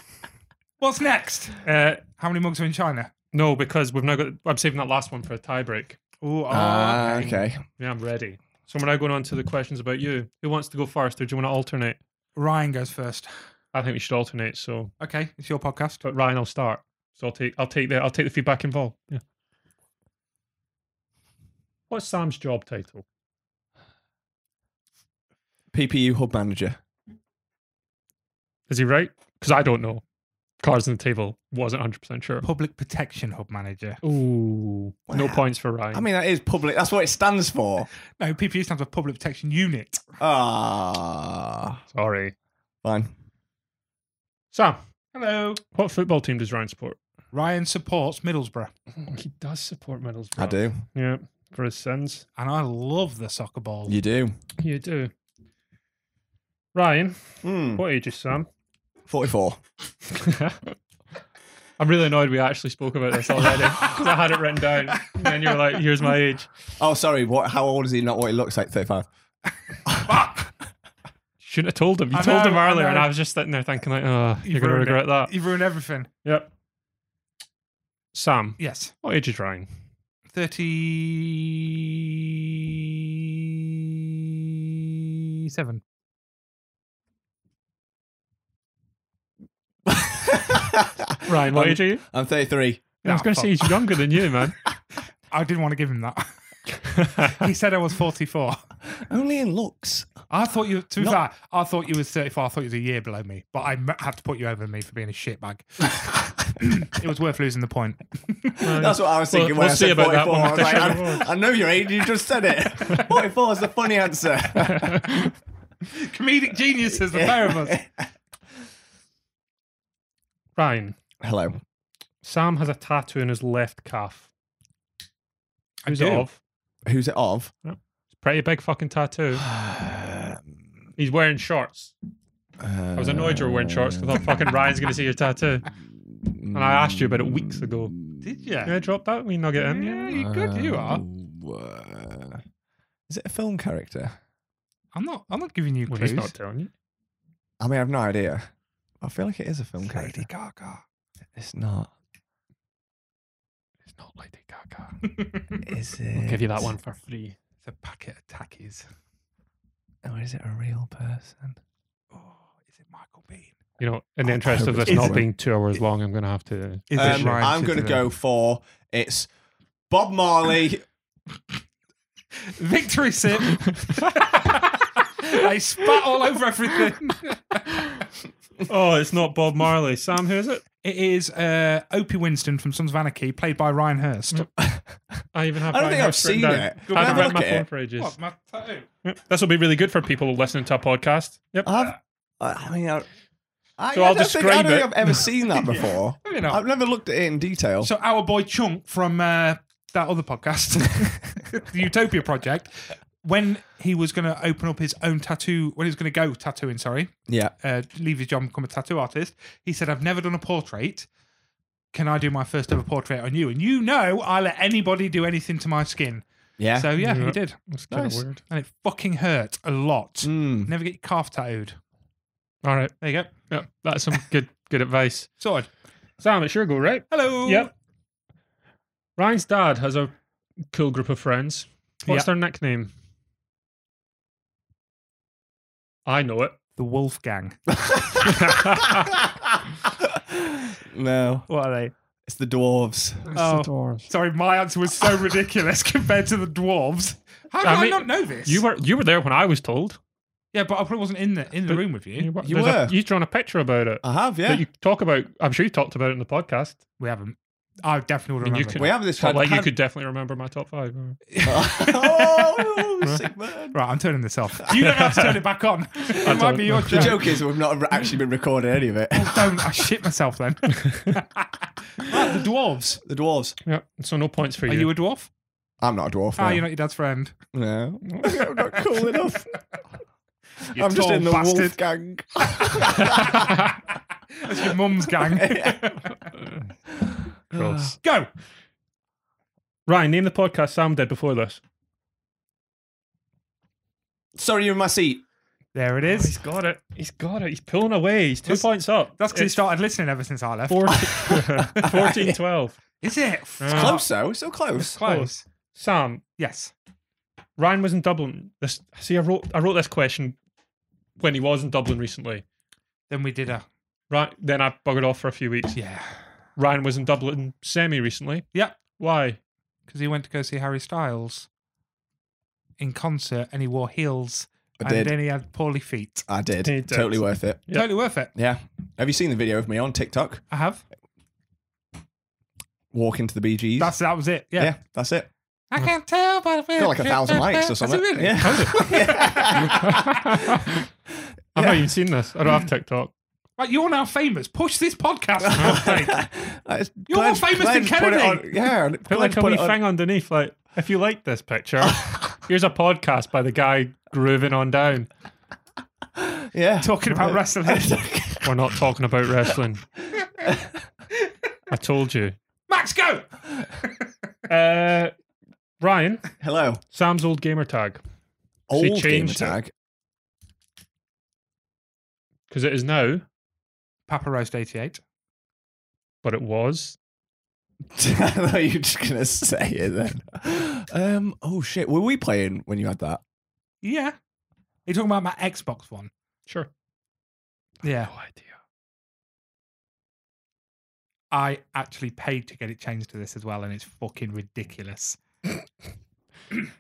Speaker 3: What's next?
Speaker 1: neck. Uh,
Speaker 3: How many mugs are in China?
Speaker 1: no, because we've now got. I'm saving that last one for a tiebreak.
Speaker 3: Ooh, oh,
Speaker 2: Ah,
Speaker 3: okay.
Speaker 2: okay.
Speaker 1: Yeah, I'm ready. So we're now going on to the questions about you. Who wants to go first, or do you want to alternate?
Speaker 3: Ryan goes first.
Speaker 1: I think we should alternate. So,
Speaker 3: Okay, it's your podcast.
Speaker 1: but Ryan, I'll start. So I'll take. I'll take the. I'll take the feedback involved. Yeah. What's Sam's job title?
Speaker 2: PPU hub manager.
Speaker 1: Is he right? Because I don't know. Cards on the table. Wasn't 100 percent sure.
Speaker 3: Public Protection Hub Manager.
Speaker 1: Ooh, no
Speaker 2: Wow.
Speaker 1: points for Ryan.
Speaker 2: I mean that is public that's what it stands for.
Speaker 3: No, PPU stands for Public Protection Unit.
Speaker 2: Ah
Speaker 1: sorry.
Speaker 2: fine.
Speaker 1: Sam,
Speaker 3: Hello.
Speaker 1: what football team does Ryan support?
Speaker 3: Ryan supports Middlesbrough,
Speaker 1: He does support Middlesbrough.
Speaker 2: I do.
Speaker 1: Yeah, for his sins.
Speaker 3: and I love the soccer ball.
Speaker 2: You do.
Speaker 1: You do. Ryan,
Speaker 2: Hmm.
Speaker 1: what age is Sam?
Speaker 2: Forty four.
Speaker 1: I'm really annoyed we actually spoke about this already because I had it written down. And then you were like, here's my age.
Speaker 2: Oh, sorry. What? How old is he? Not what he looks like. Thirty-five.
Speaker 1: Shouldn't have told him. You
Speaker 3: I
Speaker 1: told
Speaker 3: know,
Speaker 1: him
Speaker 3: I
Speaker 1: earlier. and
Speaker 3: know.
Speaker 1: I was just sitting there thinking, like, oh,
Speaker 3: You
Speaker 1: you're going to
Speaker 3: ruined it.
Speaker 1: regret that.
Speaker 3: You ruin everything.
Speaker 1: Yep. Sam,
Speaker 3: Yes.
Speaker 1: what age is Ryan?
Speaker 3: 37.
Speaker 1: Ryan, what
Speaker 2: I'm,
Speaker 1: age are you?
Speaker 2: I'm thirty-three.
Speaker 1: Um, I was
Speaker 3: Nah,
Speaker 1: going to say he's younger than you, man.
Speaker 3: I didn't want to give him that. he said I was 44.
Speaker 2: Only in looks.
Speaker 3: I thought you, to be
Speaker 2: No.
Speaker 3: fair, I thought you was 34. I thought you was a year below me, but I m- have to put you over me for being a shitbag. it was worth losing the point.
Speaker 1: Um,
Speaker 2: That's what I was thinking
Speaker 1: We'll-
Speaker 2: when
Speaker 1: we'll
Speaker 2: I
Speaker 1: see
Speaker 2: said
Speaker 1: about that
Speaker 2: forty-four. I,
Speaker 1: when
Speaker 2: was
Speaker 1: we
Speaker 2: like,
Speaker 1: finish
Speaker 2: I, I know your age. You just said it. Forty-four is the funny answer.
Speaker 3: Comedic geniuses, the pair of us.
Speaker 1: Ryan,
Speaker 2: Hello.
Speaker 1: Sam has a tattoo in his left calf.
Speaker 3: I
Speaker 1: Who's
Speaker 3: do.
Speaker 1: it of?
Speaker 2: Who's it of?
Speaker 1: It's a pretty big fucking tattoo. He's wearing shorts. I was annoyed you were wearing shorts because I thought fucking Ryan's going to see your tattoo. And I asked you about it weeks ago.
Speaker 3: Did you?
Speaker 1: Yeah, drop that wee nugget in.
Speaker 3: Yeah, you good. You are.
Speaker 2: Um, Uh, is it a film character?
Speaker 3: I'm not. I'm not giving you
Speaker 1: Well,
Speaker 3: clues.
Speaker 1: he's not telling you.
Speaker 2: I mean, I've no idea. I feel like it is a film character.
Speaker 3: Gaga.
Speaker 2: It's not.
Speaker 1: It's not Lady Gaga.
Speaker 2: Is it?
Speaker 1: I'll give you that one for free.
Speaker 3: It's a packet of tackies.
Speaker 2: Or Oh, is it a real person?
Speaker 3: Oh, is it Michael Bean?
Speaker 1: You know, in the
Speaker 2: I
Speaker 1: interest
Speaker 2: hope
Speaker 1: of this
Speaker 2: it's
Speaker 1: not
Speaker 2: right.
Speaker 1: being two hours long, I'm going to have to.
Speaker 3: Is
Speaker 2: Um,
Speaker 3: it Ryan
Speaker 2: I'm going to
Speaker 3: Citadel?
Speaker 2: go for it's Bob Marley.
Speaker 3: Victory sip. I spat all over everything.
Speaker 1: oh, it's not Bob Marley. Sam, who is it?
Speaker 3: It is uh, Opie Winston from Sons of Anarchy, played by Ryan Hurst.
Speaker 2: Mm.
Speaker 1: I even have.
Speaker 2: I don't
Speaker 1: Ryan
Speaker 2: think I've
Speaker 1: Hurst written
Speaker 2: seen
Speaker 1: down.
Speaker 2: it.
Speaker 1: I haven't
Speaker 2: Have a
Speaker 1: read
Speaker 2: look
Speaker 1: my
Speaker 2: at
Speaker 1: phone
Speaker 2: it.
Speaker 1: for ages.
Speaker 3: my tattoo?
Speaker 1: Yep. This will be really good for people listening to our podcast. Yep.
Speaker 2: I've, I mean, I, I,
Speaker 1: So
Speaker 2: I
Speaker 1: I'll
Speaker 2: don't think, I
Speaker 1: describe
Speaker 2: don't think
Speaker 1: it.
Speaker 2: I've ever seen that before.
Speaker 3: Maybe not.
Speaker 2: I've never looked at it in detail.
Speaker 3: So our boy Chunk from uh, that other podcast, the Utopia Project, when he was going to open up his own tattoo, when he was going to go tattooing, sorry,
Speaker 2: yeah.
Speaker 3: uh, leave his job and become a tattoo artist, he said, "I've never done a portrait. Can I do my first ever portrait on you?" And you know, I let anybody do anything to my skin.
Speaker 2: Yeah.
Speaker 3: So yeah,
Speaker 1: Yeah.
Speaker 3: he did,
Speaker 1: That's kind
Speaker 2: Nice.
Speaker 1: of weird.
Speaker 3: and it fucking hurt a lot.
Speaker 2: Mm.
Speaker 3: Never get your calf tattooed.
Speaker 1: All right.
Speaker 3: There you go.
Speaker 1: Yep. That's some good good advice.
Speaker 3: Sword.
Speaker 1: Sam, it's your go, right?
Speaker 3: Hello.
Speaker 1: Yep. Ryan's dad has a cool group of friends. What's
Speaker 3: Yep.
Speaker 1: their nickname? I know it.
Speaker 3: The Wolf Gang.
Speaker 2: no,
Speaker 3: What are they?
Speaker 2: it's the dwarves.
Speaker 3: Oh. Sorry, my answer was so ridiculous compared to the dwarves. How did
Speaker 1: I
Speaker 3: I,
Speaker 1: mean,
Speaker 3: not know this?
Speaker 1: You were you were there when I was told.
Speaker 3: yeah, but I probably wasn't in the in the
Speaker 1: But
Speaker 3: room with you.
Speaker 1: were.
Speaker 2: You
Speaker 1: there's
Speaker 2: were.
Speaker 1: A, you've drawn a picture about it.
Speaker 2: I have, yeah.
Speaker 1: That you talk about. I'm sure you talked about it in the podcast.
Speaker 3: We haven't. I definitely would
Speaker 1: And you
Speaker 3: remember.
Speaker 1: can-
Speaker 2: we have this
Speaker 1: But
Speaker 2: had-
Speaker 1: like you
Speaker 2: had-
Speaker 1: could definitely remember my top five.
Speaker 2: oh, sick man.
Speaker 3: Right, I'm turning this off. You don't have to turn it back on. It might
Speaker 1: don't-
Speaker 3: be your Oh.
Speaker 2: The
Speaker 3: joke.
Speaker 2: joke is we've not actually been recording any of it.
Speaker 3: Don't I shit myself then? Right, the dwarves.
Speaker 2: The dwarves.
Speaker 1: Yeah. So no points for
Speaker 3: Are
Speaker 1: you.
Speaker 3: you a dwarf?
Speaker 2: I'm not a dwarf.
Speaker 3: Ah,
Speaker 2: no.
Speaker 3: you're not your dad's friend.
Speaker 2: No, I'm not cool enough.
Speaker 3: You
Speaker 2: I'm just
Speaker 3: tall
Speaker 2: in the
Speaker 3: bastard.
Speaker 2: wolf gang.
Speaker 3: That's your mum's gang.
Speaker 1: Gross.
Speaker 3: Go.
Speaker 1: Ryan, name the podcast Sam did before this.
Speaker 2: Sorry, you're in my seat.
Speaker 3: There it
Speaker 1: Oh,
Speaker 3: is.
Speaker 1: he's got it. He's got it. He's pulling away. He's two
Speaker 3: That's-
Speaker 1: points up.
Speaker 3: That's because he
Speaker 1: It's
Speaker 3: started listening ever since I left.
Speaker 1: 14, 14 12.
Speaker 3: Is it?
Speaker 1: Yeah.
Speaker 3: Fuck,
Speaker 2: Close though, so
Speaker 3: It's
Speaker 2: close.
Speaker 3: close.
Speaker 1: Sam,
Speaker 3: Yes.
Speaker 1: Ryan was in Dublin. This see, I wrote I wrote this question when he was in Dublin recently.
Speaker 3: Then we did a
Speaker 1: Right then I buggered off for a few weeks.
Speaker 3: yeah
Speaker 1: Ryan was in Dublin semi recently.
Speaker 3: Yep.
Speaker 1: Why?
Speaker 3: because he went to go see Harry Styles in concert and he wore heels
Speaker 2: I
Speaker 3: and
Speaker 2: did.
Speaker 3: then he had poorly feet.
Speaker 2: I did.
Speaker 1: He did.
Speaker 2: Totally worth it.
Speaker 1: Yeah.
Speaker 3: Totally worth it.
Speaker 2: Yeah. Have you seen the video of me on TikTok?
Speaker 3: I have.
Speaker 2: Walk into the BGs.
Speaker 3: That's that was it. Yeah.
Speaker 2: yeah, that's it.
Speaker 3: I can't tell, but
Speaker 2: Got like a thousand likes or something.
Speaker 3: Really?
Speaker 2: Yeah.
Speaker 1: I've
Speaker 2: Yeah.
Speaker 1: not even seen this. I don't have TikTok.
Speaker 3: Right, you're now famous. Push this podcast. for God's sake.
Speaker 2: It's-
Speaker 3: You're more famous than
Speaker 2: Glenn's put it
Speaker 3: Kennedy.
Speaker 2: on- Yeah, and
Speaker 1: Put
Speaker 2: Glenn
Speaker 1: like a
Speaker 2: put
Speaker 1: wee
Speaker 2: it on-
Speaker 1: thing underneath, like if you like this picture, here's a podcast by the guy grooving on down.
Speaker 2: Yeah,
Speaker 3: Talking about wrestling.
Speaker 1: We're not talking about wrestling. I told you.
Speaker 3: Max, go.
Speaker 1: Uh, Ryan,
Speaker 2: Hello,
Speaker 1: Sam's old gamer tag he
Speaker 2: old gamer
Speaker 1: changed it.
Speaker 2: tag.
Speaker 1: because it is now,
Speaker 3: Papa Roast 88.
Speaker 1: but it was.
Speaker 2: I thought you were just gonna say it then. Um. Oh shit. Were we playing when you had that?
Speaker 3: Yeah. You're talking about my Xbox one.
Speaker 1: Sure.
Speaker 3: Yeah.
Speaker 1: No idea.
Speaker 3: I actually paid to get it changed to this as well, and it's fucking ridiculous.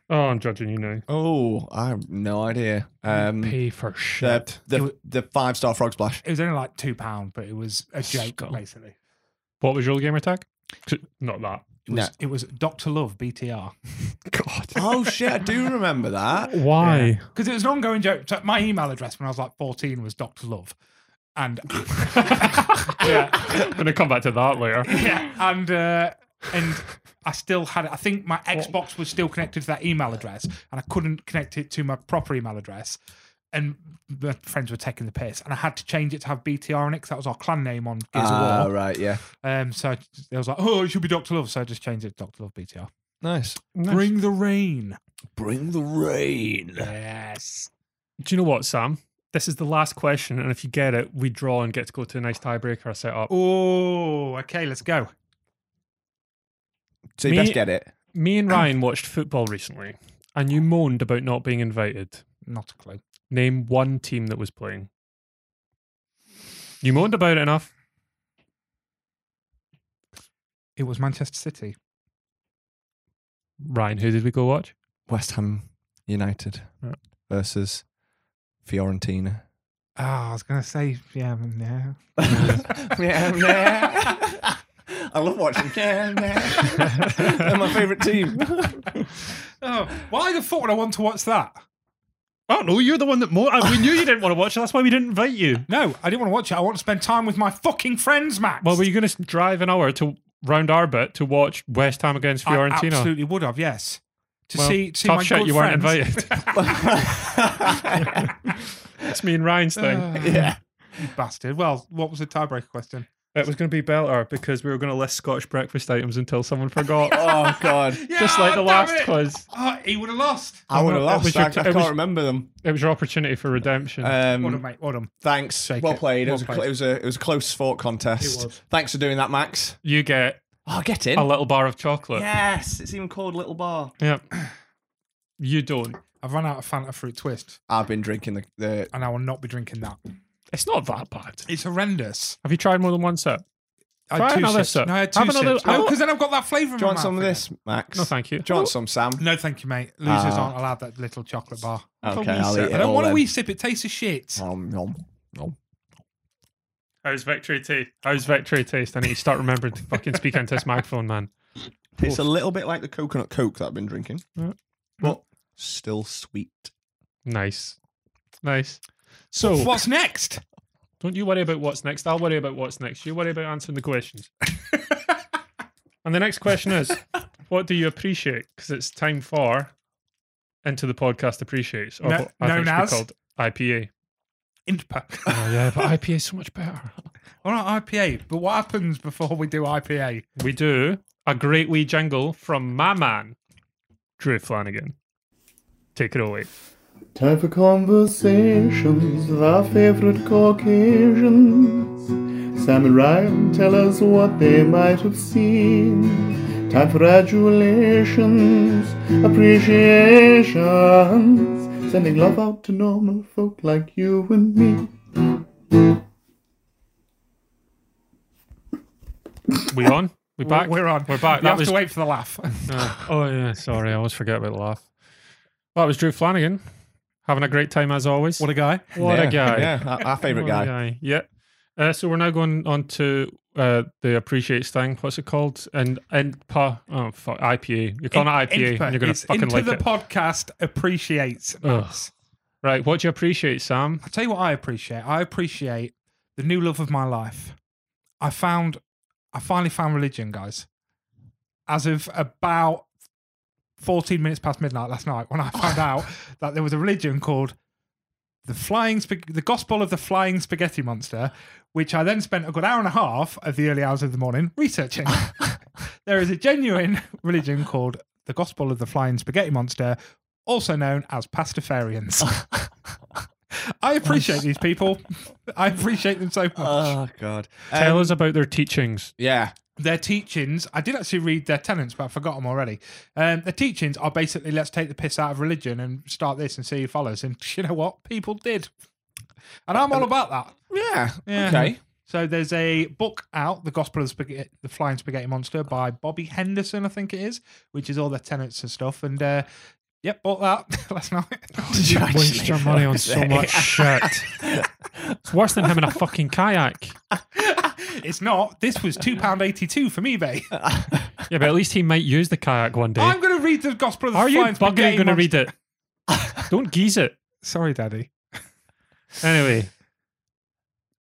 Speaker 1: Oh, I'm judging you now.
Speaker 2: Oh, I have no idea. Um.
Speaker 1: Pay for shit.
Speaker 2: The the, the five star frog splash.
Speaker 3: It was only like two pound, but it was a joke
Speaker 1: Skull.
Speaker 3: basically.
Speaker 1: What was your old gamer tag? 'Cause- Not that.
Speaker 3: It was, it was Doctor Love BTR
Speaker 1: God.
Speaker 2: Oh shit. I do remember that.
Speaker 1: Why?
Speaker 3: because it was an ongoing joke. So my email address when I was like fourteen was Doctor Love, and
Speaker 1: I'm gonna come back to that later.
Speaker 3: yeah, and uh, and I still had it. I think my Xbox was still connected to that email address, and I couldn't connect it to my proper email address. And my friends were taking the piss, and I had to change it to have BTR on it because that was our clan name on Gears
Speaker 2: Ah,
Speaker 3: of War.
Speaker 2: right. Yeah.
Speaker 3: Um, so I just- I was like, "Oh, it should be Doctor Love," so I just changed it to Doctor Love BTR.
Speaker 2: Nice.
Speaker 3: Bring the rain.
Speaker 2: Bring the rain.
Speaker 3: Yes.
Speaker 1: Do you know what, Sam? This is the last question, and if you get it, we draw and get to go to a nice tiebreaker set up.
Speaker 3: Oh, okay. Let's go.
Speaker 2: So you
Speaker 1: Me-
Speaker 2: best get it.
Speaker 1: Me and Ryan watched football recently, and you moaned about not being invited.
Speaker 3: Not a clue.
Speaker 1: Name one team that was playing. You moaned about it enough.
Speaker 3: It was Manchester City.
Speaker 1: Ryan, who did we go watch?
Speaker 2: West Ham United
Speaker 1: Yeah.
Speaker 2: versus Fiorentina.
Speaker 3: Oh, I was gonna say, yeah, no.
Speaker 2: yeah, yeah. I love watching. Yeah, yeah. They're my favourite team.
Speaker 3: Oh, why the fuck would I want to watch that?
Speaker 1: Oh no, you're the one that moaned. We knew you didn't want to watch it. That's why we didn't invite you.
Speaker 3: No, I didn't want to watch it. I want to spend time with my fucking friends, Max.
Speaker 1: Well, were you going to drive an hour to round our bit to watch West Ham against
Speaker 3: I
Speaker 1: Fiorentina?
Speaker 3: absolutely would have, yes. To
Speaker 1: Well,
Speaker 3: see, to see
Speaker 1: tough
Speaker 3: my
Speaker 1: shit,
Speaker 3: good
Speaker 1: you weren't
Speaker 3: friends.
Speaker 1: It's me and Ryan's thing.
Speaker 3: Ah,
Speaker 2: yeah.
Speaker 3: you bastard. Well, what was the tiebreaker question?
Speaker 1: it was going to be better because we were going to list Scotch breakfast items until someone forgot.
Speaker 2: Oh god.
Speaker 1: Just like the
Speaker 3: damn
Speaker 1: last
Speaker 3: it.
Speaker 1: quiz.
Speaker 3: Oh, he would have lost.
Speaker 2: I would have
Speaker 1: It
Speaker 2: lost.
Speaker 1: was your-
Speaker 2: I, I
Speaker 1: it
Speaker 2: can't
Speaker 1: was-
Speaker 2: remember them.
Speaker 1: It was your opportunity for redemption.
Speaker 3: What a
Speaker 2: Um,
Speaker 3: mate. What a
Speaker 2: thanks.
Speaker 3: Shake
Speaker 2: well
Speaker 3: it.
Speaker 2: played.
Speaker 3: Well
Speaker 2: it, was A,
Speaker 3: played.
Speaker 2: it was a it was a close fought contest.
Speaker 3: It was.
Speaker 2: Thanks for doing that, Max.
Speaker 1: you get
Speaker 2: Oh, get in.
Speaker 1: a little bar of chocolate.
Speaker 2: yes, it's even called Little Bar.
Speaker 1: Yep. You don't.
Speaker 3: I I've run out of Fanta fruit twist,
Speaker 2: I've been drinking the, the
Speaker 3: and I will not be drinking that.
Speaker 1: It's not that bad.
Speaker 3: It's horrendous.
Speaker 1: Have you tried more than one sip?
Speaker 3: I
Speaker 1: Try
Speaker 3: had two
Speaker 1: another
Speaker 3: sips.
Speaker 1: sip.
Speaker 3: No, I had two
Speaker 1: Have
Speaker 3: sips.
Speaker 1: another-
Speaker 3: No,
Speaker 1: Oh.
Speaker 3: because then I've got that flavour. in
Speaker 2: Do you
Speaker 3: my
Speaker 2: want some of
Speaker 3: mouth again.
Speaker 2: this, Max?
Speaker 1: No, thank you.
Speaker 2: Do you want some, Sam?
Speaker 3: No, thank you, mate. Losers
Speaker 2: Ah.
Speaker 3: aren't allowed that little chocolate bar.
Speaker 2: Okay, I'll eat it.
Speaker 3: I don't
Speaker 2: all
Speaker 3: want to
Speaker 2: then.
Speaker 3: wee sip. It tastes of shit.
Speaker 2: Nom, nom, nom.
Speaker 1: How's victory tea? How's victory taste? I need to start remembering to fucking speak into this microphone, man.
Speaker 2: It's a little bit like the coconut coke that I've been drinking,
Speaker 1: Yeah.
Speaker 2: but still sweet.
Speaker 1: Nice. Nice. So,
Speaker 3: What's next?
Speaker 1: don't you worry about what's next. I'll worry about what's next. You worry about answering the questions. and the next question is what do you appreciate? Because it's time for Into the Podcast Appreciates, or
Speaker 3: No-
Speaker 1: what I
Speaker 3: known
Speaker 1: think should be
Speaker 3: as?
Speaker 1: called IPA.
Speaker 3: Interpa.
Speaker 1: Oh, yeah, but IPA is so much better.
Speaker 3: All right, IPA. But what happens before we do IPA?
Speaker 1: We do a great wee jingle from my man, Drew Flanagan. Take it away.
Speaker 5: Time for conversations with our favorite Caucasians. Sam and Ryan tell us what they might have seen. Time for adulations, appreciations, sending love out to normal folk like you and me.
Speaker 1: We on? We back?
Speaker 3: We're on.
Speaker 1: We're back.
Speaker 3: You
Speaker 1: That
Speaker 3: have
Speaker 1: was-
Speaker 3: to wait for the laugh.
Speaker 1: Uh, oh yeah, sorry, I always forget about the laugh. Well, that was Drew Flanagan, having a great time as always.
Speaker 3: what a guy.
Speaker 1: What
Speaker 2: Yeah,
Speaker 1: a guy!
Speaker 2: Yeah, our, our favorite
Speaker 1: What a
Speaker 2: guy.
Speaker 1: guy. Yeah. Uh, so we're now going on to uh, the appreciates thing. What's it called? And and pa oh fuck IPA. You're calling it IPA,
Speaker 3: Interpa.
Speaker 1: and you're gonna
Speaker 3: It's
Speaker 1: fucking
Speaker 3: into
Speaker 1: like
Speaker 3: the
Speaker 1: it,
Speaker 3: podcast appreciates. Max.
Speaker 1: right? What do you appreciate, Sam?
Speaker 3: I'll tell you what I appreciate. I appreciate the new love of my life. I found, I finally found religion, guys. As of about 14 minutes past midnight last night, when I found out that there was a religion called the Flying, Spag- the Gospel of the Flying Spaghetti Monster, which I then spent a good hour and a half of the early hours of the morning researching. there is a genuine religion called the Gospel of the Flying Spaghetti Monster, also known as Pastafarians. I appreciate these people. I appreciate them so much.
Speaker 2: Oh God.
Speaker 1: Tell
Speaker 2: Um,
Speaker 1: us about their teachings.
Speaker 2: yeah.
Speaker 3: their teachings, I did actually read their tenets, but I forgot them already. Um, their teachings are basically let's take the piss out of religion and start this and see who follows. And you know what? People did. And I'm all about that.
Speaker 2: Yeah.
Speaker 3: Yeah.
Speaker 2: Okay.
Speaker 3: So there's a book out, The Gospel of Spaghetti, the Flying Spaghetti Monster by Bobby Henderson, I think it is, which is all their tenets and stuff. And uh, yep, bought that last night.
Speaker 2: Did you
Speaker 1: Waste
Speaker 2: actually-
Speaker 1: your money on so
Speaker 2: Fuck's
Speaker 1: much
Speaker 2: sake.
Speaker 1: shit. It's worse than him in a fucking kayak.
Speaker 3: it's not. This was two pound eighty two from eBay.
Speaker 1: Yeah, but at least he might use the kayak one day.
Speaker 3: I'm going to read the Gospel of the
Speaker 1: Are you
Speaker 3: Flying
Speaker 1: bugging
Speaker 3: Spaghetti
Speaker 1: going to
Speaker 3: Monster.
Speaker 1: read it? Don't geeze it.
Speaker 3: Sorry, Daddy.
Speaker 1: Anyway,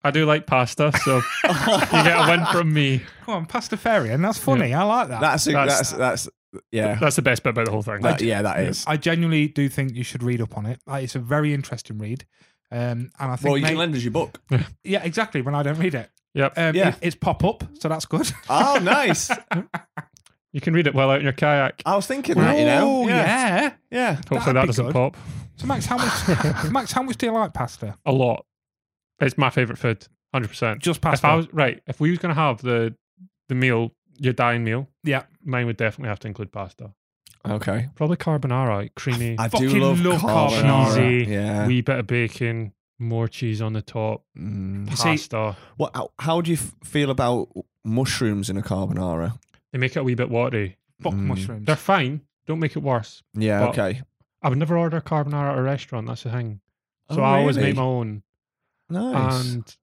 Speaker 1: I do like pasta, so you get a win from me.
Speaker 3: Come on, Pastafarian. That's funny. I like that.
Speaker 2: That's,
Speaker 1: That's-
Speaker 2: that's that's yeah.
Speaker 1: That's the best bit about the whole thing.
Speaker 2: That- yeah, that is.
Speaker 3: I genuinely do think you should read up on it. Like, it's a very interesting read. Um, and I think,
Speaker 2: Well, you can
Speaker 3: may-
Speaker 2: lend us your book.
Speaker 3: yeah, exactly. When I don't read it,
Speaker 1: Yep.
Speaker 3: um,
Speaker 2: Yeah.
Speaker 3: it- it's pop up, so that's good.
Speaker 2: Oh, nice.
Speaker 1: You can read it well out in your kayak.
Speaker 2: I was thinking that. You know.
Speaker 3: Ooh, Oh, yeah.
Speaker 2: Yeah.
Speaker 1: Hopefully
Speaker 3: that'd
Speaker 1: that
Speaker 3: be
Speaker 1: doesn't
Speaker 3: good.
Speaker 1: pop.
Speaker 3: So Max, how much? Max, how much do you like pasta?
Speaker 1: A lot. It's my favourite food, 100%.
Speaker 3: Just
Speaker 1: If
Speaker 3: pasta.
Speaker 1: I was, right, if we was going to have the, the meal, your dying meal,
Speaker 3: yeah.
Speaker 1: mine would definitely have to include pasta.
Speaker 2: Okay.
Speaker 1: Probably carbonara, creamy,
Speaker 2: I
Speaker 3: Fucking
Speaker 2: do love,
Speaker 3: love
Speaker 2: carbonara.
Speaker 1: carbonara.
Speaker 2: Yeah.
Speaker 1: wee bit of bacon, more cheese on the top,
Speaker 2: Mm.
Speaker 3: see-
Speaker 1: pasta.
Speaker 2: What? How, how do you f- feel about mushrooms in a carbonara?
Speaker 1: They make it a wee bit watery.
Speaker 3: Fuck
Speaker 2: Mm.
Speaker 3: mushrooms.
Speaker 1: They're fine. Don't make it worse.
Speaker 2: Yeah.
Speaker 1: But-
Speaker 2: okay.
Speaker 1: I would never order carbonara at a restaurant. That's the thing. So
Speaker 2: Oh,
Speaker 1: I always
Speaker 2: really?
Speaker 1: make my own
Speaker 2: Nice.
Speaker 1: and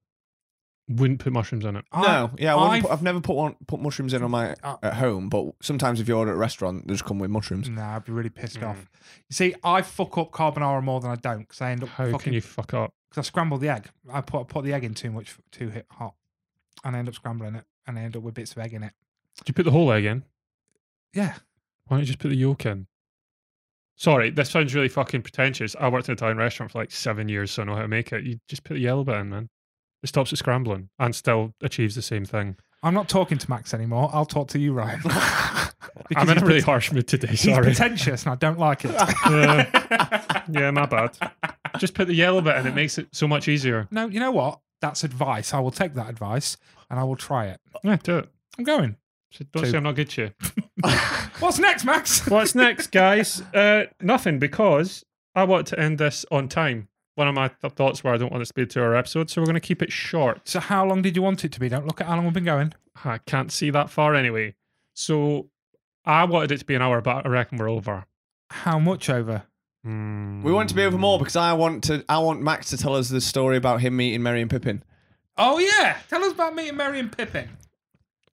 Speaker 1: wouldn't put mushrooms in it.
Speaker 3: I-
Speaker 2: no, yeah, I
Speaker 3: I've-
Speaker 2: wouldn't put, I've never put one, put mushrooms in on my
Speaker 3: Ah.
Speaker 2: at home, but sometimes if you order at a restaurant, they just come with mushrooms.
Speaker 3: Nah, I'd be really pissed off.
Speaker 2: Mm.
Speaker 3: You see, I fuck up carbonara more than I don't because I end up
Speaker 1: How
Speaker 3: fucking
Speaker 1: can you fuck up?
Speaker 3: because I scrambled the egg. I put I put the egg in too much, too hit hot, and I end up scrambling it, and I end up with bits of egg in it.
Speaker 1: Do you put the whole egg in?
Speaker 3: Yeah,
Speaker 1: Why don't you just put the yolk in? Sorry, this sounds really fucking pretentious. I worked in an Italian restaurant for like seven years, so I know how to make it. You just put the yellow bit in, man. It stops it scrambling and still achieves the same thing.
Speaker 3: I'm not talking to Max anymore. I'll talk to you, Ryan. because
Speaker 1: I'm in
Speaker 3: he's
Speaker 1: a really
Speaker 3: pret-
Speaker 1: harsh mood today.
Speaker 3: He's
Speaker 1: Sorry.
Speaker 3: pretentious, and I don't like it.
Speaker 1: Yeah. yeah, my bad. Just put the yellow bit in. It makes it so much easier.
Speaker 3: no, you know what? That's advice. I will take that advice, and I will try it.
Speaker 1: Yeah, do it.
Speaker 3: I'm going.
Speaker 1: So don't
Speaker 3: Two.
Speaker 1: say I'm not good to you.
Speaker 3: What's next, Max?
Speaker 1: What's next, guys? Uh, nothing because I want to end this on time. One of my th- thoughts were I don't want this to be a two hour episode, so we're going to keep it short.
Speaker 3: So how long did you want it to be? Don't look at how long we've been going.
Speaker 1: I can't see that far anyway. So I wanted it to be an hour, but I reckon we're over.
Speaker 3: How much over?
Speaker 2: We want to be over more because I want to. I want Max to tell us the story about him meeting Merry and Pippin.
Speaker 3: Oh yeah, tell us about meeting Mary and Pippin.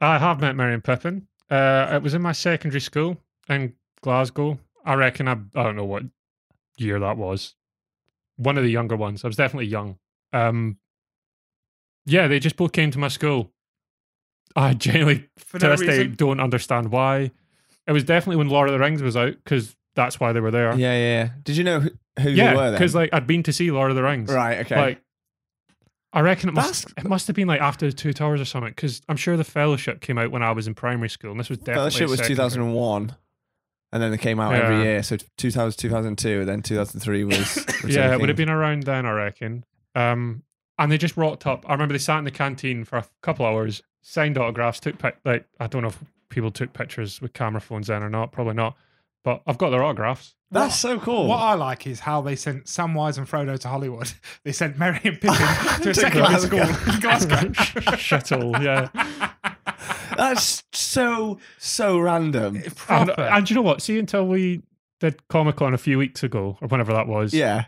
Speaker 1: I have met Mary and Pippin. Uh, it was in my secondary school in Glasgow. I reckon I, I don't know what year that was. One of the younger ones. I was definitely young. Um, yeah, they just both came to my school. I genuinely,
Speaker 3: For
Speaker 1: to
Speaker 3: no
Speaker 1: this day,
Speaker 3: reason.
Speaker 1: don't understand why. It was definitely when Lord of the Rings was out because that's why they were there.
Speaker 2: Yeah, yeah. yeah. Did you know who, who they were
Speaker 1: yeah,
Speaker 2: then?
Speaker 1: because like I'd been to see Lord of the Rings.
Speaker 2: right, okay.
Speaker 1: Like, I reckon it must
Speaker 2: That's-
Speaker 1: it must have been like after the Two Towers or something because I'm sure the Fellowship came out when I was in primary school, and this was definitely
Speaker 2: that shit was
Speaker 1: secondary.
Speaker 2: 2001, and then they came out
Speaker 1: Yeah.
Speaker 2: every year. So 2000, 2002, and then 2003 was.
Speaker 1: Yeah, it would have been around then, I reckon. Um, and they just rocked up. I remember they sat in the canteen for a couple hours, signed autographs, took pic- like I don't know if people took pictures with camera phones then or not, probably not. But I've got their autographs.
Speaker 2: That's so
Speaker 1: Oh.
Speaker 2: cool.
Speaker 3: What I like is how they sent Samwise and Frodo to Hollywood. They sent Mary and Pippin to
Speaker 2: To
Speaker 3: a secondary school
Speaker 2: Glasgow.
Speaker 3: in Glasgow.
Speaker 1: Shuttle, yeah.
Speaker 2: That's so so random.
Speaker 1: And, uh,
Speaker 3: Proper.
Speaker 1: and you know what? See, until we did Comic Con a few weeks ago or whenever that was,
Speaker 2: Yeah,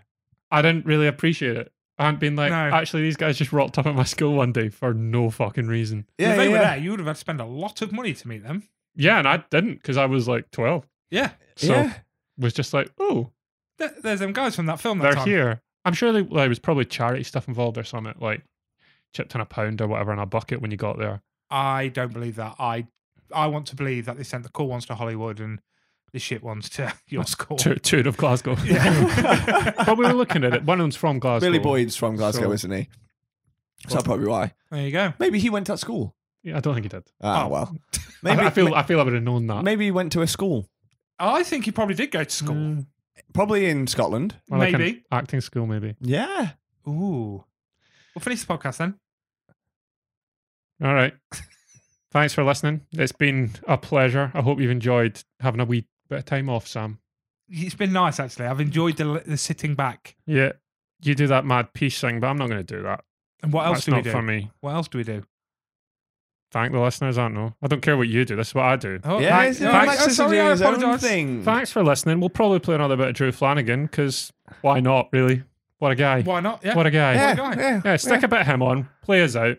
Speaker 1: I didn't really appreciate it. I hadn't been like,
Speaker 3: No.
Speaker 1: actually, these guys just rocked up at my school one day for no fucking reason.
Speaker 2: yeah,
Speaker 3: if they
Speaker 2: yeah.
Speaker 3: were
Speaker 2: yeah.
Speaker 3: there, you would have had to spend a lot of money to meet them.
Speaker 1: Yeah, and I didn't because I was like 12.
Speaker 3: Yeah.
Speaker 1: So
Speaker 2: Yeah.
Speaker 1: was just like, oh,
Speaker 3: There- There's them guys from that film that
Speaker 1: they're
Speaker 3: time.
Speaker 1: here. I'm sure they, there was probably charity stuff involved or something, like chipped in a pound or whatever in a bucket when you got there.
Speaker 3: I don't believe that. I I want to believe that they sent the cool ones to Hollywood and the shit ones to your school.
Speaker 1: Tour, tour of Glasgow.
Speaker 3: Oh. Yeah.
Speaker 1: but we were looking at it. One of them's from Glasgow.
Speaker 2: Billy Boyd's from Glasgow,
Speaker 1: So-
Speaker 2: isn't he? So that's probably why.
Speaker 3: there you go.
Speaker 2: Maybe he went to that school.
Speaker 1: Yeah, I don't think he did.
Speaker 2: Ah,
Speaker 3: Oh.
Speaker 2: well.
Speaker 1: I-
Speaker 2: Maybe
Speaker 1: I, feel I feel I would have known that.
Speaker 2: maybe he went to a school,
Speaker 3: I think he probably did go to school.
Speaker 1: Mm,
Speaker 2: probably in Scotland.
Speaker 1: or like an
Speaker 3: Maybe.
Speaker 1: acting school. Maybe.
Speaker 2: Yeah.
Speaker 3: Ooh. We'll finish the podcast then.
Speaker 1: All right. Thanks for listening. It's been a pleasure. I hope you've enjoyed having a wee bit of time off, Sam.
Speaker 3: It's been nice actually. I've enjoyed the, the sitting back.
Speaker 1: Yeah. You do that mad peace thing, but I'm not going to do that.
Speaker 3: And what else
Speaker 1: That's
Speaker 3: do we
Speaker 1: not
Speaker 3: do?
Speaker 1: for me.
Speaker 3: What else do we do?
Speaker 1: Thank the listeners. I don't know. I don't care what you do. This is what I do.
Speaker 3: Oh,
Speaker 2: yeah.
Speaker 3: thanks-
Speaker 2: it's- uh,
Speaker 3: thanks-
Speaker 2: Max
Speaker 3: oh,
Speaker 2: is
Speaker 3: sorry,
Speaker 2: doing
Speaker 3: I
Speaker 2: his own
Speaker 3: apologise.
Speaker 2: thing.
Speaker 1: Thanks for listening. We'll probably play another bit of Drew Flanagan because why not, really? What a guy.
Speaker 3: Why not? Yeah.
Speaker 1: What a guy.
Speaker 2: Yeah,
Speaker 1: Yeah,
Speaker 3: What a guy.
Speaker 2: yeah.
Speaker 1: stick a bit of him on. Play us out.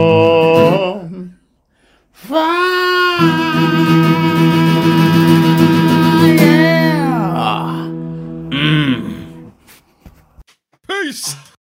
Speaker 5: No. Fire.
Speaker 3: Peace.